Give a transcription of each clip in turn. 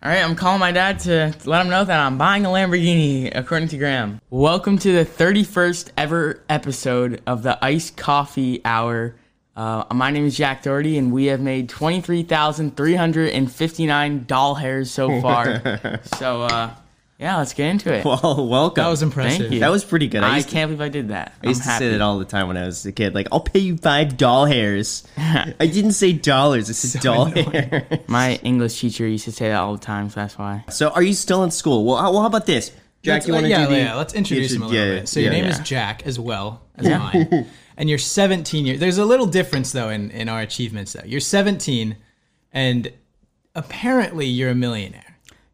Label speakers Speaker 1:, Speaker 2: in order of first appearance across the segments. Speaker 1: All right, I'm calling my dad to let him know that I'm buying a Lamborghini, according to Graham. Welcome to the 31st ever episode of the Iced Coffee Hour. Uh, my name is Jack Doherty, and we have made 23,359 doll hairs so far. so, uh, yeah, let's get into it.
Speaker 2: Well, welcome.
Speaker 3: That was impressive.
Speaker 1: Thank you.
Speaker 2: That was pretty good. I
Speaker 1: I
Speaker 2: used, to,
Speaker 1: can't believe I did that.
Speaker 2: I used
Speaker 1: I'm
Speaker 2: to say
Speaker 1: happy.
Speaker 2: that all the time when I was a kid. Like, I'll pay you five doll hairs. I didn't say dollars. I said doll hair.
Speaker 1: My English teacher used to say that all the time, so that's why.
Speaker 2: So, are you still in school? Well, how, well, how about this,
Speaker 1: uh,
Speaker 2: Jack?
Speaker 3: Let's-
Speaker 2: you want to
Speaker 3: yeah,
Speaker 2: do the?
Speaker 3: yeah, let's introduce him a little
Speaker 2: yeah,
Speaker 3: bit. So your
Speaker 2: yeah,
Speaker 3: name is
Speaker 1: yeah.
Speaker 3: Jack as well as mine, and you're 17 years. There's a little difference though in in our achievements though. You're 17, and apparently you're a millionaire.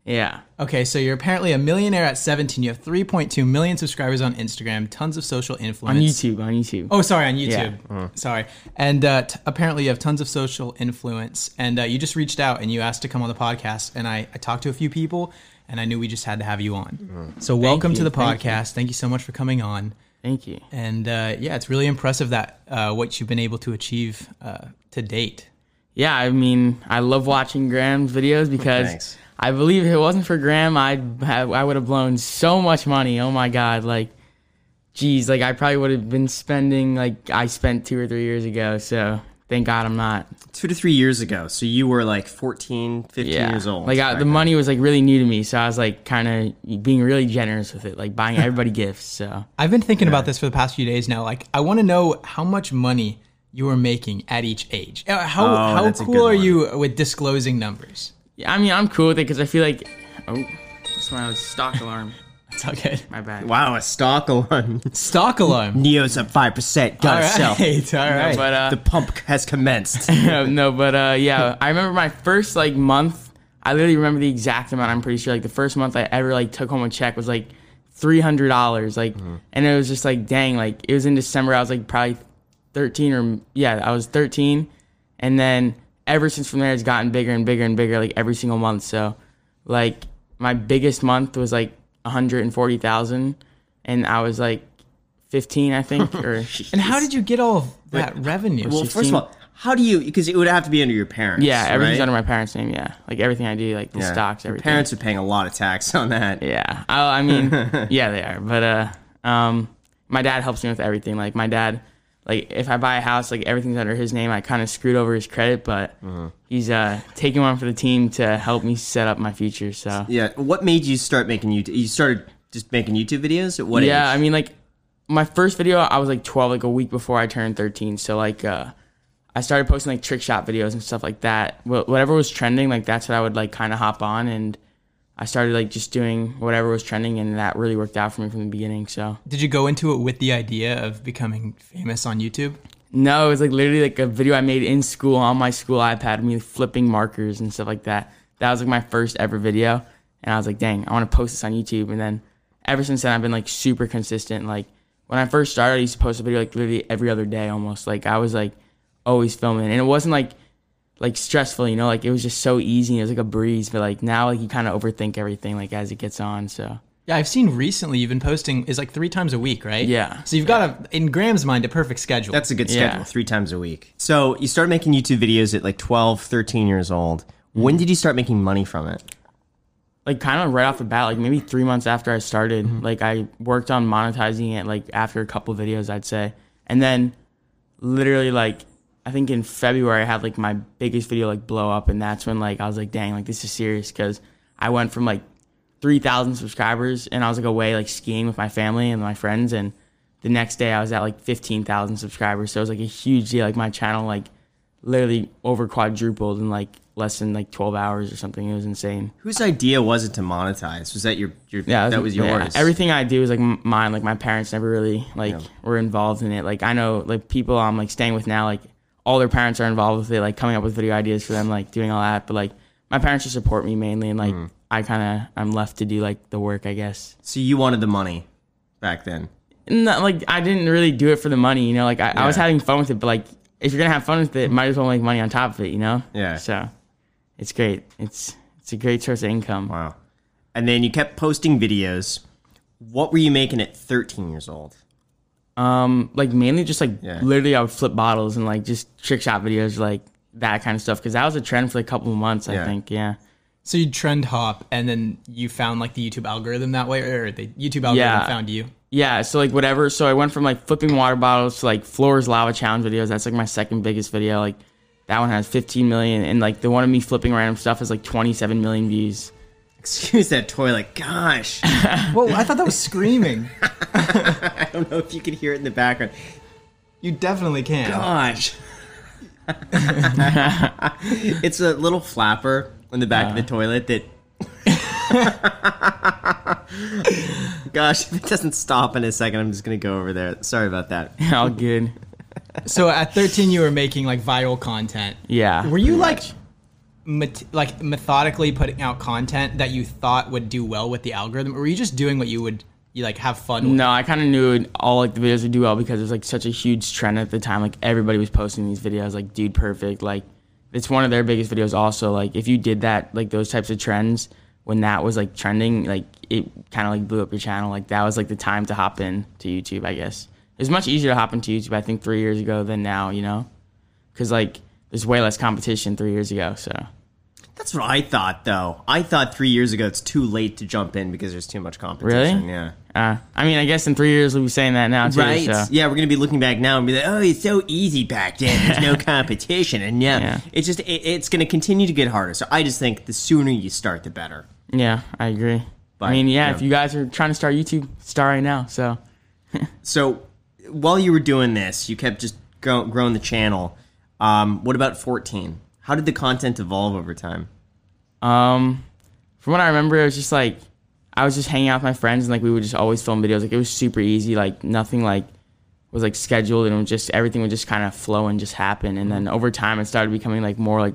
Speaker 1: Yeah.
Speaker 3: Okay, so you're apparently a millionaire at 17. You have 3.2 million subscribers on Instagram, tons of social influence
Speaker 1: On YouTube, on YouTube.
Speaker 3: Oh, sorry, on YouTube.
Speaker 2: Uh-huh.
Speaker 3: Sorry. And uh, t- apparently, you have tons of social influence. And uh, you just reached out and you asked to come on the podcast. And I, I talked to a few people, and I knew we just had to have you on.
Speaker 2: Uh-huh.
Speaker 3: So, welcome
Speaker 1: you,
Speaker 3: to the
Speaker 1: thank you.
Speaker 3: podcast. Thank you. so much for coming on.
Speaker 1: Thank you.
Speaker 3: And uh, yeah, it's really impressive that uh, what you've been able to achieve uh, to date.
Speaker 1: Yeah, I mean, I love watching Graham's videos because
Speaker 2: Thanks.
Speaker 1: I believe if it wasn't for Graham, I'd have, I would have blown so much money. Oh my god, like, geez, like I probably would have been spending like I spent two or three years ago. So thank God I'm not.
Speaker 2: Two to three years ago. So you were like 14, 15
Speaker 1: Yeah,
Speaker 2: years old.
Speaker 1: like I,
Speaker 2: back
Speaker 1: the
Speaker 2: then.
Speaker 1: money was like really new to me, so I was like kind of being really generous with it, like buying everybody gifts. So
Speaker 3: I've been thinking about this for the past few days now. Like, I want to know how much money you are making at each age. Uh, How,
Speaker 2: Oh,
Speaker 3: how
Speaker 2: that's a good
Speaker 3: cool are
Speaker 2: one.
Speaker 3: you with disclosing numbers?
Speaker 1: yeah, I mean, I'm cool with it because I feel like, oh, that's my stock alarm.
Speaker 3: It's okay.
Speaker 1: My bad.
Speaker 2: Wow, a stock alarm.
Speaker 3: Stock alarm.
Speaker 2: Neo's up five percent.
Speaker 3: All
Speaker 2: Gotta sell.
Speaker 3: right, all right.
Speaker 1: But uh,
Speaker 2: the pump has commenced.
Speaker 1: no, no, but uh, yeah, I remember my first like month. I literally remember the exact amount. I'm pretty sure like the first month I ever like took home a check was like three hundred dollars. Like, and it was just like dang. Like it was in December. I was like probably thirteen or yeah, I was thirteen, and then ever since from there it's gotten bigger and bigger and bigger like every single month. So like my biggest month was like one hundred and forty thousand, and I was like fifteen, I think, or
Speaker 3: And how did you get all of that revenue?
Speaker 2: well, first of all, how do you? Because it would have to be under your parents.
Speaker 1: Yeah, everything's
Speaker 2: right?
Speaker 1: under my parents' name. Yeah, like everything I do, like the
Speaker 2: Yeah.
Speaker 1: stocks,
Speaker 2: Your
Speaker 1: everything.
Speaker 2: Parents are paying a lot of tax on that.
Speaker 1: Yeah, Oh, I, I mean, yeah, they are. But uh, um, my dad helps me with everything. Like my dad, like if I buy a house, like everything's under his name. I kind of screwed over his credit, but
Speaker 2: Mm-hmm.
Speaker 1: he's uh taking one for the team to help me set up my future. So
Speaker 2: Yeah. What made you start making YouTube? You started just making YouTube videos at what age?
Speaker 1: yeah, I mean, like my first video, I was like 12, like a week before I turned 13. So like, uh, I started posting like trick shot videos and stuff like that. Wh- Whatever was trending, like that's what I would like kind of hop on, and I started like just doing whatever was trending, and that really worked out for me from the beginning. So
Speaker 3: did you go into it with the idea of becoming famous on YouTube?
Speaker 1: no, it was like literally like a video I made in school on my school iPad, me flipping markers and stuff like that. That was like my first ever video, and I was like, dang, I want to post this on YouTube. And then ever since then, I've been like super consistent. Like when I first started, I used to post a video like literally every other day almost. Like I was like always filming, and it wasn't like like stressful, you know. Like it was just so easy. and It was like a breeze. But like now, like you kind of overthink everything like as it gets on. So
Speaker 3: Yeah, I've seen recently you've been posting is like three times a week, right?
Speaker 1: Yeah.
Speaker 3: So you've got a in Graham's mind a perfect schedule.
Speaker 2: That's a good
Speaker 1: Yeah.
Speaker 2: schedule, three times a week. So you started making YouTube videos at like 12, 13 years old.
Speaker 1: Mm-hmm.
Speaker 2: When did you start making money from it?
Speaker 1: like kind of right off the bat, like maybe three months after I started, like I worked on monetizing it like after a couple videos, I'd say. And then literally like I think in February I had like my biggest video like blow up and that's when like I was like, dang, like this is serious because I went from like three thousand subscribers and I was like away like skiing with my family and my friends and the next day I was at like fifteen thousand subscribers. So it was like a huge deal. Like my channel like literally over quadrupled in like less than like twelve hours or something. It was insane.
Speaker 2: Whose idea was it to monetize? Was that your, your
Speaker 1: Yeah,
Speaker 2: that was
Speaker 1: yeah.
Speaker 2: yours?
Speaker 1: everything I do is like m- mine. Like my parents never really like were involved in it. Like I know like people I'm like staying with now, like all their parents are involved with it, like coming up with video ideas for them, like doing all that. But like my parents just support me mainly, and like
Speaker 2: Mm.
Speaker 1: I kind of I'm left to do like the work, I guess.
Speaker 2: So you wanted the money back then.
Speaker 1: Not, like I didn't really do it for the money, you know. Like I, I was
Speaker 2: Yeah.
Speaker 1: having fun with it, but like if you're gonna have fun with it, might as well make money on top of it, you know.
Speaker 2: Yeah.
Speaker 1: So it's great. It's it's a great source of income.
Speaker 2: Wow. And then you kept posting videos. What were you making at 13 years old?
Speaker 1: Um, like mainly just like
Speaker 2: Yeah.
Speaker 1: literally, I would flip bottles and like just trick shot videos, like that kind of stuff, because that was a trend for a couple of months, I
Speaker 2: Yeah.
Speaker 1: think. Yeah,
Speaker 3: So you trend hop, and then you found like the YouTube algorithm that way, or the YouTube algorithm
Speaker 1: Yeah.
Speaker 3: found you.
Speaker 1: Yeah, so like whatever. So I went from like flipping water bottles to like floors lava challenge videos. That's like my second biggest video. Like that one has 15 million, and like the one of me flipping random stuff is like 27 million views.
Speaker 2: Excuse that toilet. Gosh,
Speaker 3: Whoa, I thought that was screaming.
Speaker 2: I don't know if you could hear it in the background.
Speaker 3: You definitely can.
Speaker 2: Gosh, it's a little flapper on the back of the
Speaker 1: Uh.
Speaker 2: toilet that. Gosh, if it doesn't stop in a second, I'm just gonna go over there. Sorry about that.
Speaker 1: All good.
Speaker 3: So at 13, you were making like viral content.
Speaker 1: Yeah.
Speaker 3: Were you like, met- like methodically putting out content that you thought would do well with the algorithm, or were you just doing what you would you like have fun with?
Speaker 1: No, I kind of knew it- all like the videos would do well because it was like such a huge trend at the time. Like everybody was posting these videos, like dude perfect. Like it's one of their biggest videos. Also, like if you did that, like those types of trends when that was like trending, like it kind of like blew up your channel. Like that was like the time to hop in to YouTube. I guess it's much easier to hop into YouTube. I think three years ago than now. You know, because like there's way less competition three years ago. So
Speaker 2: That's what I thought, though. I thought three years ago it's too late to jump in because there's too much competition.
Speaker 1: Really?
Speaker 2: Yeah.
Speaker 1: uh, I mean, I guess in three years we'll be saying that now too.
Speaker 2: Right.
Speaker 1: So.
Speaker 2: Yeah, we're gonna be looking back now and be like, "Oh, it's so easy back then. There's no competition." And yeah,
Speaker 1: Yeah.
Speaker 2: it's just it, it's gonna continue to get harder. So I just think the sooner you start, the better.
Speaker 1: Yeah, I agree.
Speaker 2: But,
Speaker 1: I mean, yeah,
Speaker 2: yeah.
Speaker 1: if you guys are trying to start YouTube, start right now. So
Speaker 2: So while you were doing this, you kept just grow, growing the channel. Um, what about fourteen? How did the content evolve over time?
Speaker 1: Um, from what I remember, it was just like I was just hanging out with my friends, and like we would just always film videos. Like it was super easy. Like nothing like was like scheduled, and it was just everything would just kind of flow and just happen. And then over time, it started becoming like more like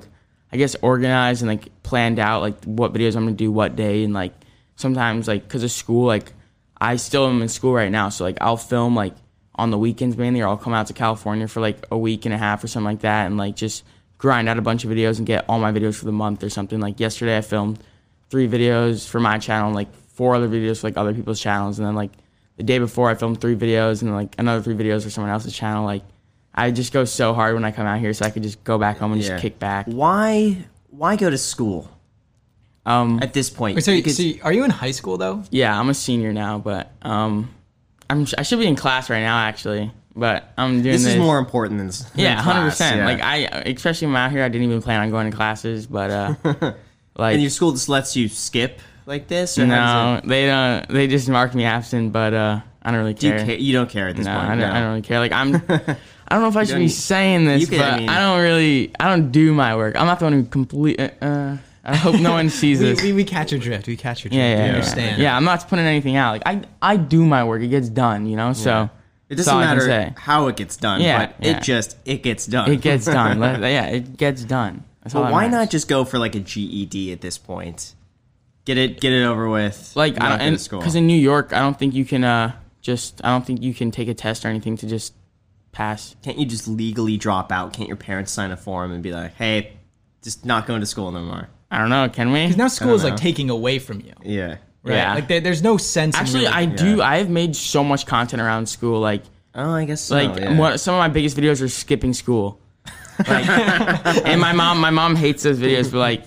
Speaker 1: I guess organized and like planned out, like what videos I'm gonna do what day, and like sometimes like because of school, like I still am in school right now, so like I'll film like on the weekends mainly, or I'll come out to California for like a week and a half or something like that, and like just grind out a bunch of videos and get all my videos for the month or something. Like yesterday, I filmed three videos for my channel, and, like four other videos for like other people's channels, and then like the day before, I filmed three videos and like another three videos for someone else's channel. Like I just go so hard when I come out here, so I could just go back home and
Speaker 2: Yeah.
Speaker 1: just kick back.
Speaker 2: Why why go to school
Speaker 1: Um,
Speaker 2: at this point?
Speaker 3: Wait, so,
Speaker 2: Because-
Speaker 3: so you- are you in high school though?
Speaker 1: yeah, I'm a senior now, but um, I'm I should be in class right now actually, but I'm doing
Speaker 2: this
Speaker 1: this.
Speaker 2: is more important than this. than
Speaker 1: yeah, hundred
Speaker 2: class,
Speaker 1: percent.
Speaker 2: yeah.
Speaker 1: Like I, especially when I'm out here, I didn't even plan on going to classes, but uh, like
Speaker 2: and your school just lets you skip like this, or how does
Speaker 1: no, they don't. They just mark me absent, but uh, I don't really
Speaker 2: it-
Speaker 1: care.
Speaker 2: you, ca- you don't care at this
Speaker 1: no,
Speaker 2: point.
Speaker 1: I, don't,
Speaker 2: no.
Speaker 1: I don't really care. Like I'm, I don't know if I should
Speaker 2: don't- e-
Speaker 1: be saying this,
Speaker 2: you could-
Speaker 1: but
Speaker 2: I
Speaker 1: I,
Speaker 2: mean-
Speaker 1: don't really. I don't do my work. I'm not the one who complete. uh, Uh, I hope no one sees
Speaker 3: We,
Speaker 1: this.
Speaker 3: we, we catch your drift. We catch your drift.
Speaker 1: yeah, yeah,
Speaker 3: we
Speaker 1: yeah.
Speaker 3: understand.
Speaker 1: Yeah, I'm not putting anything out. Like I, I do my work. It gets done. You know, so
Speaker 2: It
Speaker 1: that's
Speaker 2: doesn't
Speaker 1: all I can
Speaker 2: matter
Speaker 1: say.
Speaker 2: how it gets done,
Speaker 1: Yeah,
Speaker 2: but
Speaker 1: yeah.
Speaker 2: it just it gets done.
Speaker 1: It gets done. Let- yeah, it gets done. That's all
Speaker 2: But
Speaker 1: that
Speaker 2: why
Speaker 1: matters.
Speaker 2: not just go for like a GED at this point? Get it get it over with.
Speaker 1: like I
Speaker 2: not
Speaker 1: don't
Speaker 2: go to
Speaker 1: and
Speaker 2: school.
Speaker 1: because in New York, I don't think you can uh just I don't think you can take a test or anything to just pass.
Speaker 2: Can't you just legally drop out? Can't your parents sign a form and be like, "Hey, just not going to school no more"?
Speaker 1: I don't know. Can we?
Speaker 3: Now school is like
Speaker 2: know.
Speaker 3: taking away from you.
Speaker 2: Yeah.
Speaker 3: Right?
Speaker 1: Yeah.
Speaker 3: Like there, there's no sense. in
Speaker 1: Actually,
Speaker 3: really-
Speaker 1: I do. I have made so much content around school. Like
Speaker 2: Oh, I guess so.
Speaker 1: like
Speaker 2: yeah.
Speaker 1: what, some of my biggest videos are skipping school. Like, and my mom my mom hates those videos, but like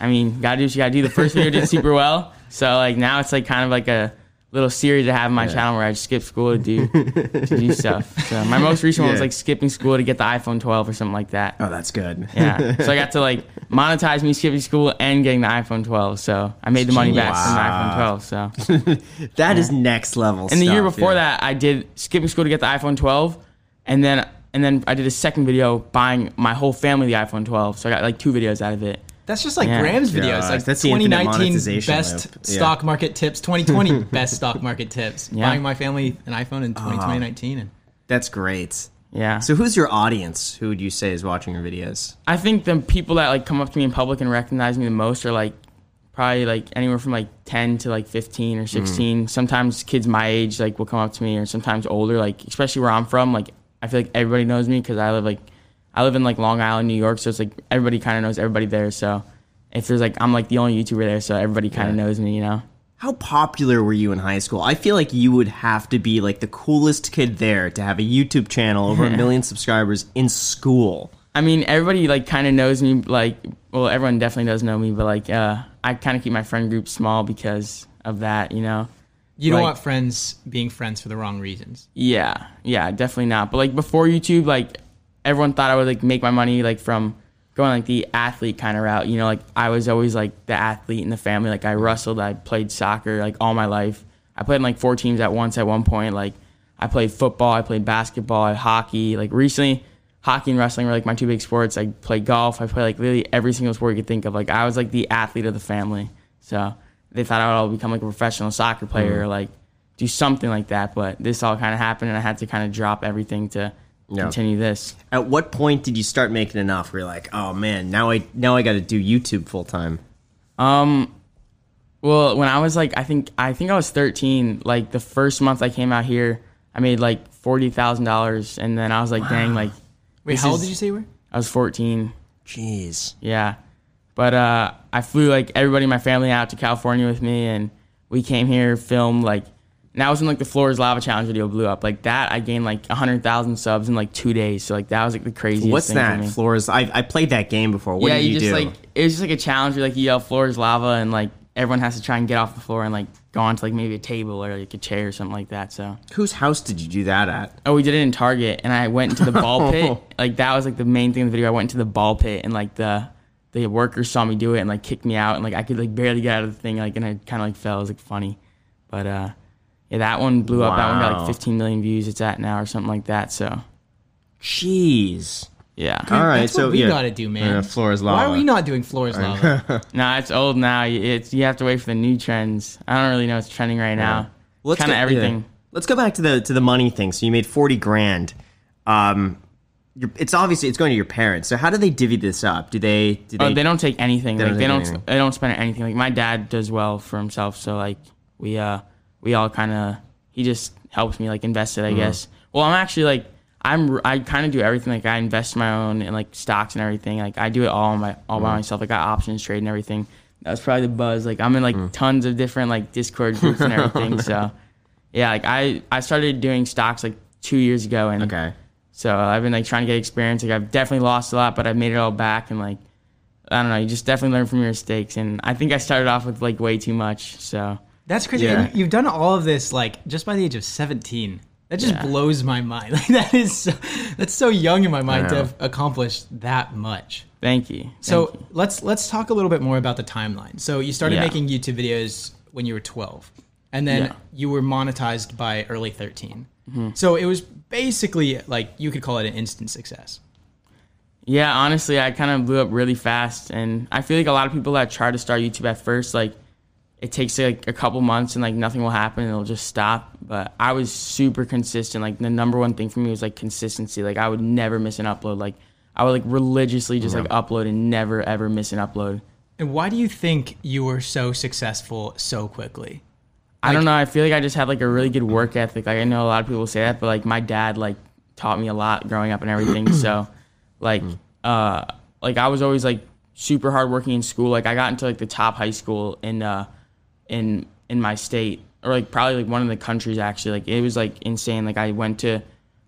Speaker 1: I mean, gotta do what you gotta do. The first video did super well, so like now it's like kind of like a little series I have on my channel where I just skip school to do to do stuff. So my most recent one was
Speaker 2: Yeah.
Speaker 1: like skipping school to get the iPhone 12 or something like that.
Speaker 2: Oh, that's good.
Speaker 1: Yeah. So I got to like monetize me skipping school and getting the iPhone 12. So I made the money back from the iPhone 12. So and
Speaker 2: That is next level.
Speaker 1: the year before that, I did skipping school to get the iPhone 12, and then and then I did a second video buying my whole family the iPhone 12. So I got like two videos out of it.
Speaker 3: That's just like
Speaker 1: Yeah.
Speaker 3: Graham's videos,
Speaker 2: Gosh,
Speaker 3: like
Speaker 2: that's the infinite
Speaker 3: 2019
Speaker 2: monetization
Speaker 3: best
Speaker 2: loop. Yeah.
Speaker 3: stock market tips, 2020 best stock market tips.
Speaker 1: Yeah. Uh,
Speaker 3: Buying my family an iPhone in 2019, and
Speaker 2: That's great.
Speaker 1: Yeah.
Speaker 2: So, who's your audience? Who would you say is watching your videos?
Speaker 1: I think the people that like come up to me in public and recognize me the most are like probably like anywhere from like 10 to like 15 or 16. Sometimes kids my age like will come up to me or sometimes older like especially where I'm from like I feel like everybody knows me cuz I live like I live in like Long Island, New York, so it's like everybody kind of knows everybody there. So if there's like I'm like the only YouTuber there, so everybody kind of knows me, you know.
Speaker 2: How popular were you in high school? I feel like you would have to be like the coolest kid there to have a YouTube channel over a million subscribers in school.
Speaker 1: I mean, everybody like kind of knows me. Like, well, everyone definitely does know me, but like, uh, I kind of keep my friend group small because of that. You know.
Speaker 3: You don't
Speaker 1: Like-
Speaker 3: want friends being friends for the wrong reasons.
Speaker 1: Yeah, yeah, definitely not. But like before YouTube, like everyone thought I would like make my money like from going like the athlete kind of route. You know, like I was always like the athlete in the family. Like I wrestled, I played soccer like all my life. I played in like four teams at once at one point. Like I played football, I played basketball, I hockey. Like recently, hockey and wrestling were like my two big sports. I play golf. I play like literally every single sport you could think of. Like I was like the athlete of the family. So they thought I would all become like a professional soccer player, or, like do something like that. But this all kind of happened, and I had to kind of drop everything to
Speaker 2: Yeah.
Speaker 1: continue this.
Speaker 2: At what point did you start making enough? Where you're like, oh man, now I now I got to do YouTube full time.
Speaker 1: Well, when I was like, I think I think I was 13. Like the first month I came out here, I made like forty thousand dollars, and then I was like, dang, like
Speaker 3: Wait,
Speaker 1: This
Speaker 3: how old
Speaker 1: is-
Speaker 3: did you say you were?
Speaker 1: I was 14.
Speaker 2: Jeez.
Speaker 1: Yeah. But uh, I flew like everybody in my family out to California with me, and we came here, filmed like, and that was when like the Floors Lava Challenge video blew up. Like that, I gained like 100,000 subs in like two days. So like that was like the craziest
Speaker 2: What's
Speaker 1: thing for
Speaker 2: that?
Speaker 1: me.
Speaker 2: Floors. I I played that game before. What
Speaker 1: yeah,
Speaker 2: did you,
Speaker 1: you, just
Speaker 2: do?
Speaker 1: like it was just like a challenge where like you yell floors lava and like everyone has to try and get off the floor and like go onto like maybe a table or like a chair or something like that. So
Speaker 2: Whose house did you do that at?
Speaker 1: oh, we did it in Target and I went into the ball pit. Like that was like the main thing in the video. I went into the ball pit and like the the workers saw me do it and like kicked me out and like I could like barely get out of the thing like and I kind of like fell. It was like funny, but uh yeah, that one blew up. That one got
Speaker 2: Wow.
Speaker 1: like 15 million views. It's at now or something like that. So
Speaker 2: Jeez.
Speaker 1: yeah,
Speaker 2: All right,
Speaker 3: That's what
Speaker 2: so
Speaker 3: we
Speaker 2: yeah,
Speaker 3: gotta do, man.
Speaker 2: Yeah, Floors
Speaker 3: Why
Speaker 2: lava.
Speaker 3: are we not doing floors lava?
Speaker 1: No, it's old now. You- It's you have to wait for the new trends. I don't really know what's trending right now.
Speaker 2: Let's
Speaker 1: kind of
Speaker 2: go- yeah.
Speaker 1: everything.
Speaker 2: Let's go back to the to the money thing. So you made forty grand. Um, your- it's obviously it's going to your parents. So how do they divvy this up? Do they do
Speaker 3: Uh,
Speaker 2: they?
Speaker 1: Oh, they don't take anything.
Speaker 2: don't
Speaker 1: like they
Speaker 2: take
Speaker 1: don't.
Speaker 2: anything.
Speaker 1: They don't spend anything. Like my dad does well for himself, so like we uh we all kind of he just helps me like invest it.
Speaker 2: Mm-hmm.
Speaker 1: I guess. Well, I'm actually like I'm I kind of do everything. Like I invest my own in like stocks and everything. Like I do it all on my all
Speaker 2: Mm-hmm.
Speaker 1: by myself. Like I options trade and everything. That's probably the buzz. Like I'm in
Speaker 2: Mm.
Speaker 1: like tons of different like Discord groups and everything. so yeah, like I I started doing stocks like two years ago and
Speaker 2: okay.
Speaker 1: So I've been like trying to get experience. Like I've definitely lost a lot, but I've made it all back. And like I don't know, you just definitely learn from your mistakes. And I think I started off with like way too much. So
Speaker 3: That's crazy.
Speaker 2: Yeah.
Speaker 3: And You've done all of this like just by the age of 17. That just blows my mind. Like that is so, that's so young in my mind to
Speaker 2: know.
Speaker 3: have accomplished that much.
Speaker 1: thank you. Thank
Speaker 3: So
Speaker 1: you.
Speaker 3: let's let's talk a little bit more about the timeline. So you started
Speaker 1: Yeah.
Speaker 3: making YouTube videos when you were 12, and then
Speaker 1: Yeah. Mm-hmm.
Speaker 3: you were monetized by early 13. So it was basically like you could call it an instant success.
Speaker 1: Yeah, honestly, I kind of blew up really fast, and I feel like a lot of people that try to start YouTube at first, like it takes like a couple months and like nothing will happen and it'll just stop. But I was super consistent. Like the number one thing for me was like consistency. Like I would never miss an upload. Like I would like religiously just like upload and never ever miss an upload.
Speaker 3: And why do you think you were so successful so quickly?
Speaker 1: I don't know. I feel like I just had like a really good work ethic. Like I know a lot of people say that, but like my dad like taught me a lot growing up and everything. so, like, uh, like I was always like super hardworking in school. Like I got into like the top high school in uh in in my state or like probably like one of the countries actually. Like it was like insane. Like I went to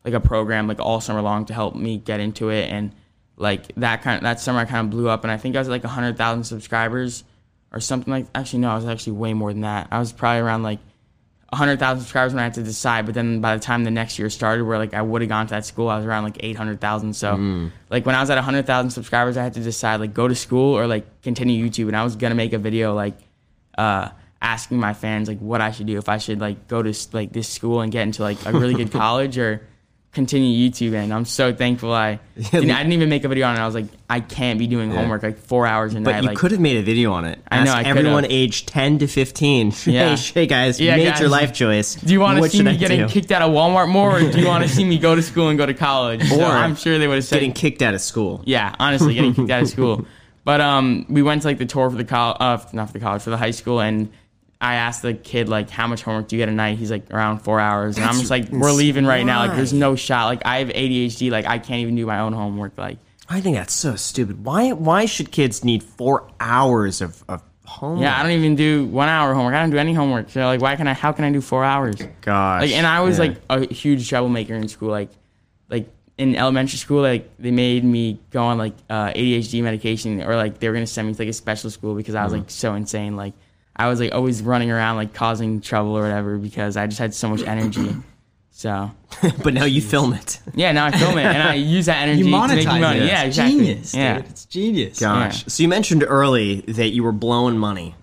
Speaker 1: like a program like all summer long to help me get into it and like that kind that summer I kind of blew up and I think I was at, like 100,000 subscribers or something like actually no I was actually way more than that I was probably around like 100,000 subscribers when I had to decide but then by the time the next year started where like I would have gone to that school I was around like 800,000 so
Speaker 2: Mm.
Speaker 1: like when I was at 100,000 subscribers I had to decide like go to school or like continue YouTube and I was gonna make a video like uh asking my fans like what I should do if I should like go to s- like this school and get into like a really good college or continue YouTube and I'm so thankful I didn't, I didn't even make a video on it I was like I can't be doing homework like four hours a
Speaker 2: But
Speaker 1: night
Speaker 2: you
Speaker 1: like
Speaker 2: could have made a video on it.
Speaker 1: I know,
Speaker 2: Ask
Speaker 1: I could've.
Speaker 2: everyone aged ten to fifteen.
Speaker 1: Yeah.
Speaker 2: hey, hey guys,
Speaker 1: Yeah,
Speaker 2: you made
Speaker 1: guys.
Speaker 2: your life choice.
Speaker 1: do you want to
Speaker 2: What
Speaker 1: see
Speaker 2: should
Speaker 1: me
Speaker 2: I
Speaker 1: getting
Speaker 2: do?
Speaker 1: kicked out of Walmart more or do you want to see me go to school and go to college so
Speaker 2: Or
Speaker 1: I'm sure they would have said
Speaker 2: Getting kicked out of school.
Speaker 1: Yeah, honestly, getting kicked out of school. But um, we went to like the tour for the college, uh, not for the college, for the high school, and I asked the kid like, "How much homework do you get a night?" He's like, "Around four hours," and I'm just like, "We're leaving right now. Like, there's no shot. Like, I have ADHD. Like, I can't even do my own homework. Like,
Speaker 2: I think that's so stupid. Why? Why should kids need four hours of, of homework?
Speaker 1: yeah, I don't even do one hour homework. I don't do any homework. So like, why can I? How can I do four hours?
Speaker 2: Gosh.
Speaker 1: Like, and I was
Speaker 2: Yeah.
Speaker 1: like a huge troublemaker in school. Like, like in elementary school, like they made me go on like uh, ADHD medication, or like they were gonna send me to like a special school because I was like
Speaker 3: Mm-hmm.
Speaker 1: so insane. Like I was like always running around like causing trouble or whatever because I just had so much energy. So
Speaker 2: but now you film it.
Speaker 1: yeah, now I film it and I use that energy
Speaker 3: You
Speaker 1: to make
Speaker 3: monetize
Speaker 1: money.
Speaker 3: it.
Speaker 1: Yeah,
Speaker 3: It's
Speaker 1: exactly.
Speaker 3: Genius, dude.
Speaker 1: yeah.
Speaker 3: It's genius.
Speaker 2: Gosh. So you mentioned early that you were blowing money.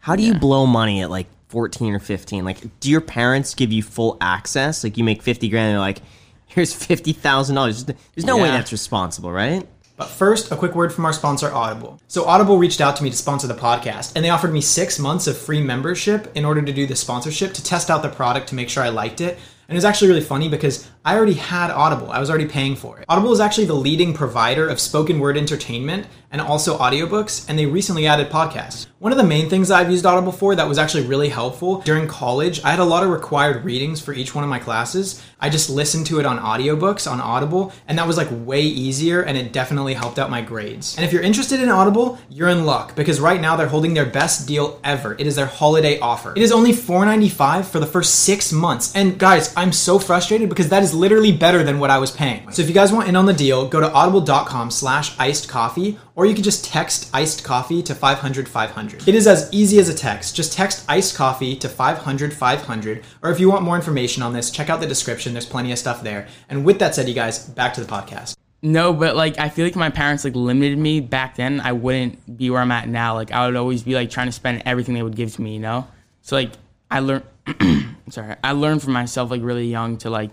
Speaker 2: How do you blow money at like 14 or 15? Like, do your parents give you full access? Like, you make 50 grand and they're like, here's $50,000. There's no way
Speaker 1: Yeah.
Speaker 2: that's responsible, right?
Speaker 3: But first, a quick word from our sponsor, Audible. So, Audible reached out to me to sponsor the podcast, and they offered me six months of free membership in order to do the sponsorship to test out the product to make sure I liked it. And it was actually really funny because I already had Audible, I was already paying for it. Audible is actually the leading provider of spoken word entertainment and also audiobooks, and they recently added podcasts. One of the main things that I've used Audible for that was actually really helpful during college, I had a lot of required readings for each one of my classes. I just listened to it on audiobooks on Audible, and that was like way easier and it definitely helped out my grades. And if you're interested in Audible, you're in luck because right now they're holding their best deal ever. It is their holiday offer. It is only $4.95 for the first six months. And guys, I'm so frustrated because that is literally better than what I was paying. So if you guys want in on the deal, go to audible.com slash iced coffee or you can just text iced coffee to 500 500. It is as easy as a text. Just text iced coffee to 500 500. Or if you want more information on this, check out the description. There's plenty of stuff there. And with that said, you guys, back to the podcast.
Speaker 1: No, but like I feel like my parents like limited me back then. I wouldn't be where I'm at now. Like I would always be like trying to spend everything they would give to me, you know? So like I learned sorry, I learned from myself like really young to like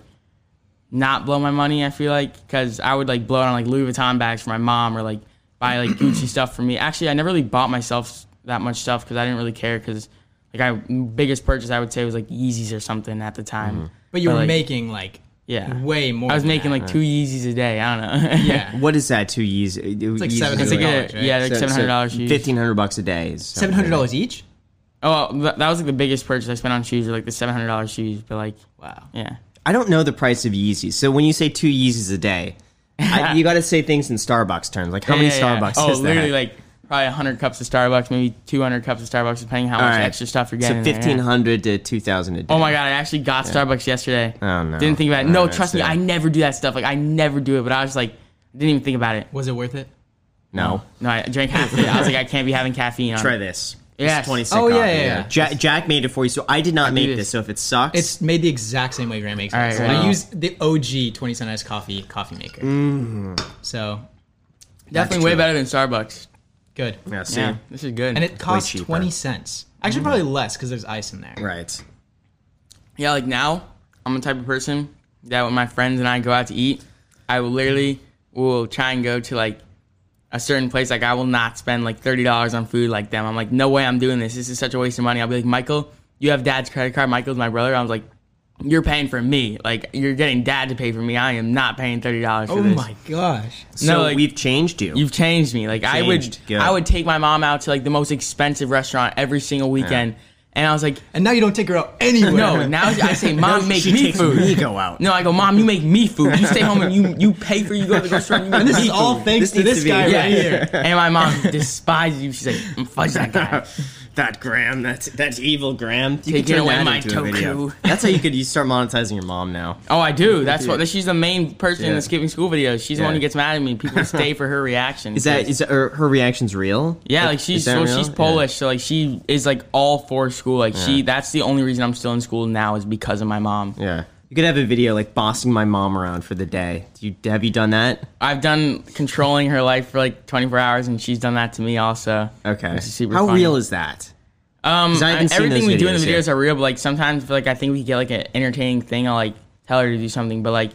Speaker 1: not blow my money, I feel like, cuz I would like blow it on like Louis Vuitton bags for my mom or like buy like Gucci stuff for me. Actually, I never really bought myself that much stuff cuz I didn't really care cuz like I biggest purchase I would say was like Yeezys or something at the time.
Speaker 3: But you were
Speaker 1: like,
Speaker 3: making like
Speaker 1: yeah.
Speaker 3: way more.
Speaker 1: I was
Speaker 3: than
Speaker 1: making
Speaker 3: that.
Speaker 1: like two Yeezys a day. I don't know.
Speaker 3: yeah.
Speaker 2: What is that, two years? It's
Speaker 3: like seven-
Speaker 1: It's like a,
Speaker 3: $700, right?
Speaker 1: yeah, like uh, seven hundred dollars shoes.
Speaker 2: Fifteen hundred bucks a day. is
Speaker 3: Seven hundred dollars each.
Speaker 1: Oh, well, th- that was like the biggest purchase I spent on shoes, were, like the seven hundred dollars shoes. But like,
Speaker 3: Wow.
Speaker 1: yeah,
Speaker 2: I don't know the price of Yeezys. So when you say two Yeezys a day, I, you got to say things in Starbucks terms. Like how many
Speaker 1: Yeah, yeah, yeah.
Speaker 2: Starbucks?
Speaker 1: Oh,
Speaker 2: is that?
Speaker 1: literally like probably hundred cups of Starbucks, maybe two hundred cups of Starbucks, depending how
Speaker 2: All
Speaker 1: much
Speaker 2: right.
Speaker 1: extra stuff you're
Speaker 2: So
Speaker 1: getting. there, yeah.
Speaker 2: fifteen hundred to two thousand a day.
Speaker 1: Oh my god, I actually got Starbucks yesterday.
Speaker 2: Oh, no.
Speaker 1: Didn't think about it.
Speaker 2: No,
Speaker 1: No,
Speaker 2: that's
Speaker 1: trust me,
Speaker 2: it.
Speaker 1: I never do that stuff. Like I never do it. But I was like, didn't even think about it.
Speaker 3: Was it worth it?
Speaker 2: no.
Speaker 1: No, I drank half of it. I was like, I can't be having caffeine. On.
Speaker 2: Try this.
Speaker 1: Mm. Yes.
Speaker 2: It's 20 cent
Speaker 3: Oh, yeah,
Speaker 2: coffee,
Speaker 3: yeah, yeah.
Speaker 2: Ja- Jack made it for you, so I did not make
Speaker 1: this.
Speaker 2: this. So if it sucks,
Speaker 3: It's made the exact same way Graham makes it.
Speaker 1: All right,
Speaker 3: So
Speaker 1: right.
Speaker 3: I use the OG twenty cent iced coffee coffee maker.
Speaker 1: Mm-hmm.
Speaker 3: So
Speaker 1: Definitely way better than Starbucks.
Speaker 3: good.
Speaker 2: yeah, see?
Speaker 1: Yeah, Mm. this is good.
Speaker 3: And it costs
Speaker 2: cheaper.
Speaker 3: twenty cents. Actually, probably less because there's ice in there.
Speaker 2: right.
Speaker 1: Yeah, like now, I'm the type of person that when my friends and I go out to eat, I will literally will try and go to like a certain place. Like I will not spend like thirty dollars on food like them. I'm like, no way, I'm doing this. This is such a waste of money. I'll be like, Michael, you have dad's credit card. Michael's my brother. I was like, you're paying for me. Like you're getting dad to pay for me. I am not paying thirty dollars for
Speaker 3: Oh
Speaker 1: this.
Speaker 3: my gosh!
Speaker 2: So
Speaker 1: like-
Speaker 2: we've changed you.
Speaker 1: You've changed me. Like I would,
Speaker 2: Changed. Good.
Speaker 1: I would take my mom out to like the most expensive restaurant every single weekend, and I was like,
Speaker 3: And now you don't take her out anywhere.
Speaker 1: no. Now I say, mom, make
Speaker 2: she
Speaker 1: me
Speaker 2: takes
Speaker 1: food.
Speaker 2: me go out.
Speaker 1: No, I go, mom, you make me food. You stay home and you you pay for you go to the grocery. And, you
Speaker 3: and
Speaker 1: make
Speaker 3: this is
Speaker 1: me
Speaker 3: all
Speaker 1: food."
Speaker 2: This
Speaker 3: thanks to
Speaker 2: needs
Speaker 3: this
Speaker 2: to be-
Speaker 3: guy right
Speaker 1: Yeah.
Speaker 3: here.
Speaker 1: And my mom despises you. She's like, "Mm, fudge that guy.
Speaker 2: that Graham, that's that's evil Graham. You could
Speaker 1: Taking
Speaker 2: turn
Speaker 1: away
Speaker 2: that
Speaker 1: my
Speaker 2: into a video.
Speaker 1: toku.
Speaker 2: That's how you could you start monetizing your mom now.
Speaker 1: Oh, I do. That's what. She's the main person
Speaker 2: Yeah.
Speaker 1: in the skipping school videos. She's the one who gets mad at me. People stay for her reaction.
Speaker 2: Is that is that, her, her reaction's real?
Speaker 1: Yeah, like she's
Speaker 2: is that
Speaker 1: so
Speaker 2: real?
Speaker 1: she's
Speaker 2: Yeah.
Speaker 1: Polish, so like she is like all for school. Like she, that's the only reason I'm still in school now is because of my mom.
Speaker 2: Yeah. You could have a video like bossing my mom around for the day. Do you have you done that?
Speaker 1: I've done controlling her life for like 24 hours, and she's done that to me also.
Speaker 2: Okay.
Speaker 1: Which is super
Speaker 2: How
Speaker 1: funny.
Speaker 2: real is that?
Speaker 1: Um,
Speaker 2: 'Cause I haven't
Speaker 1: I-
Speaker 2: seen
Speaker 1: everything
Speaker 2: those
Speaker 1: we do in the
Speaker 2: videos yet.
Speaker 1: videos are real, but like sometimes, like I think we get like an entertaining thing. I'll like tell her to do something, but like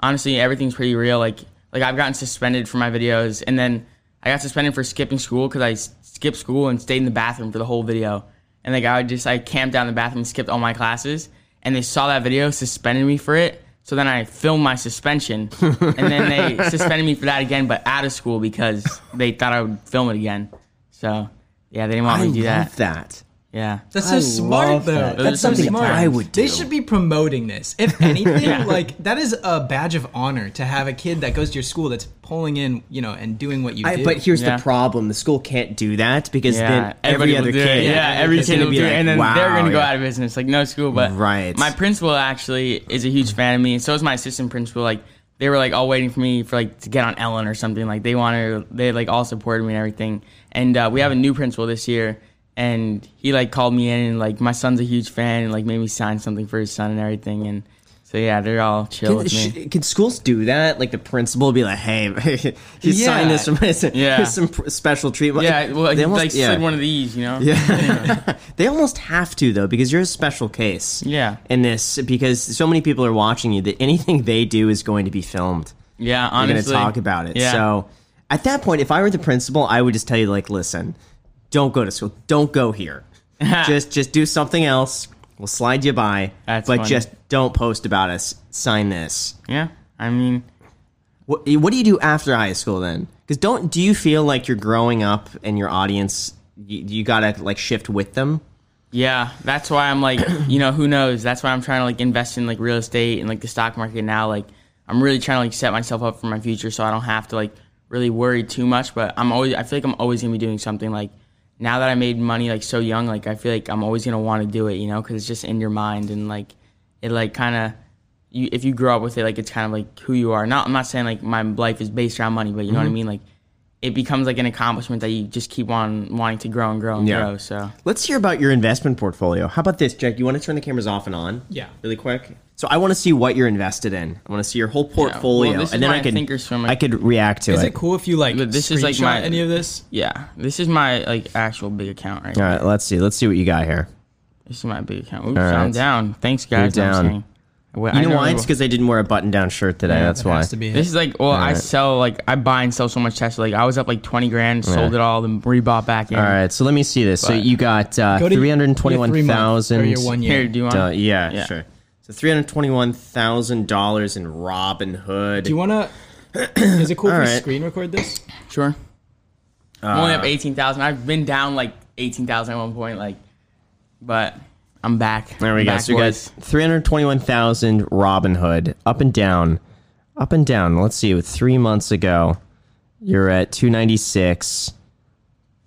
Speaker 1: honestly, everything's pretty real. Like like I've gotten suspended for my videos, and then I got suspended for skipping school because I s- skipped school and stayed in the bathroom for the whole video. And like I would just I camped out in the bathroom, and skipped all my classes, and they saw that video, suspended me for it. So then I filmed my suspension, and then they suspended me for that again, but out of school because they thought I would film it again. So yeah, they didn't want
Speaker 2: I
Speaker 1: me to do
Speaker 2: love
Speaker 1: that.
Speaker 2: that.
Speaker 1: Yeah.
Speaker 3: That's so
Speaker 2: I
Speaker 3: smart,
Speaker 2: love
Speaker 3: though.
Speaker 2: that.
Speaker 1: That's something
Speaker 2: I would
Speaker 3: They
Speaker 2: do.
Speaker 3: should be promoting this. If anything, like that is a badge of honor to have a kid that goes to your school that's pulling in, you know, and doing what you
Speaker 2: I,
Speaker 3: do.
Speaker 2: but here's
Speaker 1: Yeah.
Speaker 2: the problem: the school can't do that because
Speaker 1: Yeah,
Speaker 2: then every
Speaker 1: everybody
Speaker 2: other
Speaker 1: will do it.
Speaker 2: kid,
Speaker 1: Yeah, every
Speaker 2: is
Speaker 1: kid
Speaker 2: gonna
Speaker 1: will
Speaker 2: be
Speaker 1: do it,
Speaker 2: like,
Speaker 1: and then
Speaker 2: wow,
Speaker 1: they're gonna go
Speaker 2: yeah.
Speaker 1: out of business. Like no school, but
Speaker 2: Right.
Speaker 1: My principal actually is a huge fan of me, and so is my assistant principal. Like they were like all waiting for me for like to get on Ellen or something. Like they wanted, they like all supported me and everything. And uh, we have a new principal this year, and he like called me in and like my son's a huge fan and like made me sign something for his son and everything. And so yeah, they're all chill
Speaker 2: Can,
Speaker 1: with me.
Speaker 2: sh- can schools do that? Like the principal be like, "Hey, he
Speaker 3: Yeah.
Speaker 2: signed this for my son.
Speaker 1: Yeah.
Speaker 2: Here's some pr- special treatment."
Speaker 1: yeah, well,
Speaker 2: they
Speaker 1: he
Speaker 2: almost,
Speaker 1: like
Speaker 2: yeah.
Speaker 1: slid one of these, you know.
Speaker 2: Yeah. they almost have to though because you're a special case.
Speaker 1: Yeah.
Speaker 2: In this, because so many people are watching you that anything they do is going to be filmed.
Speaker 1: Yeah,
Speaker 2: You're
Speaker 1: honestly,
Speaker 2: going to talk about it.
Speaker 1: Yeah.
Speaker 2: So at that point, if I were the principal, I would just tell you like, listen, don't go to school. Don't go here. just just do something else. We'll slide you by,
Speaker 1: That's
Speaker 2: but
Speaker 1: funny.
Speaker 2: just don't post about us. Sign this.
Speaker 1: yeah, I mean,
Speaker 2: What, what do you do after high school then? Because don't do you feel like you're growing up and your audience you, you gotta like shift with them?
Speaker 1: Yeah, that's why I'm like, you know, who knows? That's why I'm trying to like invest in like real estate and like the stock market now. Like, I'm really trying to like set myself up for my future, so I don't have to like really worry too much. But I'm always, I feel like I'm always gonna be doing something. Like, now that I made money like so young, like I feel like I'm always gonna want to do it, you know, because it's just in your mind and like it like kind of. You, if you grow up with it, like it's kind of like who you are. Not, I'm not saying like my life is based around money, but you know what I mean. Like, it becomes like an accomplishment that you just keep on wanting to grow and grow and
Speaker 2: Yeah.
Speaker 1: grow. So
Speaker 2: Let's hear about your investment portfolio. How about this, Jack? You want to turn the cameras off and on?
Speaker 3: Yeah.
Speaker 2: really quick. So I want to see what you're invested in. I want to see your whole portfolio,
Speaker 1: this is
Speaker 2: and then
Speaker 1: my
Speaker 2: I can
Speaker 1: thinkorswim, like-
Speaker 2: I could react to
Speaker 3: Is
Speaker 2: it.
Speaker 3: it cool if you like
Speaker 1: But
Speaker 3: this is like my any of this?
Speaker 1: Yeah, this is my like actual big account right.
Speaker 2: All
Speaker 1: now.
Speaker 2: right, let's see. Let's see what you got here.
Speaker 1: This is my big account. Oops,
Speaker 2: All right.
Speaker 1: I'm down. Thanks, guys.
Speaker 2: You're
Speaker 1: I'm
Speaker 2: down.
Speaker 1: saying. Well,
Speaker 2: You
Speaker 1: I
Speaker 2: know, why?
Speaker 1: what-
Speaker 2: It's because I didn't wear a button-down shirt today. that's
Speaker 3: That
Speaker 2: why.
Speaker 3: has to be it.
Speaker 1: This is like, well, I sell like I buy and sell so much Tesla. Like I was up like twenty grand, sold it all, then rebought back in.
Speaker 2: All right, so let me see this. so
Speaker 1: But-
Speaker 2: you got uh,
Speaker 3: Go to your-
Speaker 2: three hundred
Speaker 3: your
Speaker 2: twenty-one
Speaker 3: three month or
Speaker 2: thousand.
Speaker 3: your one
Speaker 1: Here,
Speaker 3: year.
Speaker 1: do you want?
Speaker 2: Uh, yeah,
Speaker 1: Yeah.
Speaker 2: sure. So three hundred twenty-one thousand dollars in Robinhood.
Speaker 3: Do you want to? Is it cool if
Speaker 2: All
Speaker 3: we
Speaker 2: right.
Speaker 3: screen record this?
Speaker 1: Sure. I'm only up
Speaker 2: Uh,
Speaker 1: eighteen thousand. I've been down like eighteen thousand at one point, like, but I'm back.
Speaker 2: There we
Speaker 1: I'm
Speaker 2: go.
Speaker 1: back,
Speaker 2: So you got
Speaker 1: boys.
Speaker 2: three hundred twenty-one thousand Robinhood up and down, up and down. Let's see. With three months ago, you're at two ninety-six,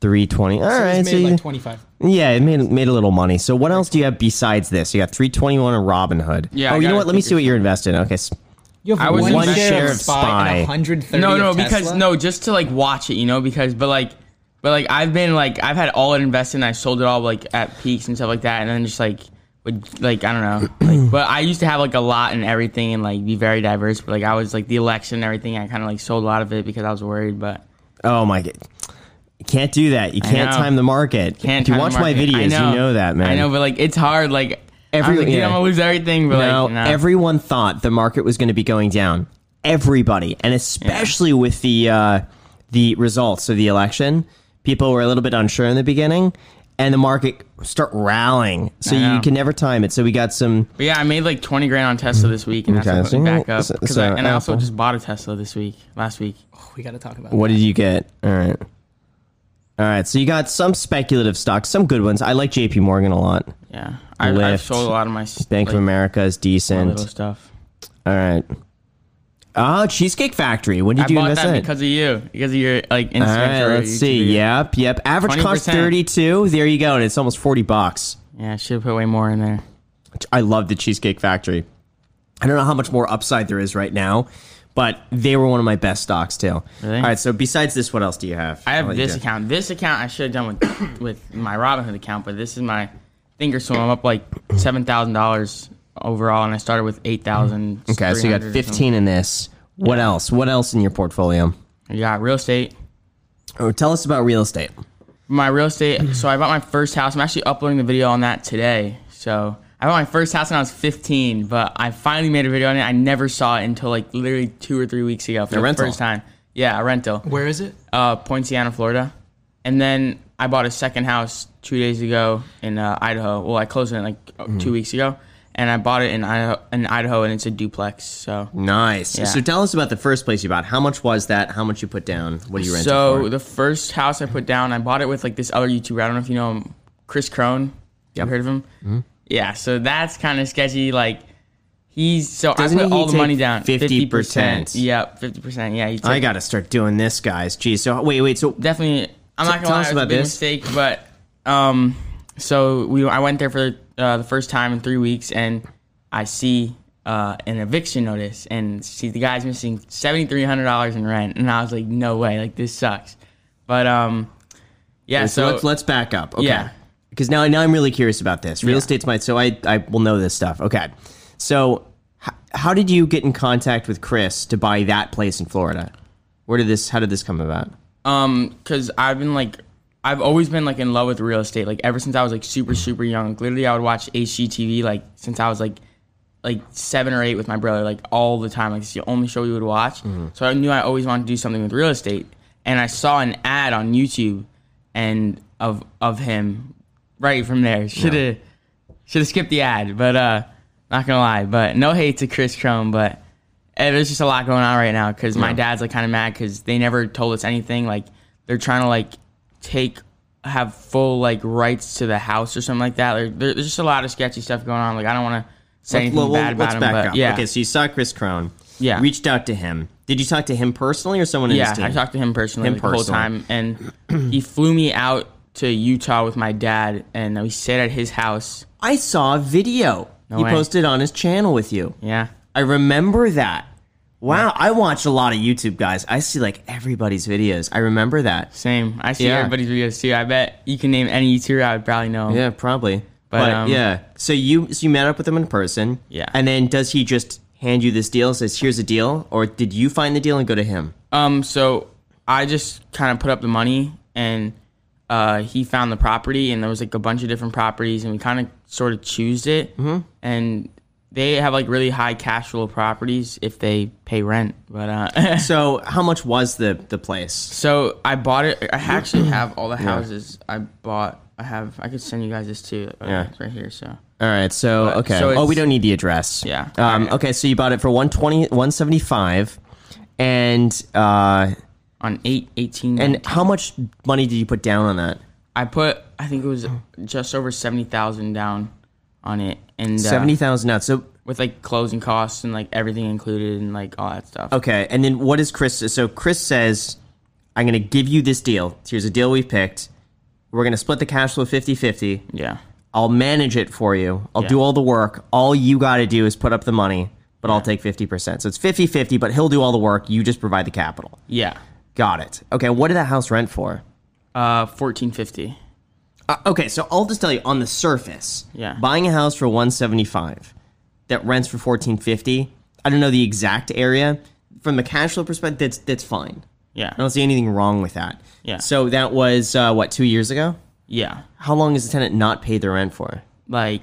Speaker 2: three twenty. All
Speaker 3: So
Speaker 2: right.
Speaker 3: it's
Speaker 2: So
Speaker 3: made
Speaker 2: you,
Speaker 3: like 25.
Speaker 2: yeah, it made made a little money. So what else do you have besides this? You got three twenty-one and Robinhood.
Speaker 1: Yeah, I
Speaker 2: Oh, you know
Speaker 1: gotta
Speaker 2: what? Let me
Speaker 1: think
Speaker 2: see what you're invested in. Okay. s-
Speaker 3: You have
Speaker 1: I was
Speaker 3: one
Speaker 1: in
Speaker 3: share of Spy and 130
Speaker 1: No,
Speaker 3: of
Speaker 1: no, because
Speaker 3: Tesla?
Speaker 1: no, just to like watch it, you know, because but like, but like I've been like I've had all it invested, and I sold it all like at peaks and stuff like that, and then just like would like I don't know, like, but I used to have like a lot and everything and like be very diverse, but like I was like the election and everything, I kind of like sold a lot of it because I was worried, but
Speaker 2: Oh my god. You can't do that. You can't
Speaker 1: know.
Speaker 2: time the market.
Speaker 1: can't.
Speaker 2: if you
Speaker 1: time the
Speaker 2: watch my
Speaker 1: market. I
Speaker 2: videos, you know that, man.
Speaker 1: I know, but like it's hard, like. Every,
Speaker 2: Every-
Speaker 1: I'm, like, dude,
Speaker 2: yeah.
Speaker 1: I'm gonna lose everything, but
Speaker 2: Now,
Speaker 1: like, nah.
Speaker 2: everyone thought the market was going to be going down. Everybody, and especially with the uh, the results of the election, people were a little bit unsure in the beginning, and the market start rallying. So
Speaker 1: I
Speaker 2: you
Speaker 1: know.
Speaker 2: can never time it. So we got some.
Speaker 1: but yeah, I made like 20 grand on Tesla this week, and that's
Speaker 2: Okay,
Speaker 1: what put
Speaker 2: so
Speaker 1: me
Speaker 2: you-
Speaker 1: back up.
Speaker 2: so-
Speaker 1: 'Cause
Speaker 2: so
Speaker 1: I- and I also
Speaker 2: Apple.
Speaker 1: just bought a Tesla this week, last week.
Speaker 3: We got to talk about
Speaker 2: What
Speaker 3: that.
Speaker 2: did you get? All right, all right. So you got some speculative stocks, some good ones. I like J.P. Morgan a lot.
Speaker 1: Yeah, I, I've
Speaker 2: Lyft,
Speaker 1: sold a lot of my s-
Speaker 2: Bank
Speaker 1: like,
Speaker 2: of America is
Speaker 1: little
Speaker 2: decent.
Speaker 1: stuff.
Speaker 2: All right. Oh, Cheesecake Factory. When did
Speaker 1: I
Speaker 2: you
Speaker 1: bought
Speaker 2: invest
Speaker 1: that
Speaker 2: in it?
Speaker 1: because of you, because of your like Instagram.
Speaker 2: All right,
Speaker 1: story,
Speaker 2: let's
Speaker 1: YouTube
Speaker 2: see.
Speaker 1: video.
Speaker 2: Yep, yep. Average cost
Speaker 1: 20%.
Speaker 2: 32. There you go. And it's almost 40 bucks.
Speaker 1: yeah, I should have put way more in there.
Speaker 2: I love the Cheesecake Factory. I don't know how much more upside there is right now, but they were one of my best stocks too.
Speaker 1: Really?
Speaker 2: All right, so besides this, what else do you have?
Speaker 1: I
Speaker 2: I'll
Speaker 1: have
Speaker 2: let you
Speaker 1: this
Speaker 2: do.
Speaker 1: account. This account I should have done with with my Robinhood account, but this is my Thinkorswim. I'm up like seven thousand dollars overall, and I started with eight thousand.
Speaker 2: Okay, so you got 15 in this. What else? What else in your portfolio?
Speaker 1: Yeah, real estate.
Speaker 2: Oh, tell us about real estate.
Speaker 1: my real estate. So I bought my first house. I'm actually uploading the video on that today. So I bought my first house when I was 15, but I finally made a video on it. I never saw it until like literally two or three weeks ago for the
Speaker 2: rental.
Speaker 1: first time. Yeah, a rental.
Speaker 3: Where is it?
Speaker 1: Uh, Poinciana, Florida. And then I bought a second house two days ago in uh, Idaho. Well, I closed on it like uh, two weeks ago, and I bought it in Idaho, in Idaho, and it's a duplex. So
Speaker 2: Nice.
Speaker 1: Yeah.
Speaker 2: So tell us about the first place you bought. How much was that? How much you put down? What do you rent it
Speaker 1: So
Speaker 2: for?
Speaker 1: the first house I put down, I bought it with like this other YouTuber. I don't know if you know him, Chris Crone.
Speaker 2: Yep. Mm-hmm.
Speaker 1: You heard of him? Yeah. So that's kind of sketchy. Like he's so
Speaker 2: Doesn't
Speaker 1: I put
Speaker 2: he
Speaker 1: all the
Speaker 2: take
Speaker 1: money down.
Speaker 2: 50%?
Speaker 1: Yeah, fifty percent. Yeah, he took,
Speaker 2: I got to start doing this, guys. Geez. So wait, wait. So
Speaker 1: definitely. I'm
Speaker 2: T-
Speaker 1: not gonna
Speaker 2: tell
Speaker 1: lie,
Speaker 2: us
Speaker 1: it was a
Speaker 2: about
Speaker 1: big
Speaker 2: this.
Speaker 1: mistake, but um, so we I went there for uh, the first time in three weeks, and I see. uh, an eviction notice, and see the guy's missing seventy three hundred dollars in rent, and I was like, no way, like this sucks. But um, yeah.
Speaker 2: So,
Speaker 1: So,
Speaker 2: let's let's back up. Okay.
Speaker 1: Yeah.
Speaker 2: Because now now I'm really curious about this. Real
Speaker 1: Yeah.
Speaker 2: estate's my so I I will know this stuff. Okay. So h- how did you get in contact with Chris to buy that place in Florida? Where did this how did this come about?
Speaker 1: Um, cause I've been like, I've always been like in love with real estate. Like ever since I was like super super young. Like, literally, I would watch HGTV like since I was like like seven or eight with my brother like all the time. Like it's the only show we would watch. So I knew I always wanted to do something with real estate. And I saw an ad on YouTube and of of him right from there. Should have should have skipped the ad, but uh, not gonna lie. But no hate to Chris Chrome, but eh, there's just a lot going on right now because my dad's like kind of mad because they never told us anything. Like they're trying to like take have full like rights to the house or something like that. Like, there, there's just a lot of sketchy stuff going on. Like I don't want to say anything
Speaker 2: Well, well,
Speaker 1: bad about
Speaker 2: let's
Speaker 1: him,
Speaker 2: back
Speaker 1: but
Speaker 2: up.
Speaker 1: yeah,
Speaker 2: Okay, so you saw Chris Crone.
Speaker 1: Yeah.
Speaker 2: Reached out to him. Did you talk to him personally or someone in
Speaker 1: yeah.
Speaker 2: his team?
Speaker 1: I talked to him personally
Speaker 2: Him
Speaker 1: like, the whole
Speaker 2: personally.
Speaker 1: time, and he flew me out to Utah with my dad, and we stayed at his house.
Speaker 2: I saw a video he
Speaker 1: way.
Speaker 2: posted on his channel with you.
Speaker 1: Yeah.
Speaker 2: I remember that. Wow, I watch a lot of YouTube guys. I see like everybody's videos. I remember that.
Speaker 1: Same. I see
Speaker 2: Yeah.
Speaker 1: everybody's videos too. I bet you can name any YouTuber, I would probably know.
Speaker 2: Yeah, probably. But,
Speaker 1: But, um,
Speaker 2: yeah, so you so you met up with him in person.
Speaker 1: Yeah.
Speaker 2: and then does he just hand you this deal? Says here's a deal, or did you find the deal and go to him?
Speaker 1: Um. So I just kind of put up the money, and uh, he found the property, and there was like a bunch of different properties, and we kind of sort of choosed it, mm-hmm. and they have like really high cash flow properties if they pay rent, but uh.
Speaker 2: So how much was the the place?
Speaker 1: So I bought it. I actually have all the houses I bought. I have. I could send you guys this too. Uh,
Speaker 2: Yeah.
Speaker 1: It's right here. So
Speaker 2: All right, so okay.
Speaker 1: so
Speaker 2: oh,
Speaker 1: it's-
Speaker 2: we don't need the address.
Speaker 1: Yeah.
Speaker 2: Um.
Speaker 1: Alright.
Speaker 2: Okay, so you bought it for 120, 175 and uh,
Speaker 1: on eight eighteen.
Speaker 2: and how much money did you put down on that?
Speaker 1: I put I think it was just over seventy thousand down on it, and uh,
Speaker 2: Seventy thousand out. So
Speaker 1: with like closing costs and like everything included and like all that stuff.
Speaker 2: Okay, and then what is Chris? So Chris says, "I'm going to give you this deal. Here's a deal we picked. We're going to split the cash flow 50-50.
Speaker 1: Yeah,
Speaker 2: I'll manage it for you. I'll do
Speaker 1: Yeah.
Speaker 2: all the work. All you got to do is put up the money, but I'll take 50%. So it's 50-50, but he'll do all the work. You just provide the capital.
Speaker 1: yeah.
Speaker 2: Got it. Okay, what did that house rent for?
Speaker 1: Uh, fourteen fifty.
Speaker 2: Uh, okay, so I'll just tell you on the surface,
Speaker 1: Yeah.
Speaker 2: buying a house for 175 that rents for 1450. I don't know the exact area. From the cash flow perspective, that's that's fine.
Speaker 1: Yeah,
Speaker 2: I don't see anything wrong with that.
Speaker 1: Yeah.
Speaker 2: So that was uh, what two years ago.
Speaker 1: yeah.
Speaker 2: How long has the tenant not paid their rent for?
Speaker 1: Like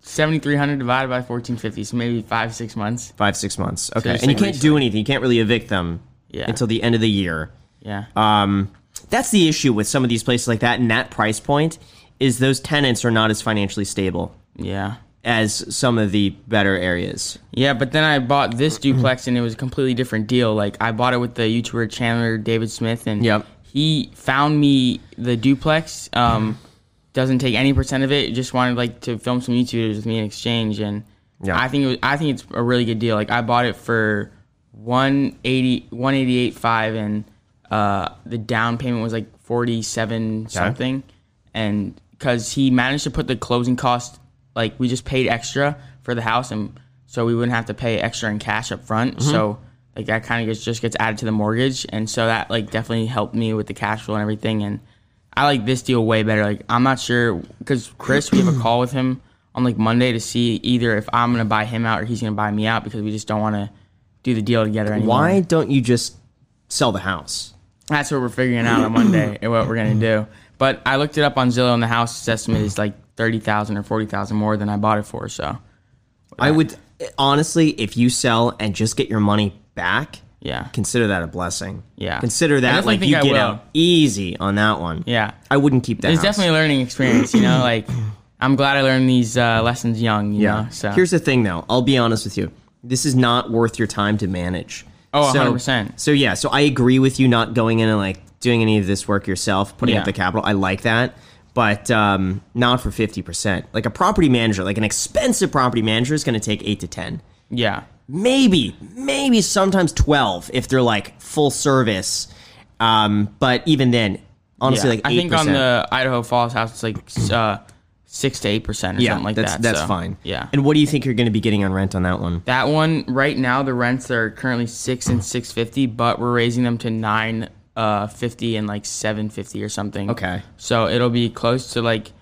Speaker 1: seventy three hundred divided by fourteen fifty, so maybe five six months.
Speaker 2: Five, six months. Okay.
Speaker 1: just
Speaker 2: and you
Speaker 1: like
Speaker 2: can't do anything. You can't really evict them
Speaker 1: Yeah.
Speaker 2: until the end of the year.
Speaker 1: Yeah,
Speaker 2: Um, that's the issue with some of these places like that and that price point is those tenants are not as financially stable
Speaker 1: yeah.
Speaker 2: as some of the better areas.
Speaker 1: Yeah, but then I bought this duplex and it was a completely different deal. Like I bought it with the YouTuber Chandler David Smith, and
Speaker 2: Yep.
Speaker 1: he found me the duplex. Um, doesn't take any percent of it. Just wanted like to film some YouTube videos with me in exchange, and
Speaker 2: Yeah.
Speaker 1: I think it was, I think it's a really good deal. Like I bought it for 180 188.5 and uh, the down payment was like forty seven something, and because he managed to put the closing cost, like we just paid extra for the house, and so we wouldn't have to pay extra in cash up front. So like that kind of gets, just gets added to the mortgage, and so that like definitely helped me with the cash flow and everything. And I like this deal way better. Like I'm not sure because Chris, we have a call with him on like Monday to see either if I'm gonna buy him out or he's gonna buy me out because we just don't want to do the deal together anymore.
Speaker 2: Why don't you just sell the house?
Speaker 1: That's what we're figuring out on Monday and what we're gonna do. But I looked it up on Zillow, and the house estimate is like thirty thousand or forty thousand more than I bought it for. So
Speaker 2: I would honestly, if you sell and just get your money back,
Speaker 1: yeah,
Speaker 2: consider that a blessing.
Speaker 1: Yeah.
Speaker 2: Consider
Speaker 1: I
Speaker 2: that
Speaker 1: definitely
Speaker 2: like
Speaker 1: think
Speaker 2: you
Speaker 1: I
Speaker 2: get
Speaker 1: will.
Speaker 2: out easy on that one.
Speaker 1: yeah.
Speaker 2: I wouldn't keep that.
Speaker 1: It's
Speaker 2: house.
Speaker 1: definitely a learning experience, you know. Like I'm glad I learned these uh, lessons young. You
Speaker 2: yeah.
Speaker 1: know, so
Speaker 2: Here's the thing though, I'll be honest with you. This is not worth your time to manage.
Speaker 1: Oh,
Speaker 2: So-
Speaker 1: 100%.
Speaker 2: So yeah, so I agree with you not going in and like doing any of this work yourself, putting up
Speaker 1: Yeah.
Speaker 2: the capital. I like that. But um, not for fifty percent. Like a property manager, like an expensive property manager is gonna take eight to ten.
Speaker 1: yeah,
Speaker 2: maybe maybe sometimes 12 if they're like full service um but even then honestly
Speaker 1: Yeah.
Speaker 2: like 8%.
Speaker 1: I think on the Idaho Falls house, it's like uh, six to eight percent or something like
Speaker 2: that's,
Speaker 1: that.
Speaker 2: That's
Speaker 1: so,
Speaker 2: fine.
Speaker 1: Yeah.
Speaker 2: And what do you think you're going to be getting on rent on that one?
Speaker 1: That one right now, the rents are currently six and six fifty, but we're raising them to nine uh fifty and like seven fifty or something.
Speaker 2: Okay.
Speaker 1: So it'll be close to like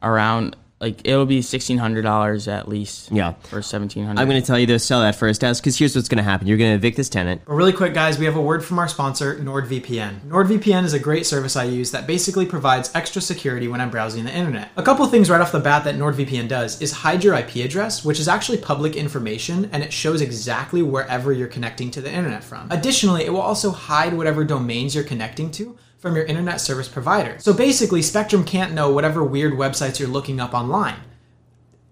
Speaker 1: around like it'll be sixteen hundred dollars at least.
Speaker 2: Yeah.
Speaker 1: Or seventeen hundred.
Speaker 2: I'm going to tell you to sell that first house because here's what's going to happen. You're going to evict this tenant.
Speaker 3: But really quick, guys, we have a word from our sponsor, NordVPN. NordVPN is a great service I use that basically provides extra security when I'm browsing the internet. A couple things right off the bat that NordVPN does is hide your IP address, which is actually public information and it shows exactly wherever you're connecting to the internet from. Additionally, it will also hide whatever domains you're connecting to from your internet service provider. So basically, Spectrum can't know whatever weird websites you're looking up online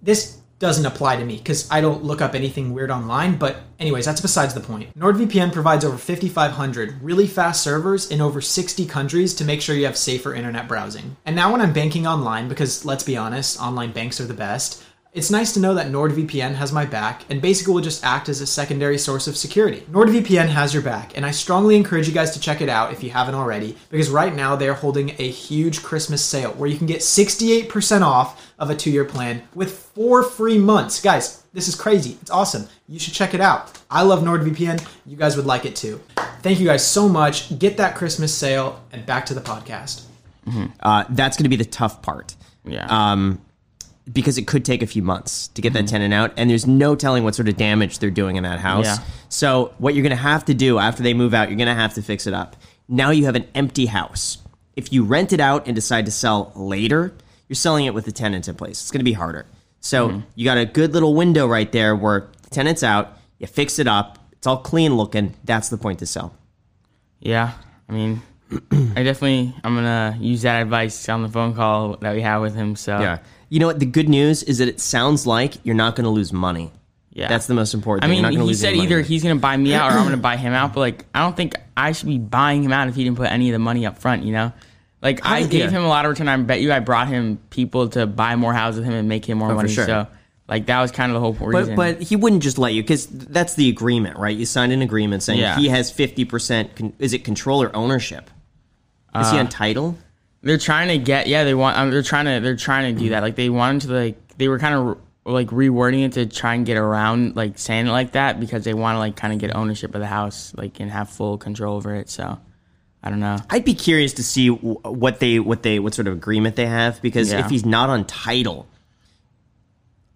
Speaker 3: this doesn't apply to me because I don't look up anything weird online. But, anyways, that's besides the point. NordVPN provides over 5,500 really fast servers in over 60 countries to make sure you have safer internet browsing. And now, when I'm banking online, because let's be honest, online banks are the best, it's nice to know that NordVPN has my back and basically will just act as a secondary source of security. NordVPN has your back, and I strongly encourage you guys to check it out if you haven't already, because right now they are holding a huge Christmas sale where you can get 68% off of a two year plan with four free months. Guys, this is crazy. It's awesome. You should check it out. I love NordVPN. You guys would like it too. Thank you guys so much. Get that Christmas sale, and back to the podcast.
Speaker 2: Uh, that's going to be the tough part
Speaker 1: Yeah.
Speaker 2: um, because it could take a few months to get
Speaker 1: Mm-hmm.
Speaker 2: that tenant out, and there's no telling what sort of damage they're doing in that house.
Speaker 1: Yeah.
Speaker 2: So what you're going to have to do after they move out, you're going to have to fix it up. Now you have an empty house. If you rent it out and decide to sell later, you're selling it with the tenant in place. It's going to be harder. So
Speaker 1: Mm-hmm.
Speaker 2: you got a good little window right there where the tenant's out. You fix it up. It's all clean looking. That's the point to sell.
Speaker 1: yeah. I mean, I definitely I'm gonna use that advice on the phone call that we had with him. So
Speaker 2: Yeah. You know what? The good news is that it sounds like you're not going to lose money.
Speaker 1: Yeah.
Speaker 2: That's the most important
Speaker 1: I
Speaker 2: thing. You're
Speaker 1: mean,
Speaker 2: not gonna
Speaker 1: he
Speaker 2: lose
Speaker 1: said
Speaker 2: any money.
Speaker 1: either he's gonna buy me out or I'm gonna buy him out, but like I don't think I should be buying him out if he didn't put any of the money up front, you know? Like I,
Speaker 2: did-
Speaker 1: gave
Speaker 2: yeah.
Speaker 1: him a lot of return. I bet you I brought him people to buy more houses with him and make him more money.
Speaker 2: Oh, sure.
Speaker 1: So like that was kind of the whole
Speaker 2: But,
Speaker 1: reason.
Speaker 2: but he wouldn't just let you because that's the agreement, right? You signed an agreement saying
Speaker 1: Yeah.
Speaker 2: he has fifty percent. Con- is it control or ownership? Is
Speaker 1: Uh,
Speaker 2: he on title?
Speaker 1: they're trying to get yeah they want um, they're trying to they're trying to do that like they wanted to like they were kind of like rewording it to try and get around like saying it like that because they want to like kind of get ownership of the house like and have full control over it. So I don't know.
Speaker 2: I'd be curious to see wh- what they what they what sort of agreement they have because
Speaker 1: Yeah.
Speaker 2: if he's not on title,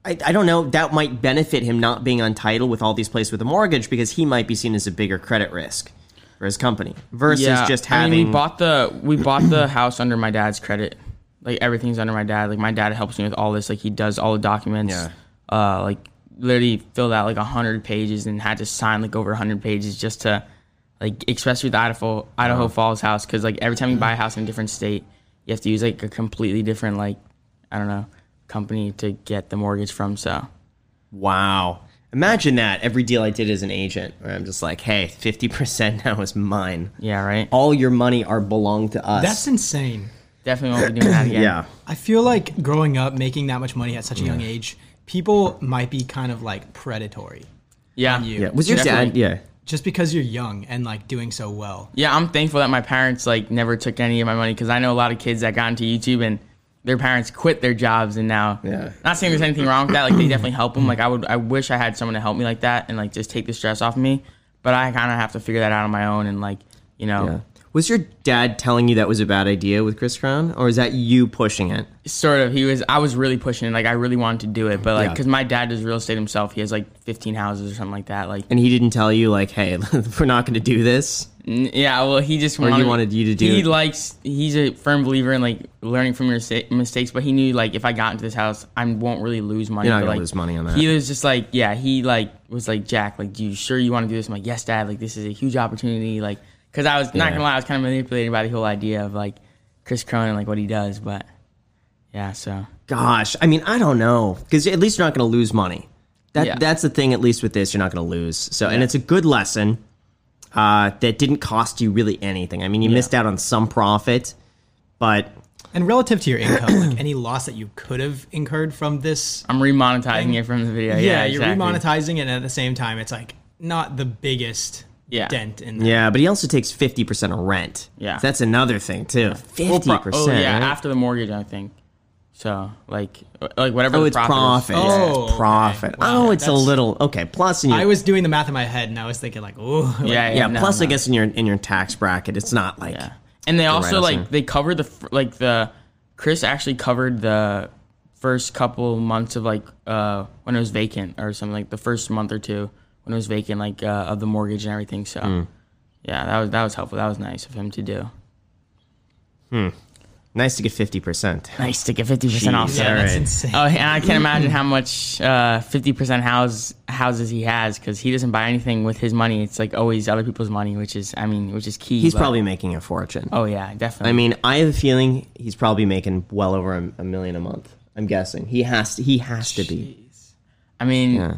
Speaker 2: I, I don't know. That might benefit him not being on title with all these places with a mortgage because he might be seen as a bigger credit risk for his company versus just having.
Speaker 1: I mean, we bought the we bought the house under my dad's credit. Like everything's under my dad. Like my dad helps me with all this. Like he does all the documents.
Speaker 2: Yeah.
Speaker 1: Uh, like literally filled out like hundred pages and had to sign like over hundred pages just to like especially with Idaho Idaho Falls house because like every time you buy a house in a different state, you have to use like a completely different like I don't know company to get the mortgage from. So
Speaker 2: Wow. Imagine that. Every deal I did as an agent, where I'm just like, hey, 50% now is mine.
Speaker 1: yeah, right.
Speaker 2: All your money are belong to us.
Speaker 3: That's insane.
Speaker 1: Definitely won't be doing that again.
Speaker 2: yeah.
Speaker 3: I feel like growing up, making that much money at such a young age, people might be kind of like predatory
Speaker 1: Yeah.
Speaker 3: on you.
Speaker 2: yeah. Was your dad?
Speaker 1: Definitely.
Speaker 2: Yeah.
Speaker 3: just because you're young and like doing so well.
Speaker 1: yeah, I'm thankful that my parents like never took any of my money because I know a lot of kids that got into YouTube and their parents quit their jobs and now.
Speaker 2: Yeah.
Speaker 1: Not saying there's anything wrong with that. Like they definitely help them. Like I would, I wish I had someone to help me like that and like just take the stress off me. But I kind of have to figure that out on my own and like you know,
Speaker 2: Yeah. Was your dad telling you that was a bad idea with Chris Crown, or is that you pushing it?
Speaker 1: sort of. He was. I was really pushing. it. Like I really wanted to do it, but like
Speaker 2: Yeah.
Speaker 1: because my dad does real estate himself, he has like 15 houses or something like that. Like
Speaker 2: And he didn't tell you, like, hey, we're not going to do this?
Speaker 1: N- Yeah, well, he just
Speaker 2: he wanted you to do
Speaker 1: He
Speaker 2: it.
Speaker 1: likes. He's a firm believer in like learning from your sa- mistakes, but he knew like if I got into this house, I won't really lose money.
Speaker 2: You're not
Speaker 1: but,
Speaker 2: gonna
Speaker 1: like,
Speaker 2: lose money on that.
Speaker 1: He was just like, yeah, he like was like Jack, like, do you sure you want to do this? I'm like, yes, Dad. Like, this is a huge opportunity. Like, because I was
Speaker 2: Yeah.
Speaker 1: not gonna lie, I was kind of manipulated by the whole idea of like Chris Cronin, like what he does, but yeah, so
Speaker 2: Gosh. I mean, I don't know. Because at least you're not going to lose money. That,
Speaker 1: Yeah.
Speaker 2: That's the thing, at least with this, you're not going to lose. So, And it's a good lesson uh, that didn't cost you really anything. I mean, you missed out on some profit, but
Speaker 3: And relative to your income, like any loss that you could have incurred from this,
Speaker 1: I'm remonetizing it from the video. Yeah,
Speaker 3: yeah, you're
Speaker 1: exactly.
Speaker 3: remonetizing it, and at the same time, it's like not the biggest
Speaker 1: Yeah.
Speaker 3: dent in. The,
Speaker 2: Yeah, but he also takes fifty percent of rent.
Speaker 1: Yeah. oh,
Speaker 2: So that's another thing too. Fifty
Speaker 1: Well, pro-
Speaker 2: percent.
Speaker 1: Oh yeah, after the mortgage, I think. So like like whatever.
Speaker 2: Oh,
Speaker 1: the
Speaker 2: it's profit.
Speaker 1: is.
Speaker 3: Oh,
Speaker 2: it's
Speaker 3: okay.
Speaker 2: profit.
Speaker 3: Wow,
Speaker 2: oh, it's a
Speaker 3: that's-
Speaker 2: little okay. Plus, in your,
Speaker 3: I was doing the math in my head, and I was thinking like, oh,
Speaker 1: Yeah, yeah.
Speaker 2: yeah.
Speaker 1: no,
Speaker 2: plus,
Speaker 1: no.
Speaker 2: I guess in your in your tax bracket, it's not like
Speaker 1: Yeah. And they also
Speaker 2: write-offs
Speaker 1: like
Speaker 2: are-
Speaker 1: they covered the f- like the Chris actually covered the first couple months of like uh when it was vacant or something like the first month or two when it was vacant like uh, of the mortgage and everything. So yeah, that was that was helpful. That was nice of him to do.
Speaker 2: nice to get fifty percent.
Speaker 1: Nice to get fifty percent off.
Speaker 2: Jeez.
Speaker 1: sir.
Speaker 3: yeah, that's
Speaker 2: Alright.
Speaker 3: insane.
Speaker 1: Oh, and I can't imagine how much uh, fifty percent house houses he has because he doesn't buy anything with his money. It's like always other people's money, which is I mean, which is key.
Speaker 2: He's
Speaker 1: but-
Speaker 2: probably making a fortune.
Speaker 1: oh yeah, definitely.
Speaker 2: I mean, I have a feeling he's probably making well over a, a million a month. I'm guessing he has to, he has to be.
Speaker 1: I mean,
Speaker 2: Yeah.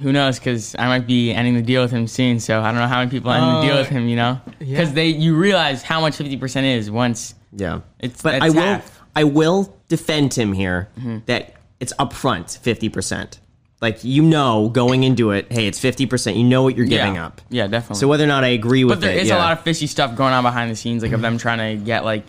Speaker 1: who knows? Because I might be ending the deal with him soon. So I don't know how many people end the deal
Speaker 3: Oh,
Speaker 1: with him. You know,
Speaker 3: yeah.
Speaker 1: because they you realize how much fifty percent is once.
Speaker 2: Yeah,
Speaker 1: It's-
Speaker 2: but
Speaker 1: that's
Speaker 2: I will
Speaker 1: half. Mm-hmm.
Speaker 2: I will defend him here that it's upfront fifty percent. Like you know, going into it, hey, it's fifty percent. You know what you're giving
Speaker 1: yeah.
Speaker 2: up.
Speaker 1: Yeah, definitely.
Speaker 2: So whether or not I agree with
Speaker 1: but there
Speaker 2: it,
Speaker 1: is
Speaker 2: yeah.
Speaker 1: a lot of fishy stuff going on behind the scenes, like of them trying to get like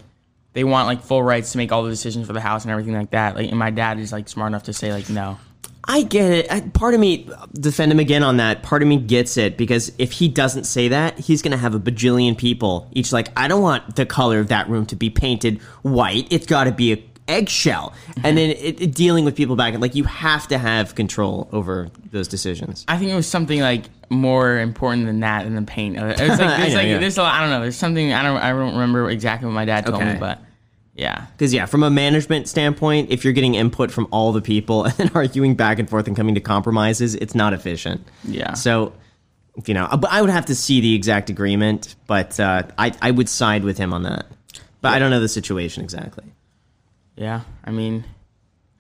Speaker 1: they want like full rights to make all the decisions for the house and everything like that. Like, and my dad is like smart enough to say like no.
Speaker 2: I get it. I, part of me defend him again on that. Part of me gets it because if he doesn't say that, he's going to have a bajillion people each like, I don't want the color of that room to be painted white. It's got to be a eggshell. And then it, it- dealing with people back, like you have to have control over those decisions.
Speaker 1: I think it was something like more important than that than the paint. It was like,
Speaker 2: I
Speaker 1: there's,
Speaker 2: know,
Speaker 1: like
Speaker 2: yeah.
Speaker 1: there's a lot, I don't know. There's something I don't I don't remember exactly what my dad told
Speaker 2: Okay.
Speaker 1: me, but yeah.
Speaker 2: Because yeah, from a management standpoint, if you're getting input from all the people and arguing back and forth and coming to compromises, it's not efficient.
Speaker 1: Yeah.
Speaker 2: So, you know, but I would have to see the exact agreement, but uh, I I would side with him on that. But I don't know the situation exactly.
Speaker 1: Yeah, I mean,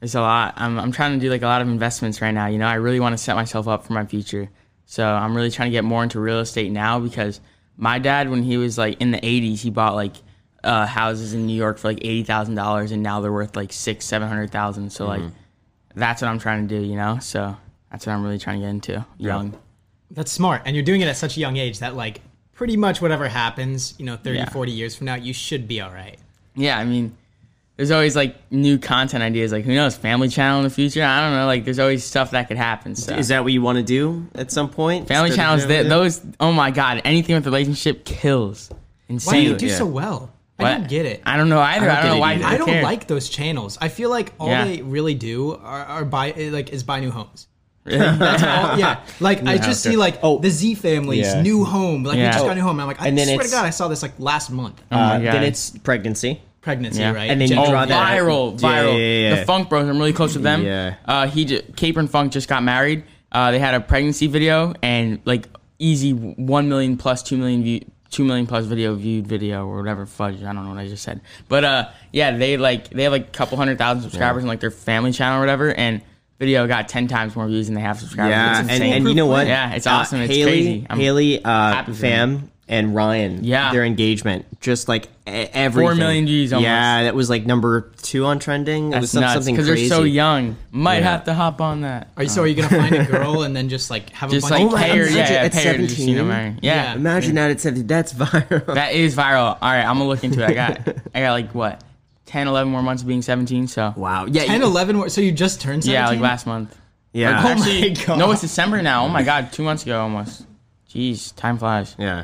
Speaker 1: it's a lot. I'm, I'm trying to do like a lot of investments right now. You know, I really want to set myself up for my future. So I'm really trying to get more into real estate now because my dad, when he was like in the 80s, he bought like uh, houses in New York for like eighty thousand dollars, and now they're worth like six, seven hundred thousand. So like, that's what I'm trying to do. You know, so that's what I'm really trying to get into. Young.
Speaker 3: That's smart. And you're doing it at such a young age that, like, pretty much whatever happens, you know, 30,
Speaker 1: Yeah.
Speaker 3: 40 years from now, you should be all right.
Speaker 1: yeah, I mean, there's always like new content ideas. Like who knows, Family Channel in the future. I don't know. Like there's always stuff that could happen. So.
Speaker 2: Is that what you want to do at some point?
Speaker 1: Family
Speaker 2: Start a
Speaker 1: channels,
Speaker 2: family?
Speaker 1: that those, oh my God, anything with relationship kills.
Speaker 3: Why do you
Speaker 1: Insane.
Speaker 3: do
Speaker 2: yeah.
Speaker 3: so well? I
Speaker 1: What?
Speaker 3: don't get it.
Speaker 1: I don't know either. I don't,
Speaker 2: don't get it
Speaker 1: know why.
Speaker 2: either.
Speaker 1: they
Speaker 3: I don't
Speaker 1: care.
Speaker 3: like those channels. I feel like all
Speaker 1: Yeah.
Speaker 3: they really do are, are buy eh, like is buy new homes. That's all. Yeah. Like I just
Speaker 2: sure.
Speaker 3: see like
Speaker 2: Oh.
Speaker 3: the Z family's
Speaker 2: Yeah.
Speaker 3: new home. Like
Speaker 1: Yeah.
Speaker 3: we just
Speaker 1: Oh.
Speaker 3: got a new home. And I'm like, I
Speaker 2: And then
Speaker 3: swear to
Speaker 2: it's-
Speaker 3: God, I saw this like last month.
Speaker 2: Uh,
Speaker 1: my God.
Speaker 2: then it's pregnancy.
Speaker 3: Pregnancy,
Speaker 1: Yeah.
Speaker 3: right?
Speaker 2: And then you
Speaker 1: Oh,
Speaker 3: Gender-
Speaker 2: draw that-
Speaker 1: viral,
Speaker 2: Yeah,
Speaker 1: viral.
Speaker 2: yeah, yeah.
Speaker 1: The Funk Bros. I'm really close with them.
Speaker 2: Yeah.
Speaker 1: Uh, he, j- Cape and Funk just got married. Uh, they had a pregnancy video and like easy one million plus two million view, two million plus video viewed video or whatever fudge. I don't know what I just said, but uh, yeah, they like they have like a couple hundred thousand subscribers on like their family channel or whatever, and video got ten times more views than they have subscribers.
Speaker 2: Yeah,
Speaker 1: It's
Speaker 2: and,
Speaker 1: insane.
Speaker 2: and you know what?
Speaker 1: Yeah, it's
Speaker 2: Uh,
Speaker 1: awesome. it's
Speaker 2: Haley,
Speaker 1: crazy. I'm-
Speaker 2: Haley, uh,
Speaker 1: for them.
Speaker 2: Fam, and Ryan.
Speaker 1: Yeah.
Speaker 2: their engagement, just like e- everything.
Speaker 1: million views almost.
Speaker 2: Yeah, that was like number two on trending. it
Speaker 1: That's
Speaker 2: was some-
Speaker 1: nuts
Speaker 2: something
Speaker 1: because they're
Speaker 2: crazy.
Speaker 1: so young. Might
Speaker 2: Yeah.
Speaker 1: have to hop on that.
Speaker 3: Are you so are you gonna find a girl and then just like have a
Speaker 1: Just
Speaker 3: bunch
Speaker 1: like
Speaker 3: of
Speaker 1: pay her,
Speaker 2: Oh I'm such
Speaker 1: yeah,
Speaker 2: a-
Speaker 1: yeah,
Speaker 2: at
Speaker 1: pay her to Casino
Speaker 2: 17?
Speaker 1: Mary. Yeah,
Speaker 3: Yeah.
Speaker 2: Imagine that. It's that's viral.
Speaker 1: that is viral. All right, I'm gonna look into it. I got, I got like what, 10, 11 more months of being 17. So
Speaker 2: Wow. Yeah.
Speaker 3: 10,
Speaker 2: you-
Speaker 3: 11 were- so you just turned 17?
Speaker 1: yeah, like last month.
Speaker 2: Yeah.
Speaker 1: Like, actually,
Speaker 3: my God.
Speaker 1: no, it's December now. Oh my god, two months ago almost. Jeez, time flies.
Speaker 2: yeah.